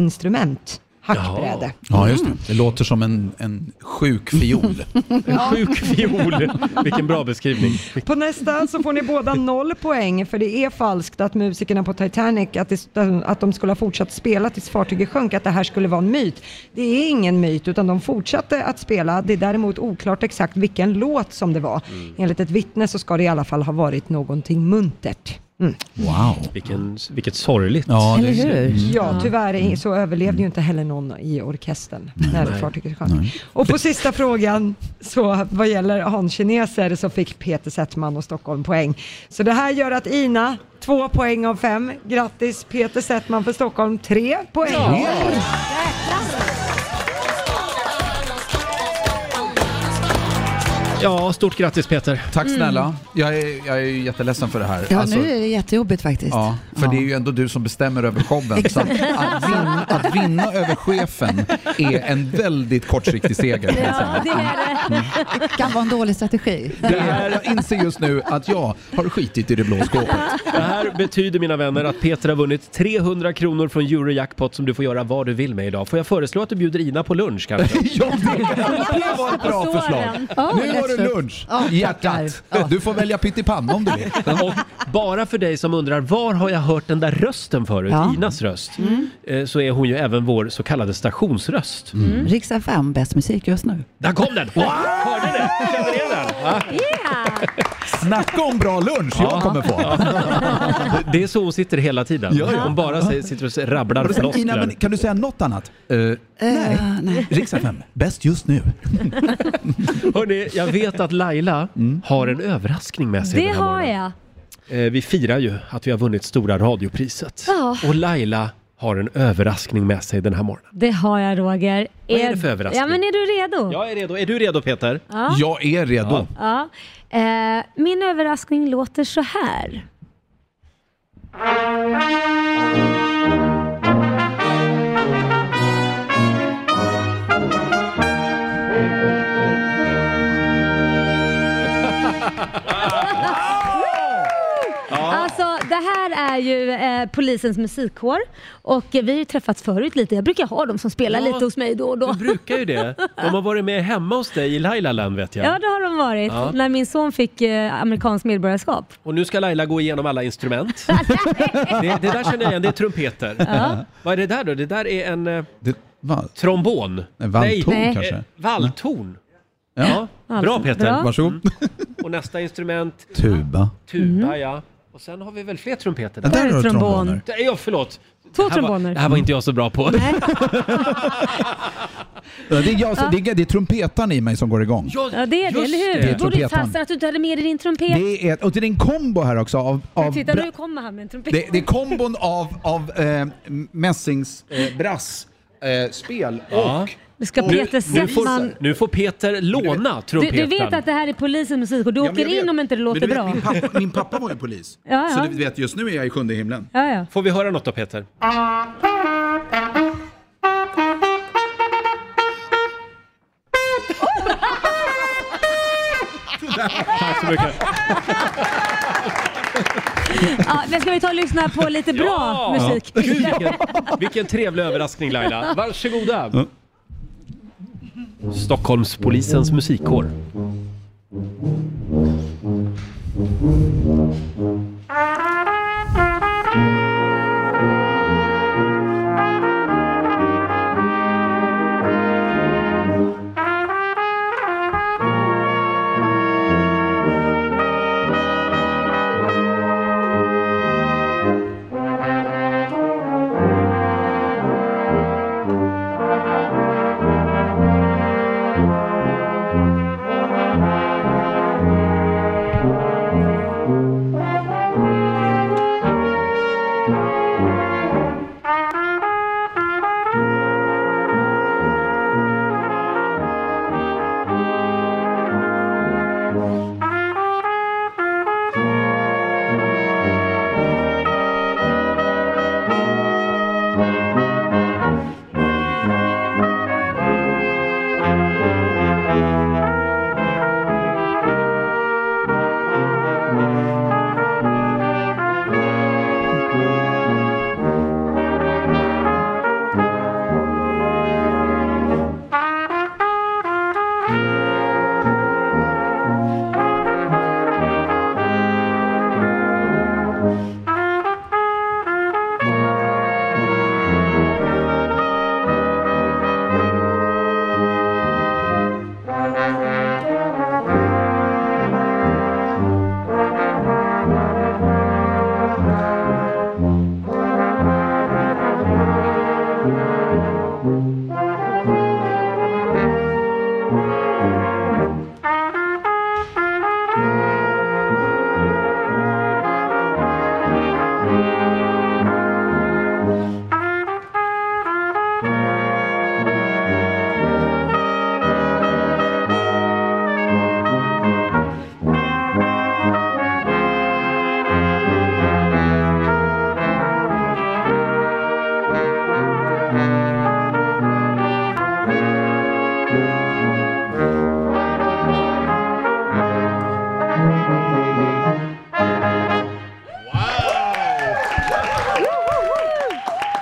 Speaker 3: stränginstrument. Hackbräde.
Speaker 8: Ja, just det. Det låter som en, en sjuk fiol.
Speaker 1: En sjuk fiol. Vilken bra beskrivning.
Speaker 3: På nästa så får ni båda noll poäng för det är falskt att musikerna på Titanic, att, det, att de skulle ha fortsatt spela tills fartyget sjönk, att det här skulle vara en myt. Det är ingen myt utan de fortsatte att spela. Det är däremot oklart exakt vilken låt som det var. Enligt ett vittne så ska det i alla fall ha varit någonting muntert. Mm.
Speaker 1: Wow. Vilken, vilket sorgligt.
Speaker 8: Ja,
Speaker 3: det- Eller hur? Ja, tyvärr i- så överlevde ju inte heller någon i orkestern när
Speaker 1: Nej.
Speaker 3: fartyget sjönk. Och på sista frågan, så vad gäller hankineser så fick Peter Settman och Stockholm poäng. Så det här gör att Ina, två poäng av fem. Grattis Peter Settman för Stockholm, tre poäng.
Speaker 1: Ja, stort grattis Peter.
Speaker 8: Tack
Speaker 12: Mm.
Speaker 8: snälla. Jag, är, jag är ju jätteledsen för det här.
Speaker 12: Ja,
Speaker 8: Alltså,
Speaker 12: nu är det jättejobbigt faktiskt.
Speaker 8: ja, för det är ju ändå du som bestämmer över
Speaker 1: *laughs*
Speaker 8: showen. Så att, att, vinna, att vinna över chefen är en väldigt kortsiktig seger. kan jag säga.
Speaker 12: det är det. Det kan vara en dålig strategi.
Speaker 8: Det här, jag inser just nu att jag har skitit i det blå
Speaker 1: *laughs*
Speaker 8: skåpet.
Speaker 1: Det här betyder mina vänner att Peter har vunnit 300 kronor från Eurojackpot som du får göra vad du vill med idag. Får jag föreslå att du bjuder Ina på
Speaker 8: *laughs*
Speaker 1: lunch kanske?
Speaker 8: Det var ett bra förslag.
Speaker 1: Ja,
Speaker 8: nu har du
Speaker 1: lätt slut.
Speaker 8: lunch
Speaker 1: Ja,
Speaker 8: i hjärtat. Du får välja pyttipanna om du vill.
Speaker 1: Och bara för dig som undrar var har jag hört den där rösten förut,
Speaker 12: Ja.
Speaker 1: Inas röst, eh, så är hon ju även vår så kallade stationsröst.
Speaker 12: Mm. Riks FM, bäst musik just nu.
Speaker 1: Där kom den! Wow! Hörde ni den? Kände ni den? Va?
Speaker 8: Snacka om bra lunch jag kommer få.
Speaker 1: Det är så hon sitter hela tiden.
Speaker 8: Ja, ja.
Speaker 1: Hon bara säger- sitter och rabblar
Speaker 8: Och då säger, Ina,
Speaker 1: floskler.
Speaker 8: men kan du säga något annat? Uh, nej.
Speaker 12: Eh,
Speaker 8: Rix FM, bäst just nu.
Speaker 1: Hörrni, jag vet att Laila har en överraskning med sig
Speaker 2: Det
Speaker 1: den här
Speaker 2: har
Speaker 1: morgonen.
Speaker 2: jag.
Speaker 1: Eh, Vi firar ju att vi har vunnit Stora radiopriset.
Speaker 2: Ja.
Speaker 1: Och Laila har en överraskning med sig den här morgonen.
Speaker 2: Det har jag Roger.
Speaker 1: Vad är det för överraskning?
Speaker 2: Ja men är du redo?
Speaker 1: Jag är redo. Är du redo Peter?
Speaker 2: Ja.
Speaker 8: Jag är redo.
Speaker 2: Ja. Eh, min överraskning låter så här. Alltså det här är ju eh, polisens musikkår och eh, vi har ju träffats förut lite. Jag brukar ha dem som spelar
Speaker 1: Ja,
Speaker 2: lite hos mig då och då.
Speaker 1: Du brukar ju det. De har varit med hemma hos dig i Lailaland vet jag.
Speaker 2: Ja det har de varit.
Speaker 1: Ja.
Speaker 2: När min son fick eh, amerikanskt medborgarskap.
Speaker 1: Och nu ska Laila gå igenom alla instrument. det, det där känner jag igen, det är trumpeter.
Speaker 2: Ja.
Speaker 1: Vad är det där då? Det där är en... eh,
Speaker 8: Trombon? En
Speaker 1: nej,
Speaker 8: valthorn
Speaker 1: eh,
Speaker 8: kanske?
Speaker 1: Valthorn.
Speaker 8: Ja.
Speaker 1: Ja, Bra Peter.
Speaker 8: Bra. Varsågod.
Speaker 1: Mm. Och nästa instrument,
Speaker 8: Tuba.
Speaker 1: tuba
Speaker 2: Mhm.
Speaker 1: ja. Och sen har vi väl fler trumpeter?
Speaker 8: Ja, där har du Trombon. tromboner.
Speaker 1: Det är jag, förlåt.
Speaker 2: Två
Speaker 1: det här
Speaker 2: tromboner.
Speaker 1: Var, det här var inte jag så bra på.
Speaker 8: Ja, Det är, jag, som- det är, det är trumpetan i mig som går igång.
Speaker 2: Ja det är det,
Speaker 8: Just det.
Speaker 2: eller
Speaker 8: Det är
Speaker 2: hur? Du borde
Speaker 8: trumpetan.
Speaker 2: fastna att du inte hade med dig din trumpet.
Speaker 8: Det är, och det är en kombo här också av... av
Speaker 2: Titta
Speaker 8: bra-
Speaker 2: nu kommer han med en trumpet.
Speaker 8: det, det är kombon av, av eh, Messings eh, brass, eh, spel och
Speaker 2: Det ska Peter
Speaker 1: nu, nu,
Speaker 2: Settman-
Speaker 1: får, nu får Peter låna
Speaker 2: Du,
Speaker 1: trumpeten.
Speaker 2: du vet att det här är polisens musik och du
Speaker 8: men jag
Speaker 2: åker in
Speaker 8: vet.
Speaker 2: om inte det låter
Speaker 8: Men du vet,
Speaker 2: bra.
Speaker 8: Min pappa, min pappa var ju polis.
Speaker 2: Ja,
Speaker 8: Så
Speaker 2: ja.
Speaker 8: du vet, just nu är jag i sjunde himlen.
Speaker 2: Ja, ja.
Speaker 1: Får vi höra något då Peter? Tack så mycket.
Speaker 2: Ja, men ska vi ta och lyssna på lite bra musik?
Speaker 1: Gud, vilken, vilken trevlig överraskning Laila. Varsågoda. Stockholmspolisens musikkår.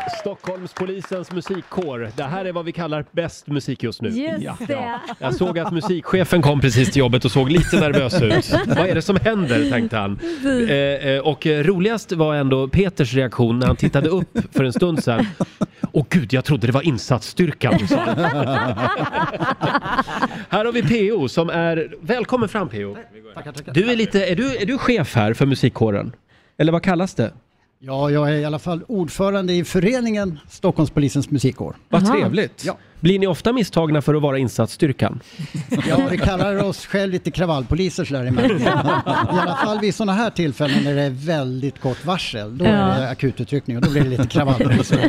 Speaker 1: Stockholmspolisens musikkår. Det här är vad vi kallar bäst musik just nu.
Speaker 2: Just det.
Speaker 1: Jag såg att musikchefen kom precis till jobbet och såg lite nervös
Speaker 2: *laughs*
Speaker 1: ut. Vad är det som händer, tänkte han. Eh, eh, och eh, roligast var ändå Peters reaktion när han tittade upp för en stund sedan. Åh gud, jag trodde det var insatsstyrkan, sa
Speaker 2: *laughs*
Speaker 1: han. Här har vi PO som är... Välkommen fram PO. Du är lite... Är du, är du chef här för musikkåren? Eller vad kallas det?
Speaker 13: Ja, jag är i alla fall ordförande i föreningen Stockholmspolisens musikkår.
Speaker 1: Vad trevligt.
Speaker 13: Ja.
Speaker 1: Blir ni ofta misstagna för att vara insatsstyrkan?
Speaker 13: Ja, vi kallar oss själv lite kravallpoliser sådär emellanåt. I alla fall vid sådana här tillfällen när det är väldigt kort varsel. Då
Speaker 1: Ja.
Speaker 13: är det akututryckning och då blir det lite kravallpoliser.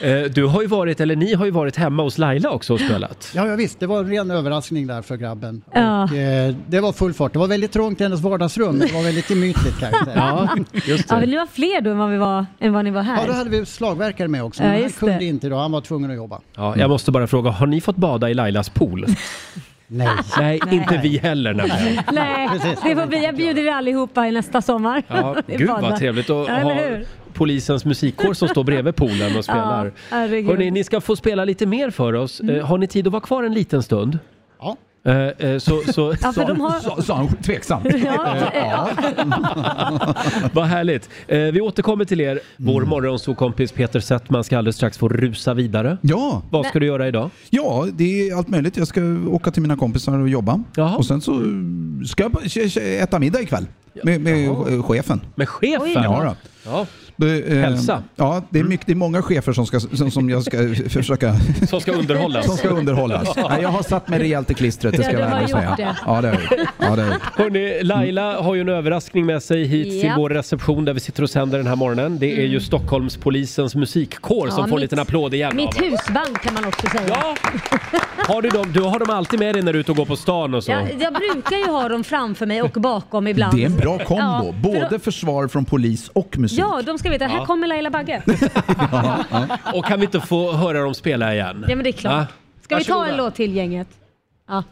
Speaker 1: Eh, Du har ju varit, eller ni har ju varit hemma hos Laila också och spelat.
Speaker 13: Ja, ja, visst, det var en ren överraskning där för grabben.
Speaker 2: Ja.
Speaker 13: Och, eh, det var full fart. Det var väldigt trångt i hennes vardagsrum. Det var väldigt gemytligt kan jag säga.
Speaker 2: Ja, Ja, men ni var fler då än vad, vi var, än vad ni var här.
Speaker 13: Ja, då hade vi slagverkare med också.
Speaker 2: Ja,
Speaker 13: Men han
Speaker 2: just
Speaker 13: kunde
Speaker 2: det.
Speaker 13: inte idag. Han var tvungen att jobba.
Speaker 1: Ja, jag måste bara fråga, har ni fått bada i Lailas pool?
Speaker 13: Nej.
Speaker 1: Nej,
Speaker 2: Nej.
Speaker 1: inte vi heller nämligen.
Speaker 2: Nej, det får bli. Jag bjuder er allihopa i nästa sommar.
Speaker 1: Ja,
Speaker 2: *laughs* Det är
Speaker 1: gud
Speaker 2: bara-
Speaker 1: vad trevligt att
Speaker 2: Ja,
Speaker 1: ha
Speaker 2: eller hur?
Speaker 1: polisens musikkår som står bredvid poolen och spelar.
Speaker 2: Ja, herregud. Mm.
Speaker 1: Hörrni, ni ska få spela lite mer för oss. Eh, Har ni tid att vara kvar en liten stund? Eh,
Speaker 13: Ja.
Speaker 1: Så, så,
Speaker 2: Ja, för de har-
Speaker 1: så, så han tveksamt.
Speaker 2: Ja, ja.
Speaker 1: Vad härligt. Eh, Vi återkommer till er. Vår morgonsokompis Peter Settman ska alldeles strax få rusa vidare.
Speaker 8: Ja.
Speaker 1: Vad ska du göra idag?
Speaker 8: Ja, det är allt möjligt. Jag ska åka till mina kompisar och jobba. Och sen så ska jag bara- kä- kä- äta middag ikväll. Med, med chefen.
Speaker 1: Med chefen?
Speaker 8: Ja, då.
Speaker 1: Ja.
Speaker 8: Eh,
Speaker 1: Hälsa.
Speaker 8: Ja, det är, mycket, det är många chefer som, ska, som, som jag ska *laughs* försöka...
Speaker 1: Som ska underhållas.
Speaker 8: Som ska underhållas.
Speaker 1: Ja.
Speaker 8: Nej, jag har satt mig rejält i klistret, det ska
Speaker 1: Ja,
Speaker 8: jag
Speaker 1: du har
Speaker 8: ärligt säga.
Speaker 1: gjort det.
Speaker 8: Ja, det har jag gjort. Ja, det har jag gjort.
Speaker 1: Hörrni, Laila har ju en överraskning med sig hit till
Speaker 14: Ja.
Speaker 1: vår reception där vi sitter och sänder den här morgonen. Det är ju
Speaker 14: Mm.
Speaker 1: Stockholmspolisens musikkår som
Speaker 14: Ja,
Speaker 1: får en
Speaker 14: mitt-
Speaker 1: liten applåd igen av
Speaker 14: Mitt
Speaker 1: oss.
Speaker 14: husband kan man också säga.
Speaker 1: Ja, Har du, dem, du har dem alltid med dig när du är ute och går på stan och så?
Speaker 2: Jag, jag brukar ju ha dem framför mig och bakom ibland.
Speaker 8: Det är en bra kombo.
Speaker 2: Ja, för
Speaker 8: Både försvar från polis och musik.
Speaker 2: Ja, de ska veta. Här
Speaker 1: Ja.
Speaker 2: kommer Laila Bagge.
Speaker 1: Och kan vi inte få höra dem spela igen?
Speaker 2: Ja, men det är klart.
Speaker 1: Va?
Speaker 2: Ska vi ta
Speaker 1: Varsågoda.
Speaker 2: en låt till gänget? Ja.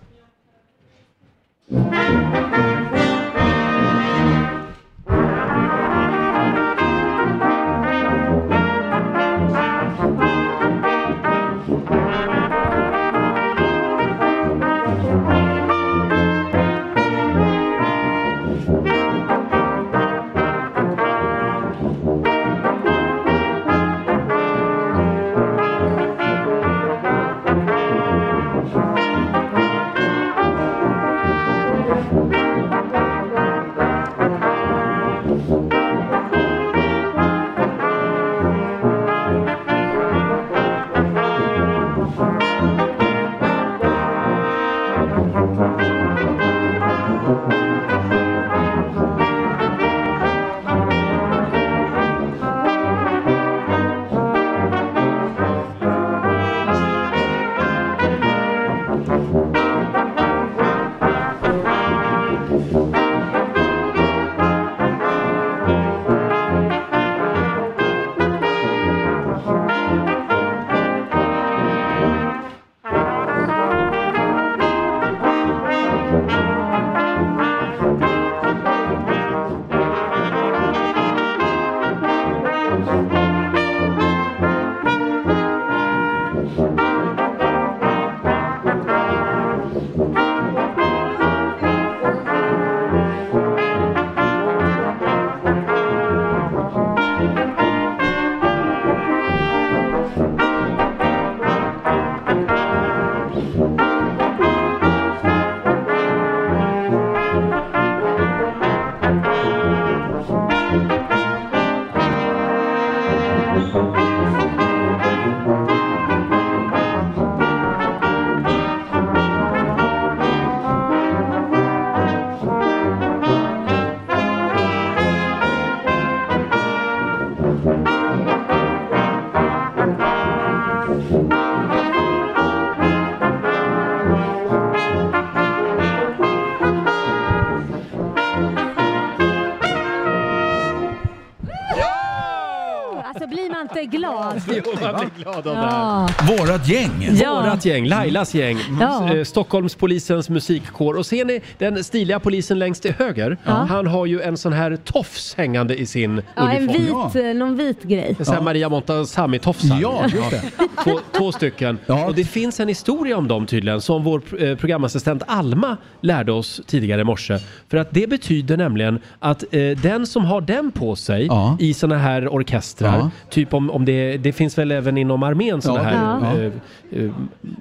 Speaker 2: Alltså blir man inte glad?
Speaker 1: Jo, man blir glad av det
Speaker 2: Ja.
Speaker 1: här. Vårat gäng!
Speaker 2: Ja.
Speaker 1: Vårat gäng, Lailas gäng.
Speaker 2: Ja.
Speaker 1: Eh, Stockholmspolisens musikkår. Och ser ni den stiliga polisen längst till höger? Han har ju en sån här tofs hängande i sin
Speaker 2: Ja, en
Speaker 1: uniform.
Speaker 2: vit, eh, någon vit grej.
Speaker 1: En sån här Maria Montazami-tofsar.
Speaker 2: Ja, just det.
Speaker 1: Två, två stycken. Och det finns en historia om dem tydligen som vår eh, programassistent Alma lärde oss tidigare i morse. För att det betyder nämligen att eh, den som har den på sig i såna här orkestrar,
Speaker 8: Ja.
Speaker 1: typ om, om det, det finns väl även inom armén såna
Speaker 8: Ja,
Speaker 1: här,
Speaker 8: det-
Speaker 1: eh, eh,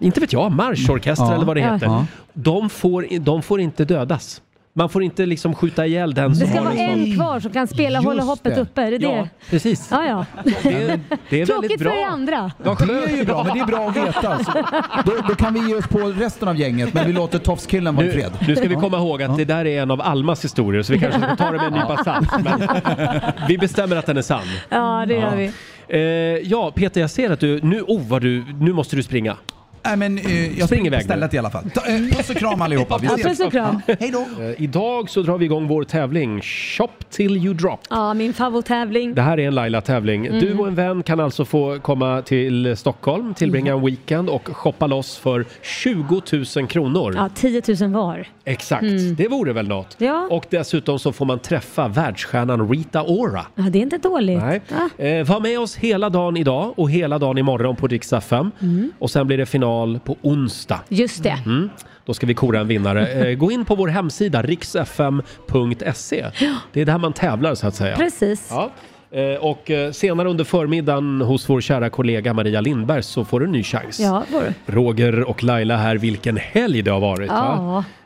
Speaker 1: inte vet jag, marschorkester
Speaker 8: Ja.
Speaker 1: eller vad det
Speaker 8: Ja.
Speaker 1: heter.
Speaker 8: Ja.
Speaker 1: De, får, de får inte dödas. Man får inte liksom skjuta ihjäl den som
Speaker 2: Det ska
Speaker 1: har
Speaker 2: vara
Speaker 1: en
Speaker 8: liksom.
Speaker 1: sån-
Speaker 2: en kvar som kan spela Hålla hoppet
Speaker 1: det.
Speaker 2: uppe. Är det
Speaker 1: Ja,
Speaker 2: det?
Speaker 1: precis.
Speaker 2: Ja, ja.
Speaker 1: Det, det är väldigt
Speaker 2: Tråkigt
Speaker 1: bra.
Speaker 2: för er andra.
Speaker 8: Det är ju bra, men det är bra att veta. Alltså. Då, då kan vi ge oss på resten av gänget, men vi låter tofskillen vara i
Speaker 1: Nu,
Speaker 8: fred.
Speaker 1: nu ska vi komma ihåg att det där är en av Almas historier så vi kanske ska ta det med en nypa salt. Men
Speaker 2: *laughs*
Speaker 1: vi bestämmer att den är sann.
Speaker 2: Ja, det gör vi.
Speaker 1: Eh, ja, Peter jag ser att du, nu, oh, vad du, nu måste du springa.
Speaker 8: Nej, men, eh, jag
Speaker 1: Spring
Speaker 8: springer
Speaker 1: iväg
Speaker 8: på
Speaker 1: nu.
Speaker 8: stället i alla fall. Ta, eh, puss och kram allihopa. Vi
Speaker 1: Ja,
Speaker 8: ses.
Speaker 1: puss och kram.
Speaker 8: Hej då.
Speaker 1: Eh, idag så drar vi igång vår tävling Shop till you drop.
Speaker 2: Ja, min favorittävling.
Speaker 1: Det här är en Laila-tävling.
Speaker 2: Mm.
Speaker 1: Du och en vän kan alltså få komma till Stockholm, tillbringa
Speaker 2: Mm.
Speaker 1: en weekend och shoppa loss för 20 000 kronor.
Speaker 2: Ja, 10 000 var.
Speaker 1: Exakt,
Speaker 2: Mm.
Speaker 1: det vore väl något.
Speaker 2: Ja.
Speaker 1: Och dessutom så får man träffa världsstjärnan Rita Ora.
Speaker 2: Ja, det är inte dåligt.
Speaker 1: Nej. Eh, var med oss hela dagen idag och hela dagen imorgon på Rix FM.
Speaker 2: Mm.
Speaker 1: Och sen blir det final på onsdag.
Speaker 2: Just det.
Speaker 1: Mm. Då ska vi kora en vinnare. Eh, gå in på vår hemsida riksfm.se. Det är där man tävlar så att säga.
Speaker 2: Precis.
Speaker 1: Ja. Eh, Och eh, senare under förmiddagen hos vår kära kollega Maria Lindberg så får du en ny chans.
Speaker 2: Ja, var det?
Speaker 1: Roger och Laila här, vilken helg det har varit va?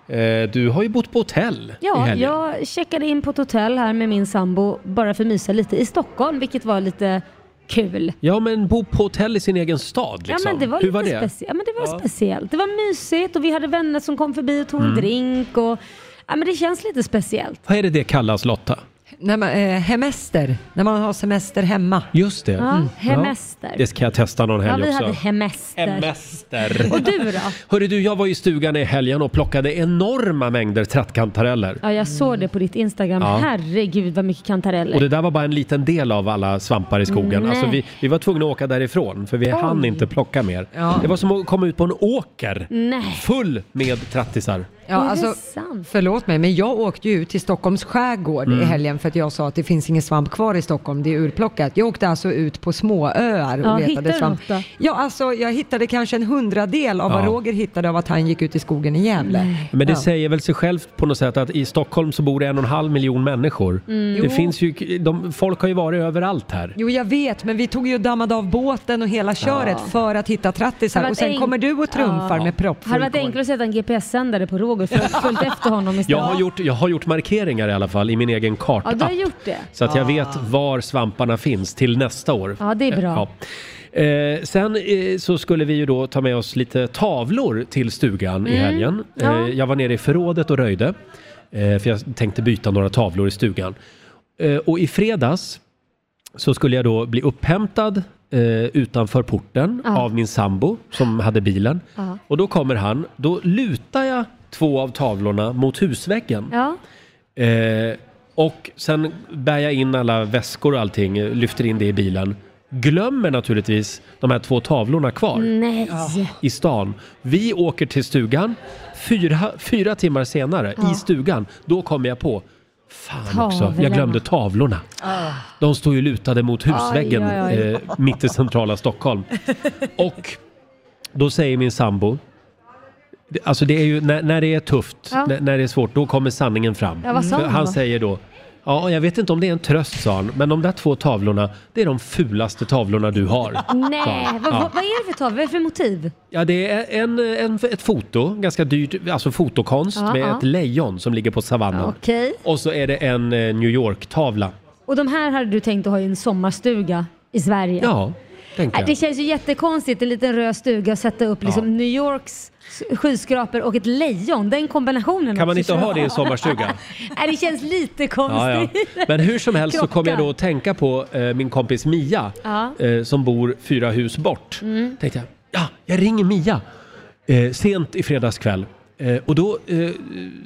Speaker 2: Ja.
Speaker 1: Eh, Du har ju bott på hotell i
Speaker 2: Ja,
Speaker 1: helgen.
Speaker 2: jag checkade in på ett hotell här med min sambo bara för att mysa lite i Stockholm, vilket var lite kul.
Speaker 1: Ja, men bo på hotell i sin egen stad liksom.
Speaker 2: Ja, men det var
Speaker 1: Hur
Speaker 2: lite
Speaker 1: var det?
Speaker 2: specie- ja, men det var speciellt. Det var mysigt och vi hade vänner som kom förbi och tog en
Speaker 1: Mm.
Speaker 2: drink. Och, ja, men det känns lite speciellt.
Speaker 1: Vad är det det kallas Lotta?
Speaker 3: När man, eh, hemester, när man har semester hemma.
Speaker 1: Just det. Mm.
Speaker 2: Ja, hemester.
Speaker 1: Det ska jag testa någon
Speaker 2: Ja,
Speaker 1: helg
Speaker 2: vi
Speaker 1: också.
Speaker 2: hade hemester.
Speaker 1: Hemester.
Speaker 2: Och du då?
Speaker 1: Hörru du, jag var i stugan i helgen och plockade enorma mängder trattkantareller.
Speaker 2: Ja, jag såg det på ditt Instagram.
Speaker 1: Ja.
Speaker 2: Herregud vad mycket kantareller.
Speaker 1: Och det där var bara en liten del av alla svampar i skogen.
Speaker 2: Nej.
Speaker 1: Alltså vi, vi var tvungna att åka därifrån för vi
Speaker 2: Oj.
Speaker 1: hann inte plocka mer.
Speaker 2: Ja.
Speaker 1: Det var som att komma ut på en åker
Speaker 2: Nej.
Speaker 1: full med trattisar.
Speaker 3: Ja, alltså, förlåt mig, men jag åkte ju ut till Stockholms skärgård
Speaker 1: Mm.
Speaker 3: i helgen för att jag sa att det finns ingen svamp kvar i Stockholm, det är urplockat. Jag åkte alltså ut på småöar och
Speaker 2: Ja, hittade
Speaker 3: letade
Speaker 2: du
Speaker 3: svamp.
Speaker 2: något då?
Speaker 3: Ja, alltså jag hittade kanske en hundradel av vad
Speaker 1: Ja.
Speaker 3: Roger hittade av att han gick ut i skogen i Gävle.
Speaker 1: Men det
Speaker 3: ja.
Speaker 1: säger väl sig självt på något sätt att i Stockholm så bor det en och en halv miljon människor.
Speaker 3: Mm.
Speaker 1: Det
Speaker 3: Jo.
Speaker 1: finns ju, de, folk har ju varit överallt här.
Speaker 3: Jo, jag vet, men vi tog ju och dammade av båten och hela köret för att hitta
Speaker 2: Hade
Speaker 3: trattisar och
Speaker 2: varit
Speaker 3: sen
Speaker 2: enk-
Speaker 3: kommer du och trumfar
Speaker 2: Ja.
Speaker 3: med proppfull
Speaker 2: Hade varit
Speaker 3: korg.
Speaker 2: enklare att sätta en GPS-sändare på Roger för
Speaker 3: *laughs*
Speaker 2: följt efter honom
Speaker 1: Jag
Speaker 2: istället.
Speaker 1: har, gjort, jag har gjort markeringar i alla fall i min egen karta.
Speaker 2: Ja, du har gjort det.
Speaker 1: Så att jag vet var svamparna finns till nästa år.
Speaker 2: Ja, det är bra.
Speaker 1: Ja. Eh, sen eh, så skulle vi ju då ta med oss lite tavlor till stugan i
Speaker 2: Mm,
Speaker 1: helgen.
Speaker 2: ja.
Speaker 1: Eh, jag var nere i förrådet och röjde. Eh, för jag tänkte byta några tavlor i stugan. Eh, och i fredags så skulle jag då bli upphämtad eh, utanför porten
Speaker 9: Ja.
Speaker 1: av min sambo som hade bilen.
Speaker 9: Ja.
Speaker 1: Och då kommer han. Då lutar jag två av tavlorna mot husväggen.
Speaker 2: Ja.
Speaker 1: Eh, och sen bär jag in alla väskor och allting, eh, lyfter in det i bilen. Glömmer naturligtvis de här två tavlorna kvar
Speaker 9: Mm.
Speaker 2: Nej.
Speaker 1: i stan. Vi åker till stugan. Fyra, fyra timmar senare
Speaker 2: Ja.
Speaker 1: i stugan, då kommer jag på Fan också, jag
Speaker 2: Tavlorna. Ah.
Speaker 1: glömde tavlorna. De står ju lutade mot husväggen
Speaker 2: Aj, aj, aj.
Speaker 1: Eh, mitt i centrala
Speaker 2: *laughs*
Speaker 1: Stockholm. Och då säger min sambo, alltså det är ju när, när det är tufft,
Speaker 2: Ja.
Speaker 1: när, när det är svårt, då kommer sanningen fram.
Speaker 2: Ja, vad sa
Speaker 1: För
Speaker 2: hon
Speaker 1: han
Speaker 2: då?
Speaker 1: säger då, ja jag vet inte om det är en tröst sa han, men de där två tavlorna, det är de fulaste tavlorna du har. sa
Speaker 2: Nej,
Speaker 1: han.
Speaker 2: vad,
Speaker 1: Ja.
Speaker 2: vad, vad är det för tavla? Vad är det för motiv?
Speaker 1: Ja, det är en, en, ett foto, ganska dyrt, alltså fotokonst
Speaker 2: Ja,
Speaker 1: med
Speaker 2: ja.
Speaker 1: ett lejon som ligger på savannen.
Speaker 2: Okej.
Speaker 1: Och så är det en eh, New York-tavla.
Speaker 2: Och de här hade du tänkt att ha i en sommarstuga i Sverige?
Speaker 1: Ja, tänker
Speaker 2: Nej, Det
Speaker 1: jag.
Speaker 2: känns ju jättekonstigt, en liten röd stuga och sätta upp liksom
Speaker 1: Ja.
Speaker 2: New Yorks skyskrapor och ett lejon. Den kombinationen.
Speaker 1: Kan man
Speaker 2: också
Speaker 1: inte
Speaker 2: känns-
Speaker 1: ha det i en
Speaker 2: *laughs*
Speaker 1: sommarstuga?
Speaker 2: Nej, det känns lite
Speaker 1: Ja, ja.
Speaker 2: konstigt.
Speaker 1: Men hur som helst så kom
Speaker 2: Krockar.
Speaker 1: jag då att tänka på eh, min kompis Mia
Speaker 2: Ja.
Speaker 1: eh, som bor fyra hus bort.
Speaker 2: Mm.
Speaker 1: Tänkte jag, ja, jag ringer Mia eh, sent i fredags kväll. Eh, och då eh,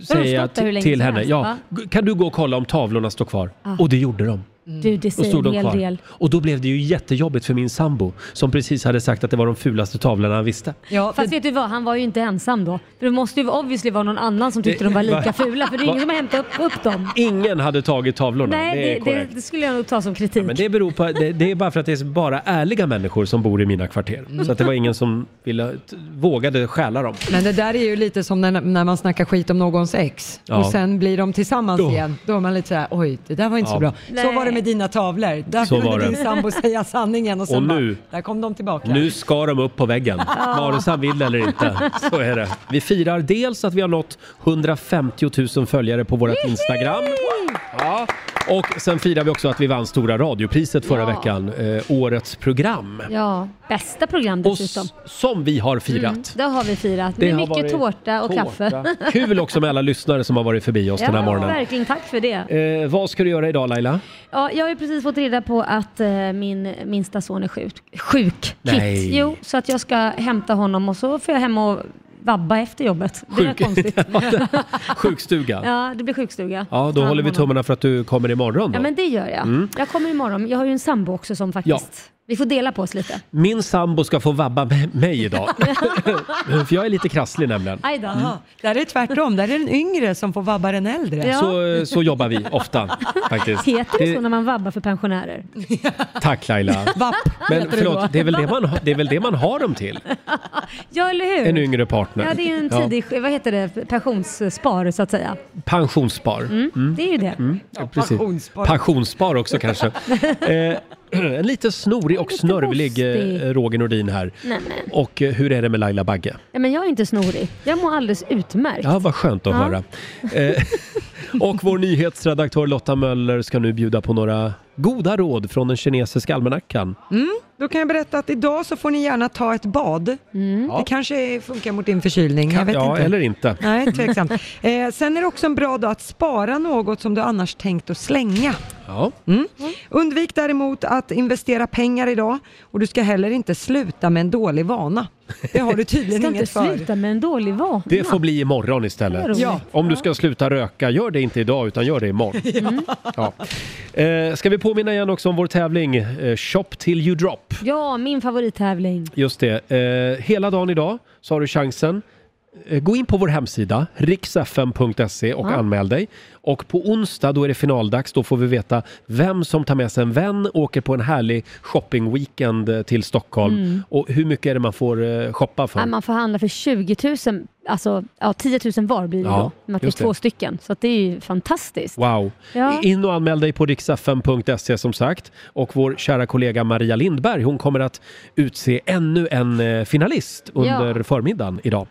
Speaker 1: säger jag
Speaker 2: stått där hur
Speaker 1: t-
Speaker 2: länge
Speaker 1: till
Speaker 2: som
Speaker 1: henne,
Speaker 2: helst,
Speaker 1: ja,
Speaker 2: va? Ah.
Speaker 1: g- kan du gå och kolla om tavlorna står kvar?
Speaker 2: Ja.
Speaker 1: Och det gjorde de.
Speaker 2: Du, det
Speaker 1: Mm. Och
Speaker 2: säger
Speaker 1: stod
Speaker 2: en
Speaker 1: de
Speaker 2: hel
Speaker 1: kvar.
Speaker 2: del.
Speaker 1: Och då blev det ju jättejobbigt för min sambo som precis hade sagt att det var de fulaste tavlorna han visste.
Speaker 2: Fast vet du vad, han var ju inte ensam då. För det måste ju obviously vara någon annan som tyckte
Speaker 1: Det-
Speaker 2: de var
Speaker 1: *laughs*
Speaker 2: lika
Speaker 1: va?
Speaker 2: fula för det är ingen som har hämtat upp, upp dem.
Speaker 1: Ingen hade tagit tavlorna, det är
Speaker 2: Nej, det, det,
Speaker 1: korrekt.
Speaker 2: det skulle jag nog ta som kritik.
Speaker 1: Men det beror på, det, det är bara för att det är bara ärliga människor som bor i mina kvarter.
Speaker 2: Mm.
Speaker 1: Så att det var ingen som ville, t- vågade stjäla dem.
Speaker 3: Men det där är ju lite som när, när man snackar skit om någons ex
Speaker 1: Ja.
Speaker 3: och sen blir de tillsammans
Speaker 1: Då.
Speaker 3: igen. Då är man lite såhär, oj det där var inte
Speaker 1: Ja.
Speaker 3: så bra. Så
Speaker 2: Nej.
Speaker 3: var det med dina tavlor. Där
Speaker 1: Så var
Speaker 3: kunde din
Speaker 1: det.
Speaker 3: sambo säga sanningen och sen
Speaker 1: Och nu-
Speaker 3: bara, där kom de tillbaka.
Speaker 1: Nu ska de upp på väggen,
Speaker 3: Ja.
Speaker 1: vare sig han vill eller inte. Så är det. Vi firar dels att vi har nått 150 000 följare på vårt Instagram. Ja. Och sen firar vi också att vi vann Stora radiopriset förra
Speaker 2: Ja.
Speaker 1: veckan, eh, årets program.
Speaker 2: Ja, bästa program
Speaker 1: Och
Speaker 2: dessutom.
Speaker 1: s- som vi har firat.
Speaker 2: Mm, det har vi firat.
Speaker 1: Det
Speaker 2: Med
Speaker 1: har
Speaker 2: mycket
Speaker 1: varit
Speaker 2: tårta och
Speaker 1: tårta.
Speaker 2: kaffe. *laughs*
Speaker 1: Kul också med alla lyssnare som har varit förbi oss den här morgonen.
Speaker 2: verkligen. Tack för det.
Speaker 1: Eh, vad ska du göra idag Laila?
Speaker 2: Ja, jag har ju precis fått reda på att eh, min minsta son är sjuk. Sjuk?
Speaker 1: Nej.
Speaker 2: Kit. Jo, så att jag ska hämta honom och så får jag hem och vabba efter jobbet. Det är
Speaker 1: Sjuk- *laughs*
Speaker 2: konstigt.
Speaker 1: Sjukstuga? Ja,
Speaker 2: Ja, det blir sjukstuga.
Speaker 1: då
Speaker 2: Ja,
Speaker 1: håller vi
Speaker 2: honom.
Speaker 1: tummarna för att du kommer imorgon då.
Speaker 2: Ja, men det gör jag.
Speaker 1: Mm.
Speaker 2: Jag kommer imorgon. Jag har ju en sambo också som faktiskt Vi får dela på oss lite.
Speaker 1: Min sambo ska få vabba med mig
Speaker 2: *laughs*
Speaker 1: idag. *laughs* För jag är lite krasslig nämligen.
Speaker 2: Aj då.
Speaker 1: Mm.
Speaker 3: Ah, Där är det tvärtom, där är det den yngre som får vabba den äldre.
Speaker 1: Så, eh, så jobbar vi ofta faktiskt.
Speaker 2: *laughs* Heter det så när man vabbar för pensionärer?
Speaker 1: Tack Laila.
Speaker 3: Vapp
Speaker 1: Men
Speaker 2: heter det då.
Speaker 1: förlåt, det är, väl det, man, ha- det är väl det man har dem till?
Speaker 2: Ja, eller hur? *laughs*
Speaker 1: En yngre partner.
Speaker 2: Ja, det är ju en tidig, vad heter det, pensionsspar så att säga.
Speaker 1: Pensionsspar.
Speaker 2: Mm, det är ju det.
Speaker 1: Mm, precis.
Speaker 2: pensionsspar.
Speaker 1: Pensionsspar också kanske. eh, en lite snorig och snörvlig eh,
Speaker 2: rostig.
Speaker 1: Roger Nordin här.
Speaker 2: Nej, men.
Speaker 1: Och eh, hur är det med Laila Bagge?
Speaker 2: Nej, men jag är inte snorig. Jag mår alldeles utmärkt.
Speaker 1: Ja, vad skönt att
Speaker 2: Ja.
Speaker 1: höra. Eh, *laughs* och vår nyhetsredaktör Lotta Möller ska nu bjuda på några goda råd från den kinesiska almanackan.
Speaker 3: Mm, då kan jag berätta att idag så får ni gärna ta ett bad. Det kanske funkar mot din förkylning. jag vet
Speaker 1: ja,
Speaker 3: inte.
Speaker 1: eller inte.
Speaker 3: Nej, tveksamt. eh, sen är det också en bra dag att spara något som du annars tänkt att slänga.
Speaker 1: Ja.
Speaker 3: Mm. Undvik däremot att investera pengar idag och du ska heller inte sluta med en dålig vana. Det *laughs* har du tydligen
Speaker 2: Ska
Speaker 3: inget
Speaker 2: inte
Speaker 3: för.
Speaker 2: sluta med en dålig vana.
Speaker 1: Det får bli imorgon
Speaker 2: Det
Speaker 1: istället.
Speaker 2: var roligt.
Speaker 1: Om du ska sluta röka, gör det inte idag utan gör det imorgon. Ja. Eh, ska vi påminna igen också om vår tävling eh, Shop till you drop.
Speaker 2: Ja, min favorittävling.
Speaker 1: Just det. Eh, hela dagen idag så har du chansen. Eh, Gå in på vår hemsida, riksfm.se E, och
Speaker 2: Ja.
Speaker 1: anmäl dig. Och på onsdag då är det finaldags. Då får vi veta vem som tar med sig en vän, åker på en härlig shoppingweekend eh, till Stockholm.
Speaker 2: Mm.
Speaker 1: Och hur mycket är det man får eh, shoppa för?
Speaker 2: Nej, Äh, man får handla för 20 000, alltså ja, 10 000 var blir det
Speaker 1: Ja,
Speaker 2: då. Men att det är
Speaker 1: just det.
Speaker 2: två stycken. Så att det är ju fantastiskt.
Speaker 1: Wow!
Speaker 2: Ja.
Speaker 1: In och anmäl dig på riksfm.se E, som sagt. Och vår kära kollega Maria Lindberg, hon kommer att utse ännu en eh, finalist under
Speaker 2: Ja.
Speaker 1: förmiddagen idag.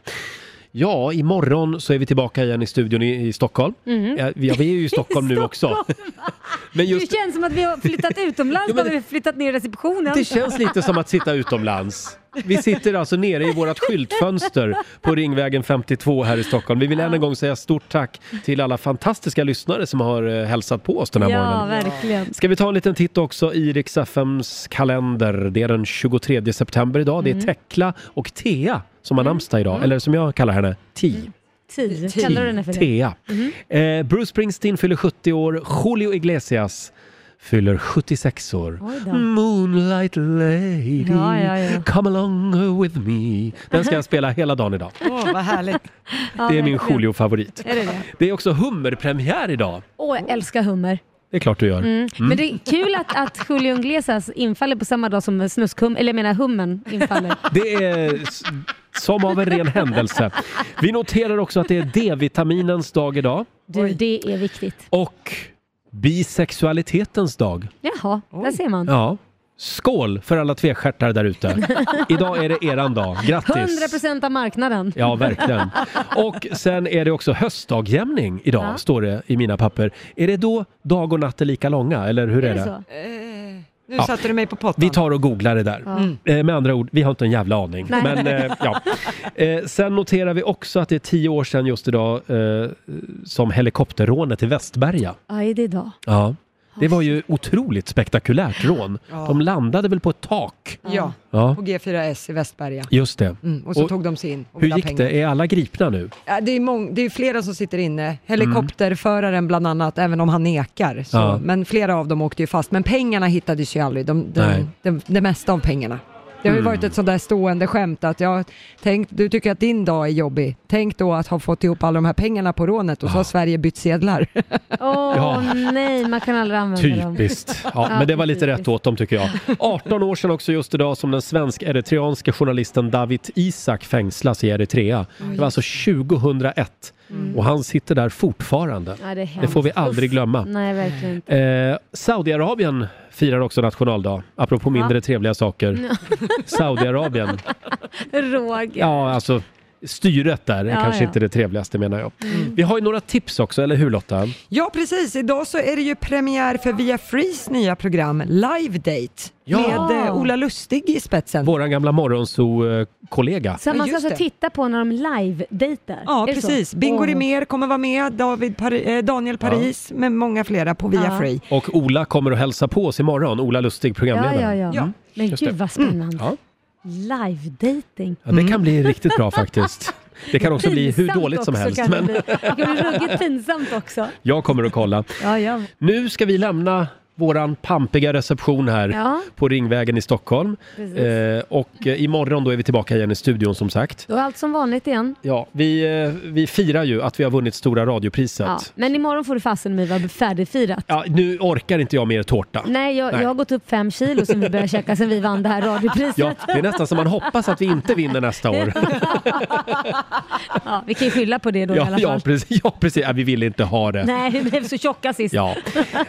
Speaker 1: Ja, imorgon så är vi tillbaka igen i studion i, i Stockholm.
Speaker 2: Mm.
Speaker 1: Ja, vi ja,
Speaker 2: *laughs*
Speaker 1: vi är ju i Stockholm nu också. Men just,
Speaker 2: Det känns som att vi
Speaker 1: *laughs*
Speaker 2: har flyttat utomlands,
Speaker 1: Jo, men-
Speaker 2: bara vi har flyttat ner receptionen.
Speaker 1: det känns lite som att sitta utomlands. Vi sitter alltså nere i vårt skyltfönster på Ringvägen 52 här i Stockholm. Vi vill än en gång säga stort tack till alla fantastiska lyssnare som har eh, hälsat på oss den här morgonen.
Speaker 2: Ja, verkligen.
Speaker 1: Ska vi ta en liten titt också i Rix FMs kalender. Det är den 23 september idag. Det är
Speaker 2: Mm.
Speaker 1: Tekla och Thea som har namnsdag idag. Eller som jag kallar henne, Ti.
Speaker 2: Tid, Mm. kallar du den för det?
Speaker 1: Thea.
Speaker 2: Mhm.
Speaker 1: Eh, Bruce Springsteen fyller 70 år. Julio Iglesias fyller 76 år.
Speaker 2: Oj då.
Speaker 1: Moonlight lady,
Speaker 2: Ja, ja, ja.
Speaker 1: come along with me. Den ska jag spela hela dagen idag.
Speaker 3: Åh, vad härligt.
Speaker 1: Det är min Julio-favorit.
Speaker 2: Är det det?
Speaker 1: Det är också hummerpremiär idag.
Speaker 2: Åh, jag älskar hummer.
Speaker 1: Det är klart du gör.
Speaker 2: Mm. Men det är kul att, att Julio Iglesias infaller på samma dag som snuskhum, eller jag menar hummen
Speaker 1: *laughs*
Speaker 2: infaller.
Speaker 1: Det är s- som av en ren händelse. Vi noterar också att det är D-vitaminens dag idag
Speaker 2: Du, det är viktigt.
Speaker 1: och bisexualitetens dag.
Speaker 2: Jaha, där ser man.
Speaker 1: Ja. Skål för alla tvestjärtar där ute. Idag är det eran dag. Grattis!
Speaker 2: 100% av marknaden.
Speaker 1: Ja, verkligen. Och sen är det också höstdagjämning idag,
Speaker 2: Ja.
Speaker 1: står det i mina papper. Är det då dag och natt är lika långa, eller hur är, det?
Speaker 3: *laughs* Eh, nu
Speaker 1: Ja.
Speaker 3: satte du mig på pottan.
Speaker 1: Vi tar och googlar det där.
Speaker 3: Ja.
Speaker 1: Eh, Med andra ord, vi har inte en jävla aning.
Speaker 3: Nej.
Speaker 1: Men, eh,
Speaker 3: *laughs*
Speaker 1: ja. eh, sen noterar vi också att det är tio år sedan just idag eh, som helikopterrånet i Västberga.
Speaker 2: Ja, är det idag?
Speaker 1: Ja. Det var ju otroligt spektakulärt rån.
Speaker 3: Ja.
Speaker 1: De landade väl på ett tak?
Speaker 3: Ja,
Speaker 1: Ja.
Speaker 3: på G4S i Västberga.
Speaker 1: Just det.
Speaker 3: Mm, och så tog de sig in
Speaker 1: Hur
Speaker 3: och ville ha
Speaker 1: gick
Speaker 3: pengar.
Speaker 1: det? Är alla gripna nu?
Speaker 3: Ja, det, är mång- det är flera som sitter inne. Helikopterföraren bland annat, även om han nekar. Så.
Speaker 1: Mm. Ja.
Speaker 3: Men flera av dem åkte ju fast. Men pengarna hittades ju aldrig. De, de,
Speaker 1: Nej.
Speaker 3: de, det mesta av pengarna. Det har ju
Speaker 1: Mm.
Speaker 3: varit ett sånt där stående skämt att jag tänk, du tycker att din dag är jobbig. Tänk då att ha fått ihop alla de här pengarna på rånet
Speaker 1: Ah.
Speaker 3: och så har Sverige bytt sedlar. *laughs*
Speaker 2: Åh
Speaker 1: Ja.
Speaker 2: nej, man kan aldrig använda dem.
Speaker 1: Typiskt. Ja, men det var lite
Speaker 2: precis.
Speaker 1: rätt åt dem tycker jag. 18 år sedan också just idag som den svensk-eritreanske journalisten David Isak fängslas i Eritrea. Det var alltså 2001 och han sitter där fortfarande.
Speaker 2: Ja, det, är
Speaker 1: Det får vi
Speaker 2: hemskt.
Speaker 1: aldrig glömma.
Speaker 2: Nej,
Speaker 3: *laughs*
Speaker 2: verkligen inte.
Speaker 1: Eh, Saudiarabien firar också nationaldag, apropå mindre trevliga saker. *laughs* Saudiarabien,
Speaker 2: Roger.
Speaker 1: ja alltså styret där är
Speaker 3: Ja,
Speaker 1: kanske
Speaker 3: ja.
Speaker 1: inte det trevligaste menar jag. Vi har ju några tips också, eller hur Lotta?
Speaker 3: Ja, precis. Idag så är det ju premiär för Via Frees nya program Live Date
Speaker 1: Ja.
Speaker 3: med eh, Ola Lustig i spetsen.
Speaker 1: Våran gamla morgonzoo-kollega.
Speaker 2: Så man ska
Speaker 3: Just
Speaker 2: alltså
Speaker 3: det.
Speaker 2: titta på när de live-dejtar?
Speaker 3: Ja,
Speaker 2: Är det så?
Speaker 3: precis. Bingo
Speaker 2: Åh.
Speaker 3: Rimér kommer vara med, David Pari- eh, Daniel
Speaker 1: Ja.
Speaker 3: Paris med många flera på Via
Speaker 2: Ja.
Speaker 3: Free.
Speaker 1: Och Ola kommer och hälsa på oss imorgon, Ola Lustig,
Speaker 2: Ja,
Speaker 1: programledare.
Speaker 2: ja, ja.
Speaker 1: Mm.
Speaker 2: Men
Speaker 1: Just
Speaker 2: gud
Speaker 1: det.
Speaker 2: vad spännande.
Speaker 1: Ja.
Speaker 2: Live-dating.
Speaker 1: Ja, det kan bli riktigt bra faktiskt. Det kan också bli hur
Speaker 2: Mm. Pinsamt
Speaker 1: dåligt som
Speaker 2: också
Speaker 1: helst.
Speaker 2: kan det
Speaker 1: Men
Speaker 2: bli. Det kan bli ruggigt pinsamt också.
Speaker 1: jag kommer att kolla.
Speaker 2: Ja, ja.
Speaker 1: Nu ska vi lämna våran pampiga reception här
Speaker 2: Ja.
Speaker 1: på Ringvägen i Stockholm.
Speaker 2: Precis.
Speaker 1: Eh, och eh, imorgon då är vi tillbaka igen i studion som sagt.
Speaker 2: Då är allt som vanligt igen.
Speaker 1: Ja, vi, eh, vi firar ju att vi har vunnit Stora radiopriset.
Speaker 2: Ja.
Speaker 1: Ja.
Speaker 2: Men imorgon får du fasen mig vara färdigfirat.
Speaker 1: nu orkar inte jag mer tårta.
Speaker 2: Nej jag, jag har gått upp fem kilo sen vi började käka, sen vi vann det här radiopriset.
Speaker 1: Ja, det är nästan som man hoppas att vi inte vinner nästa *laughs* år.
Speaker 2: Ja, vi kan ju skylla på det *laughs* då i
Speaker 1: Ja,
Speaker 2: alla
Speaker 1: ja,
Speaker 2: fall.
Speaker 1: precis. Ja, precis. Ja, vi ville inte ha det.
Speaker 2: Nej, vi blev så tjocka
Speaker 1: *laughs*
Speaker 2: sist.
Speaker 1: Ja.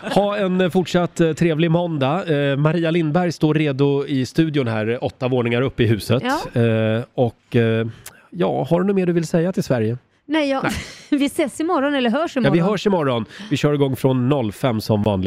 Speaker 1: Ha en eh, fortsatt eh, trevlig måndag. Eh, Maria Lindberg står redo i studion här, eh, åtta våningar upp i huset.
Speaker 2: Ja.
Speaker 1: Eh, och eh, ja, har du något mer du vill säga till Sverige?
Speaker 2: Nej, jag, *laughs* vi ses imorgon eller hörs
Speaker 1: Ja,
Speaker 2: imorgon.
Speaker 1: vi hörs imorgon. Vi kör igång från 05 som vanligt.